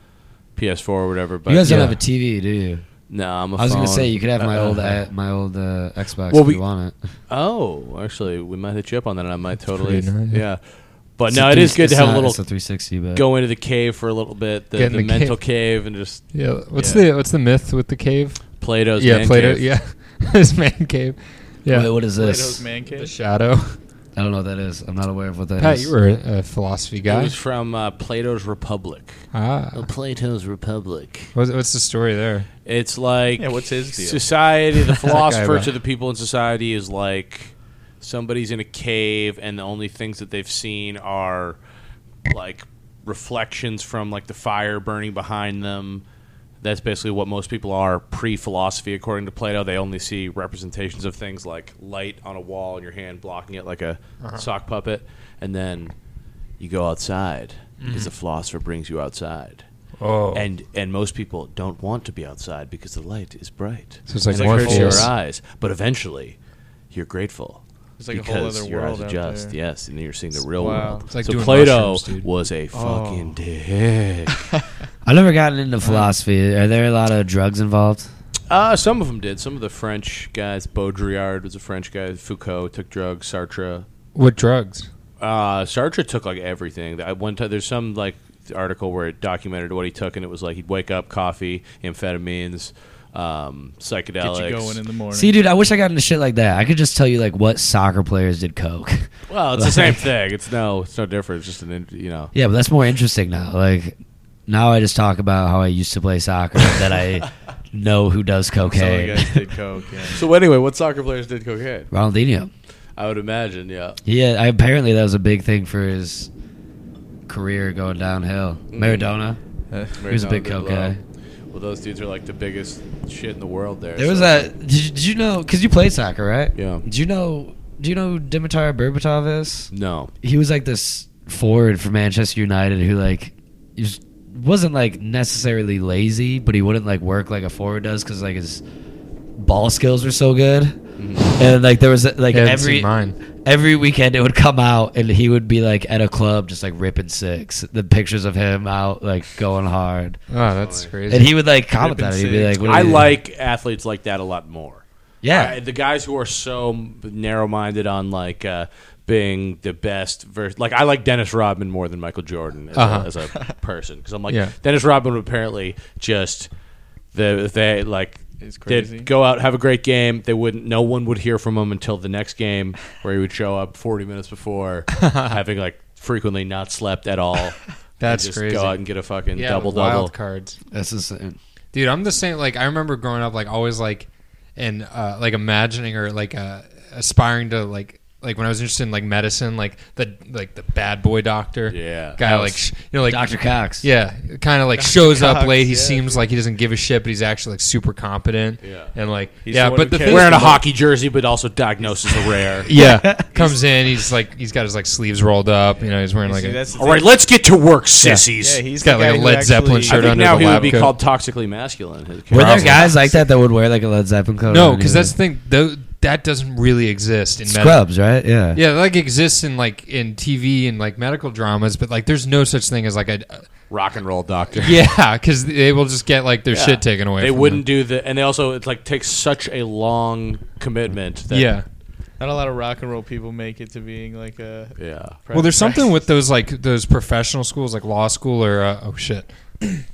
[SPEAKER 4] PS4 or whatever. But
[SPEAKER 3] you guys
[SPEAKER 2] yeah.
[SPEAKER 3] don't have a TV, do you?
[SPEAKER 4] no, I'm a
[SPEAKER 3] I was gonna
[SPEAKER 4] phone.
[SPEAKER 3] say you could have my
[SPEAKER 4] Uh,
[SPEAKER 3] old uh, my old uh, Xbox
[SPEAKER 4] Well,
[SPEAKER 3] if
[SPEAKER 4] we-
[SPEAKER 3] you want it.
[SPEAKER 4] Oh, actually, we might hit you up on that, and I might totally.
[SPEAKER 2] pretty nice.
[SPEAKER 4] Yeah, but
[SPEAKER 3] It's
[SPEAKER 4] no,
[SPEAKER 3] a
[SPEAKER 4] it
[SPEAKER 3] three-
[SPEAKER 4] is good to
[SPEAKER 3] it's
[SPEAKER 4] have
[SPEAKER 3] not-
[SPEAKER 4] a little
[SPEAKER 3] It's a 360, but
[SPEAKER 4] go into the cave for a little bit, the,
[SPEAKER 2] Get
[SPEAKER 4] the,
[SPEAKER 2] in the
[SPEAKER 4] mental cave. and just
[SPEAKER 2] Yeah, what's
[SPEAKER 4] Yeah.
[SPEAKER 2] the what's the myth with the cave?
[SPEAKER 4] Plato's.
[SPEAKER 2] yeah,
[SPEAKER 4] man
[SPEAKER 2] Plato.
[SPEAKER 4] cave.
[SPEAKER 2] Yeah, his man cave. Yeah,
[SPEAKER 3] Wait, what is
[SPEAKER 5] Plato's
[SPEAKER 3] this?
[SPEAKER 5] man
[SPEAKER 2] the
[SPEAKER 5] cave.
[SPEAKER 2] shadow.
[SPEAKER 3] I don't know what that is. I'm not aware of what that is.
[SPEAKER 2] Pat, you were a philosophy
[SPEAKER 4] It
[SPEAKER 2] guy.
[SPEAKER 4] was from uh, Plato's Republic.
[SPEAKER 3] Oh,
[SPEAKER 2] Ah,
[SPEAKER 4] Plato's Republic.
[SPEAKER 2] what's, what's the story there?
[SPEAKER 4] It's like
[SPEAKER 5] Yeah, what's his deal?
[SPEAKER 4] society, the
[SPEAKER 2] That guy,
[SPEAKER 4] philosopher
[SPEAKER 2] bro.
[SPEAKER 4] to the people in society is like somebody's in a cave and the only things that they've seen are like reflections from like the fire burning behind them. That's basically what most people are pre-philosophy according to Plato. They only see representations of things like light on a wall in your hand blocking it like a
[SPEAKER 5] Uh-huh.
[SPEAKER 4] sock puppet and then you go outside
[SPEAKER 5] Mm-hmm.
[SPEAKER 4] because the philosopher brings you outside
[SPEAKER 2] Oh,
[SPEAKER 4] and and most people don't want to be outside because the light is bright.
[SPEAKER 2] So it's like
[SPEAKER 4] and it hurts your
[SPEAKER 2] Morpheus.
[SPEAKER 4] eyes, but eventually you're grateful.
[SPEAKER 5] It's like a
[SPEAKER 4] because
[SPEAKER 5] whole other
[SPEAKER 4] your
[SPEAKER 5] world
[SPEAKER 4] eyes
[SPEAKER 5] out
[SPEAKER 4] adjust,
[SPEAKER 5] there.
[SPEAKER 4] yes, and you're seeing the real
[SPEAKER 5] Wow.
[SPEAKER 4] world.
[SPEAKER 2] It's like
[SPEAKER 4] so
[SPEAKER 2] doing
[SPEAKER 4] Plato
[SPEAKER 2] mushrooms, dude.
[SPEAKER 4] was a
[SPEAKER 5] Oh.
[SPEAKER 4] fucking dick.
[SPEAKER 3] I've never gotten into philosophy. Are there a lot of drugs involved?
[SPEAKER 4] uh, some of them did. Some of the French guys, Baudrillard was a French guy. Foucault took drugs. Sartre,
[SPEAKER 2] what drugs?
[SPEAKER 4] Uh, Sartre took like everything. I one time there's some like article where it documented what he took, and it was like he'd wake up, coffee, amphetamines, um, psychedelics.
[SPEAKER 5] Get you going in the morning.
[SPEAKER 3] See, dude, I wish I got into shit like that. I could just tell you like what soccer players did coke.
[SPEAKER 4] well, it's the same thing. It's no, it's no different. It's just an in- you know.
[SPEAKER 3] yeah, but that's more interesting now. Like now, I just talk about how I used to play soccer that I know who does
[SPEAKER 5] Some of the
[SPEAKER 3] cocaine.
[SPEAKER 5] guys did coke. Yeah.
[SPEAKER 4] So anyway, what soccer players did cocaine?
[SPEAKER 3] Ronaldinho.
[SPEAKER 4] I would imagine, yeah.
[SPEAKER 3] Yeah, I, apparently that was a big thing for his career going downhill. Maradona.
[SPEAKER 5] Uh,
[SPEAKER 3] He was a big coke guy.
[SPEAKER 4] Well, those dudes are like the biggest shit in the world. There,
[SPEAKER 3] There was
[SPEAKER 4] so-
[SPEAKER 3] that. Did you, did you know? Because you played soccer, right?
[SPEAKER 4] Yeah.
[SPEAKER 3] Do you know? Do you know who Dimitar Berbatov is?
[SPEAKER 4] No,
[SPEAKER 3] He was like this forward for Manchester United who like he was- wasn't like necessarily lazy, but he wouldn't like work like a forward does because like his ball skills were so good. And like there was like
[SPEAKER 2] Yeah, I haven't
[SPEAKER 3] every
[SPEAKER 2] seen mine.
[SPEAKER 3] every weekend it would come out and he would be like at a club just like ripping six. The pictures of him out like going hard,
[SPEAKER 2] Oh, that's crazy.
[SPEAKER 3] and he would like comment
[SPEAKER 5] Ripping
[SPEAKER 3] that. He'd be
[SPEAKER 5] six.
[SPEAKER 3] like, what are
[SPEAKER 4] I
[SPEAKER 3] you-
[SPEAKER 4] like athletes like that a lot more.
[SPEAKER 3] yeah."
[SPEAKER 4] I- the guys who are so narrow-minded on like uh, being the best versus like I like Dennis Rodman more than Michael Jordan as,
[SPEAKER 2] Uh-huh.
[SPEAKER 4] a, as a person because I'm like
[SPEAKER 2] Yeah.
[SPEAKER 4] Dennis Rodman would apparently just the they like
[SPEAKER 5] It's crazy.
[SPEAKER 4] they'd go out have a great game they wouldn't no one would hear from him until the next game where he would show up 40 minutes before having like frequently not slept at all. and
[SPEAKER 2] That's
[SPEAKER 4] just
[SPEAKER 2] crazy.
[SPEAKER 4] Go out and get a fucking
[SPEAKER 2] yeah,
[SPEAKER 4] double double.
[SPEAKER 2] wild cards.
[SPEAKER 3] That's insane.
[SPEAKER 2] dude i'm the same like i remember growing up like always like and uh like imagining or like uh aspiring to like like when I was interested in like medicine, like the like the bad boy doctor,
[SPEAKER 4] Yeah.
[SPEAKER 2] guy, like sh- you know, like
[SPEAKER 3] Dr. Cox.
[SPEAKER 2] yeah, kind of like shows up
[SPEAKER 5] Cox,
[SPEAKER 2] late. He
[SPEAKER 5] yeah.
[SPEAKER 2] seems like he doesn't give a shit, but he's actually like super competent.
[SPEAKER 4] Yeah.
[SPEAKER 2] and like
[SPEAKER 5] He's
[SPEAKER 2] yeah,
[SPEAKER 5] the one
[SPEAKER 2] but
[SPEAKER 5] who
[SPEAKER 2] the
[SPEAKER 5] cares
[SPEAKER 2] thing-
[SPEAKER 4] Wearing a hockey jersey, but also diagnoses are rare.
[SPEAKER 2] yeah comes in. He's like he's got his like sleeves rolled up. You know, he's wearing like
[SPEAKER 5] See,
[SPEAKER 2] a,
[SPEAKER 5] that's the
[SPEAKER 4] All right,
[SPEAKER 5] thing.
[SPEAKER 4] let's get to work, sissies.
[SPEAKER 5] Yeah, he's
[SPEAKER 2] got
[SPEAKER 5] the
[SPEAKER 2] like
[SPEAKER 5] guy
[SPEAKER 2] a
[SPEAKER 5] who
[SPEAKER 2] Led Zeppelin
[SPEAKER 5] actually-
[SPEAKER 4] I
[SPEAKER 2] shirt
[SPEAKER 4] think
[SPEAKER 2] on. under
[SPEAKER 4] now
[SPEAKER 2] the
[SPEAKER 4] he would
[SPEAKER 2] lab
[SPEAKER 4] be
[SPEAKER 2] coat.
[SPEAKER 4] called toxically masculine. His
[SPEAKER 3] Were there
[SPEAKER 4] character.
[SPEAKER 3] guys like that that would wear like a Led Zeppelin coat?
[SPEAKER 2] no,
[SPEAKER 3] on
[SPEAKER 2] because
[SPEAKER 3] anyway?
[SPEAKER 2] that's the thing. Tho- that doesn't really exist in medical.
[SPEAKER 3] scrubs, right? Yeah.
[SPEAKER 2] Yeah, that, like exists in like in TV and like medical dramas, but like there's no such thing as like a
[SPEAKER 4] rock and roll doctor.
[SPEAKER 2] yeah, because they will just get like their
[SPEAKER 4] Yeah.
[SPEAKER 2] shit taken away.
[SPEAKER 4] They
[SPEAKER 2] from
[SPEAKER 4] wouldn't
[SPEAKER 2] Them.
[SPEAKER 4] do the, and they also it's like takes such a long commitment. That,
[SPEAKER 2] Yeah.
[SPEAKER 5] Not a lot of rock and roll people make it to being like a.
[SPEAKER 4] yeah.
[SPEAKER 2] Well, there's something with those like those professional schools, like law school or uh, oh shit,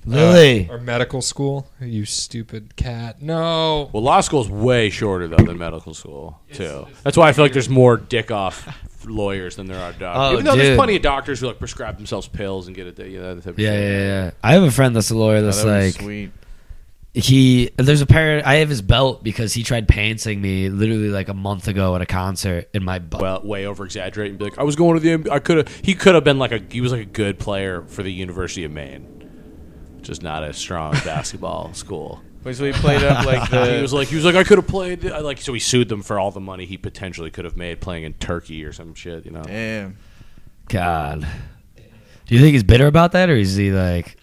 [SPEAKER 3] Lily.
[SPEAKER 2] Uh, or medical school. You stupid cat. No.
[SPEAKER 4] Well, law school's way shorter though than medical school too. That's why I feel like there's more dick off lawyers than there are doctors.
[SPEAKER 3] Oh,
[SPEAKER 4] Even though
[SPEAKER 3] dude.
[SPEAKER 4] there's plenty of doctors who like prescribe themselves pills and get it. You know, that type of
[SPEAKER 3] Yeah,
[SPEAKER 4] shit.
[SPEAKER 3] yeah, yeah. I have a friend that's a lawyer
[SPEAKER 5] Oh,
[SPEAKER 3] that's
[SPEAKER 5] that would be
[SPEAKER 3] like
[SPEAKER 5] sweet.
[SPEAKER 3] he there's a pair I have his belt because he tried pantsing me literally like a month ago at a concert in my butt.
[SPEAKER 4] well, way over exaggerate and be like, I was going to the. M- I could have. He could have been like a. He was like a good player for the University of Maine, just not a strong basketball school.
[SPEAKER 5] Wait, so he played up like the.
[SPEAKER 4] he was like, he was like, I could have played. I like, so he sued them for all the money he potentially could have made playing in Turkey or some shit. You know,
[SPEAKER 5] Damn.
[SPEAKER 3] God. Do you think he's bitter about that or is he like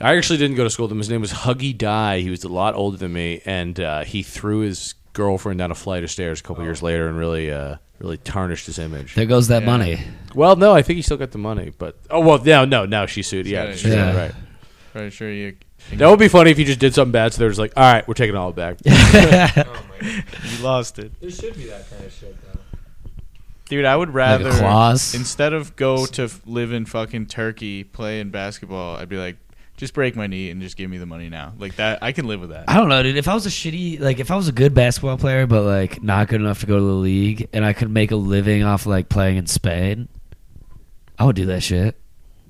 [SPEAKER 4] I actually didn't go to school with him. His name was Huggy Dye. He was a lot older than me, and uh, he threw his girlfriend down a flight of stairs a couple years later and really, uh, really tarnished his image.
[SPEAKER 3] there goes that
[SPEAKER 5] Yeah.
[SPEAKER 3] money?
[SPEAKER 4] Well, no, I think he still got the money, but oh well, no, no, now she sued. Yeah,
[SPEAKER 5] Yeah.
[SPEAKER 4] she sued,
[SPEAKER 3] Yeah.
[SPEAKER 4] right.
[SPEAKER 5] Pretty sure you.
[SPEAKER 4] That would be funny if you just did something bad. So they're just like, all right, we're taking it all back.
[SPEAKER 2] Oh,
[SPEAKER 5] You lost it.
[SPEAKER 2] There should be that kind of shit though.
[SPEAKER 5] Dude, I would
[SPEAKER 3] Like
[SPEAKER 5] rather.
[SPEAKER 3] a claws?
[SPEAKER 5] Instead of go to f- live in fucking Turkey, play in basketball, I'd be like, just break my knee and just give me the money now. Like that, I can live with that.
[SPEAKER 3] I don't know, dude. If I was a shitty, like, if I was a good basketball player, but like not good enough to go to the league, and I could make a living off like playing in Spain, I would do that shit.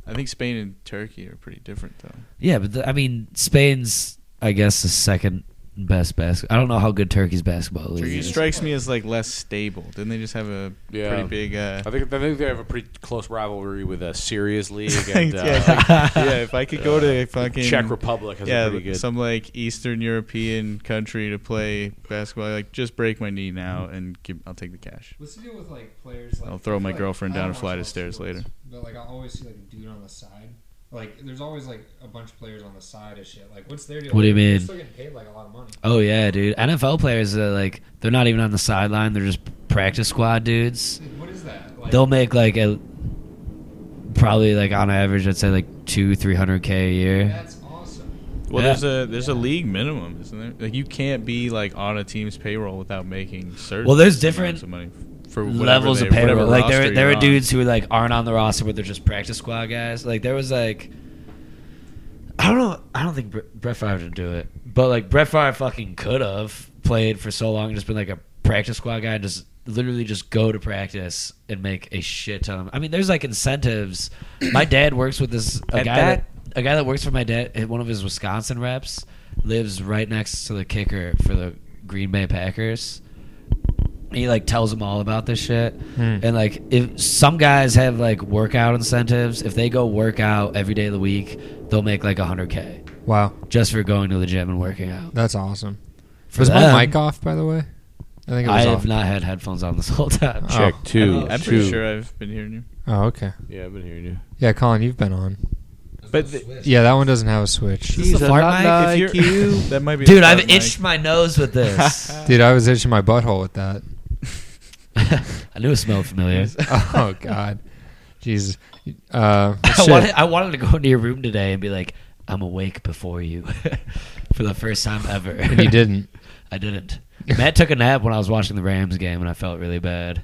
[SPEAKER 5] I think Spain and Turkey are pretty different though.
[SPEAKER 3] Yeah, but the, I mean, Spain's, I guess, the second best basketball. I don't know how good Turkey's basketball league
[SPEAKER 5] Turkey
[SPEAKER 3] is.
[SPEAKER 5] strikes me as like less stable. Didn't they just have a
[SPEAKER 4] Yeah.
[SPEAKER 5] pretty big? Uh,
[SPEAKER 4] I think I think they have a pretty close rivalry with a serious league and
[SPEAKER 5] yeah,
[SPEAKER 4] uh,
[SPEAKER 5] it's like- yeah, if I could go to fucking
[SPEAKER 4] Czech Republic has
[SPEAKER 5] yeah,
[SPEAKER 4] a pretty good.
[SPEAKER 5] some like Eastern European country to play basketball, like just break my knee now and give, I'll take the cash.
[SPEAKER 2] What's the deal with like players? Like,
[SPEAKER 5] I'll throw
[SPEAKER 2] I feel
[SPEAKER 5] my
[SPEAKER 2] like-
[SPEAKER 5] girlfriend
[SPEAKER 2] I
[SPEAKER 5] down
[SPEAKER 2] don't
[SPEAKER 5] a flight
[SPEAKER 2] watch
[SPEAKER 5] of stairs
[SPEAKER 2] sports,
[SPEAKER 5] later.
[SPEAKER 2] But like I always see like a dude on the side. Like there's always like a bunch of players on the side of shit. Like what's their deal?
[SPEAKER 3] What do you
[SPEAKER 2] Like,
[SPEAKER 3] mean?
[SPEAKER 2] They're still getting paid like a lot of money.
[SPEAKER 3] Oh yeah, dude. NFL players are like they're not even on the sideline. They're just practice squad dudes.
[SPEAKER 2] Dude, What is that? Like,
[SPEAKER 3] They'll make like a probably like on average, I'd say like two, three hundred k a year.
[SPEAKER 2] that's awesome.
[SPEAKER 5] Well,
[SPEAKER 3] Yeah.
[SPEAKER 5] there's a there's a league minimum, isn't there? Like you can't be like on a team's payroll without making certain.
[SPEAKER 3] Well, there's
[SPEAKER 5] amounts
[SPEAKER 3] different
[SPEAKER 5] of money for whatever
[SPEAKER 3] levels
[SPEAKER 5] they-
[SPEAKER 3] of payroll.
[SPEAKER 5] whatever
[SPEAKER 3] Like there,
[SPEAKER 5] roster
[SPEAKER 3] there
[SPEAKER 5] you're
[SPEAKER 3] were
[SPEAKER 5] on.
[SPEAKER 3] dudes who like aren't on the roster, but they're just practice squad guys. Like there was like, I don't know. I don't think Bre- Brett Favre would do it, but like Brett Favre fucking could have played for so long and just been like a practice squad guy and just literally just go to practice and make a shit ton. Of, I mean, there's like incentives. my dad works with this a
[SPEAKER 5] At
[SPEAKER 3] guy
[SPEAKER 5] that-
[SPEAKER 3] that a guy that works for my dad. One of his Wisconsin reps lives right next to the kicker for the Green Bay Packers he like tells them all about this shit
[SPEAKER 2] Hmm.
[SPEAKER 3] and like if some guys have like workout incentives if they go work out every day of the week they'll make like 100k
[SPEAKER 2] Wow,
[SPEAKER 3] just for going to the gym and working out
[SPEAKER 2] that's awesome.
[SPEAKER 3] For
[SPEAKER 2] was
[SPEAKER 3] them-
[SPEAKER 2] my mic off by the way? I think it
[SPEAKER 3] i
[SPEAKER 2] was
[SPEAKER 3] have
[SPEAKER 2] off.
[SPEAKER 3] not had headphones on this whole time
[SPEAKER 2] Oh.
[SPEAKER 4] Check two.
[SPEAKER 5] I'm
[SPEAKER 4] two.
[SPEAKER 5] pretty sure I've been hearing you.
[SPEAKER 2] Oh okay.
[SPEAKER 4] Yeah, I've been hearing you.
[SPEAKER 2] Yeah, Colin, you've been on.
[SPEAKER 5] But the,
[SPEAKER 2] Yeah, that one doesn't have a switch.
[SPEAKER 3] This is a fart mic?
[SPEAKER 5] if you're, that might be a
[SPEAKER 3] dude i've
[SPEAKER 5] fart mic.
[SPEAKER 3] itched my nose with this
[SPEAKER 2] Dude, I was itching my butthole with that.
[SPEAKER 3] i knew it smelled familiar
[SPEAKER 2] Oh God, Jesus. Uh,
[SPEAKER 3] I
[SPEAKER 2] shit.
[SPEAKER 3] wanted, I wanted to go into your room today and be like i'm awake before you for the first time ever
[SPEAKER 2] and you didn't.
[SPEAKER 3] i didn't matt took a nap when i was watching the rams game and i felt really bad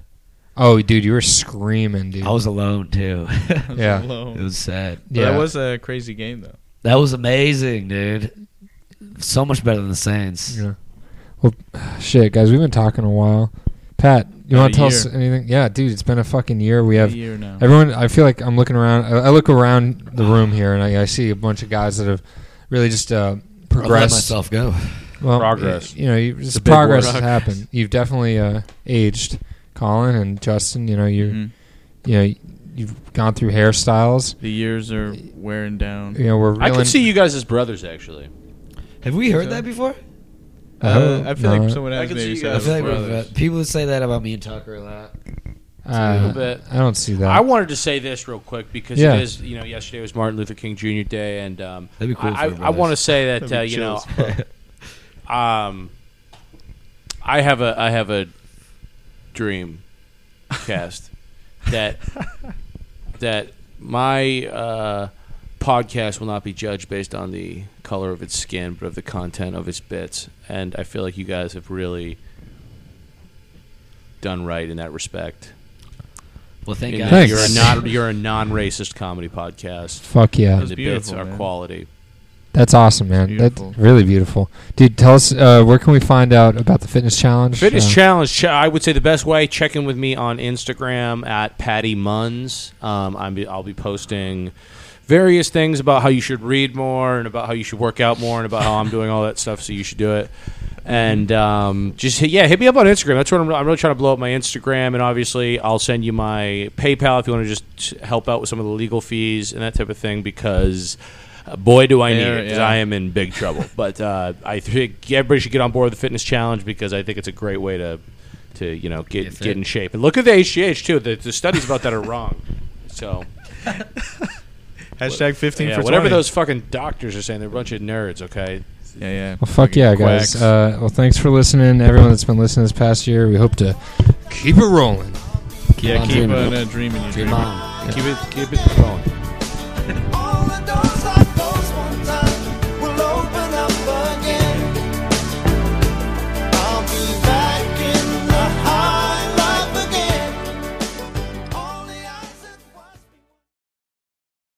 [SPEAKER 2] Oh, dude, you were screaming, dude.
[SPEAKER 3] i was alone too
[SPEAKER 5] I was
[SPEAKER 2] Yeah.
[SPEAKER 5] alone.
[SPEAKER 3] It was sad.
[SPEAKER 5] But
[SPEAKER 2] Yeah.
[SPEAKER 5] That was a crazy game though.
[SPEAKER 3] That was amazing, dude. So much better than the Saints.
[SPEAKER 2] Yeah. Well, shit, guys, we've been talking a while. Pat, you
[SPEAKER 5] About
[SPEAKER 2] want
[SPEAKER 5] a
[SPEAKER 2] to tell us
[SPEAKER 5] year.
[SPEAKER 2] anything? Yeah, dude, it's been a fucking year. We
[SPEAKER 5] a
[SPEAKER 2] have
[SPEAKER 5] year now.
[SPEAKER 2] everyone. I feel like I'm looking around. I, I look around the room here, and I, I see a bunch of guys that have really just uh,
[SPEAKER 3] I let
[SPEAKER 2] progressed.
[SPEAKER 3] myself go.
[SPEAKER 2] Well,
[SPEAKER 4] Progress.
[SPEAKER 2] You know, you, just
[SPEAKER 4] big
[SPEAKER 2] progress
[SPEAKER 4] word.
[SPEAKER 2] has happened. You've definitely uh, aged. Colin and Justin. You know, you are
[SPEAKER 5] Mhm.
[SPEAKER 4] Mm-hmm.
[SPEAKER 2] you know you've gone through hairstyles.
[SPEAKER 5] The years are wearing down.
[SPEAKER 2] You know, we're
[SPEAKER 4] I
[SPEAKER 2] reeling.
[SPEAKER 4] could see you guys as brothers, actually.
[SPEAKER 3] Have we heard that before?
[SPEAKER 5] Uh,
[SPEAKER 2] Oh,
[SPEAKER 5] I feel
[SPEAKER 2] no.
[SPEAKER 5] like someone
[SPEAKER 4] I
[SPEAKER 5] else
[SPEAKER 4] can
[SPEAKER 5] maybe
[SPEAKER 4] see you
[SPEAKER 5] said that
[SPEAKER 3] I
[SPEAKER 4] guys.
[SPEAKER 3] feel like
[SPEAKER 5] before
[SPEAKER 3] we've, uh,
[SPEAKER 5] others.
[SPEAKER 3] people would say that about me and Tucker a lot.
[SPEAKER 2] Uh,
[SPEAKER 4] little bit.
[SPEAKER 2] I don't see that.
[SPEAKER 4] I wanted to say this real quick because
[SPEAKER 2] Yeah.
[SPEAKER 4] it is, you know, yesterday was Martin Luther King Jr. Day, and um,
[SPEAKER 3] That'd be cool
[SPEAKER 4] I,
[SPEAKER 3] if we
[SPEAKER 4] I, I
[SPEAKER 3] were
[SPEAKER 4] want to say that
[SPEAKER 5] That'd
[SPEAKER 4] uh,
[SPEAKER 5] be
[SPEAKER 4] you
[SPEAKER 5] chill
[SPEAKER 4] know,
[SPEAKER 5] as fuck.
[SPEAKER 4] um, I have a I have a dream cast that that my uh, podcast will not be judged based on the color of its skin, but of the content of its bits. And I feel like you guys have really done right in that respect.
[SPEAKER 3] Well, thank
[SPEAKER 4] In
[SPEAKER 3] God.
[SPEAKER 4] that
[SPEAKER 2] Thanks.
[SPEAKER 4] You're a non you're a non racist comedy podcast.
[SPEAKER 2] Fuck yeah,
[SPEAKER 4] And the bits
[SPEAKER 5] beautiful,
[SPEAKER 4] are
[SPEAKER 5] man.
[SPEAKER 4] quality.
[SPEAKER 2] that's awesome, man. That's
[SPEAKER 5] beautiful.
[SPEAKER 2] really beautiful, dude. Tell us uh, where can we find out about the fitness challenge?
[SPEAKER 4] Fitness
[SPEAKER 2] Uh,
[SPEAKER 4] challenge. Ch- I would say the best way. Check in with me on Instagram at Patty Munns. Um, I'm be, I'll be posting various things about how you should read more and about how you should work out more and about how I'm doing all that stuff. So you should do it. And um, just hit- yeah, hit me up on Instagram. That's what I'm, I'm really trying to blow up my Instagram. And obviously, I'll send you my PayPal if you want to just help out with some of the legal fees and that type of thing. Because uh, boy, do I need
[SPEAKER 5] There,
[SPEAKER 4] it. 'cause
[SPEAKER 5] yeah.
[SPEAKER 4] I am am in big trouble. But uh, I think everybody should get on board with the fitness challenge because I think it's a great way to, to you know, get
[SPEAKER 3] Get fit.
[SPEAKER 4] get in shape. And look at the HGH too. The, the studies about that are wrong. So
[SPEAKER 5] Hashtag 15
[SPEAKER 4] yeah,
[SPEAKER 5] for
[SPEAKER 4] whatever
[SPEAKER 5] 20.
[SPEAKER 4] those fucking doctors are saying, they're a bunch of nerds. Okay,
[SPEAKER 5] Yeah, yeah.
[SPEAKER 2] Well, fuck
[SPEAKER 5] Fucking
[SPEAKER 2] yeah, guys.
[SPEAKER 5] quacks.
[SPEAKER 2] Uh, well, thanks for listening, everyone that's been listening this past year. We hope to keep it rolling.
[SPEAKER 5] yeah,
[SPEAKER 3] on
[SPEAKER 5] keep
[SPEAKER 3] dreaming.
[SPEAKER 5] on uh, dreaming. You
[SPEAKER 3] Dream
[SPEAKER 5] dreamer.
[SPEAKER 3] on.
[SPEAKER 4] keep it keep it going.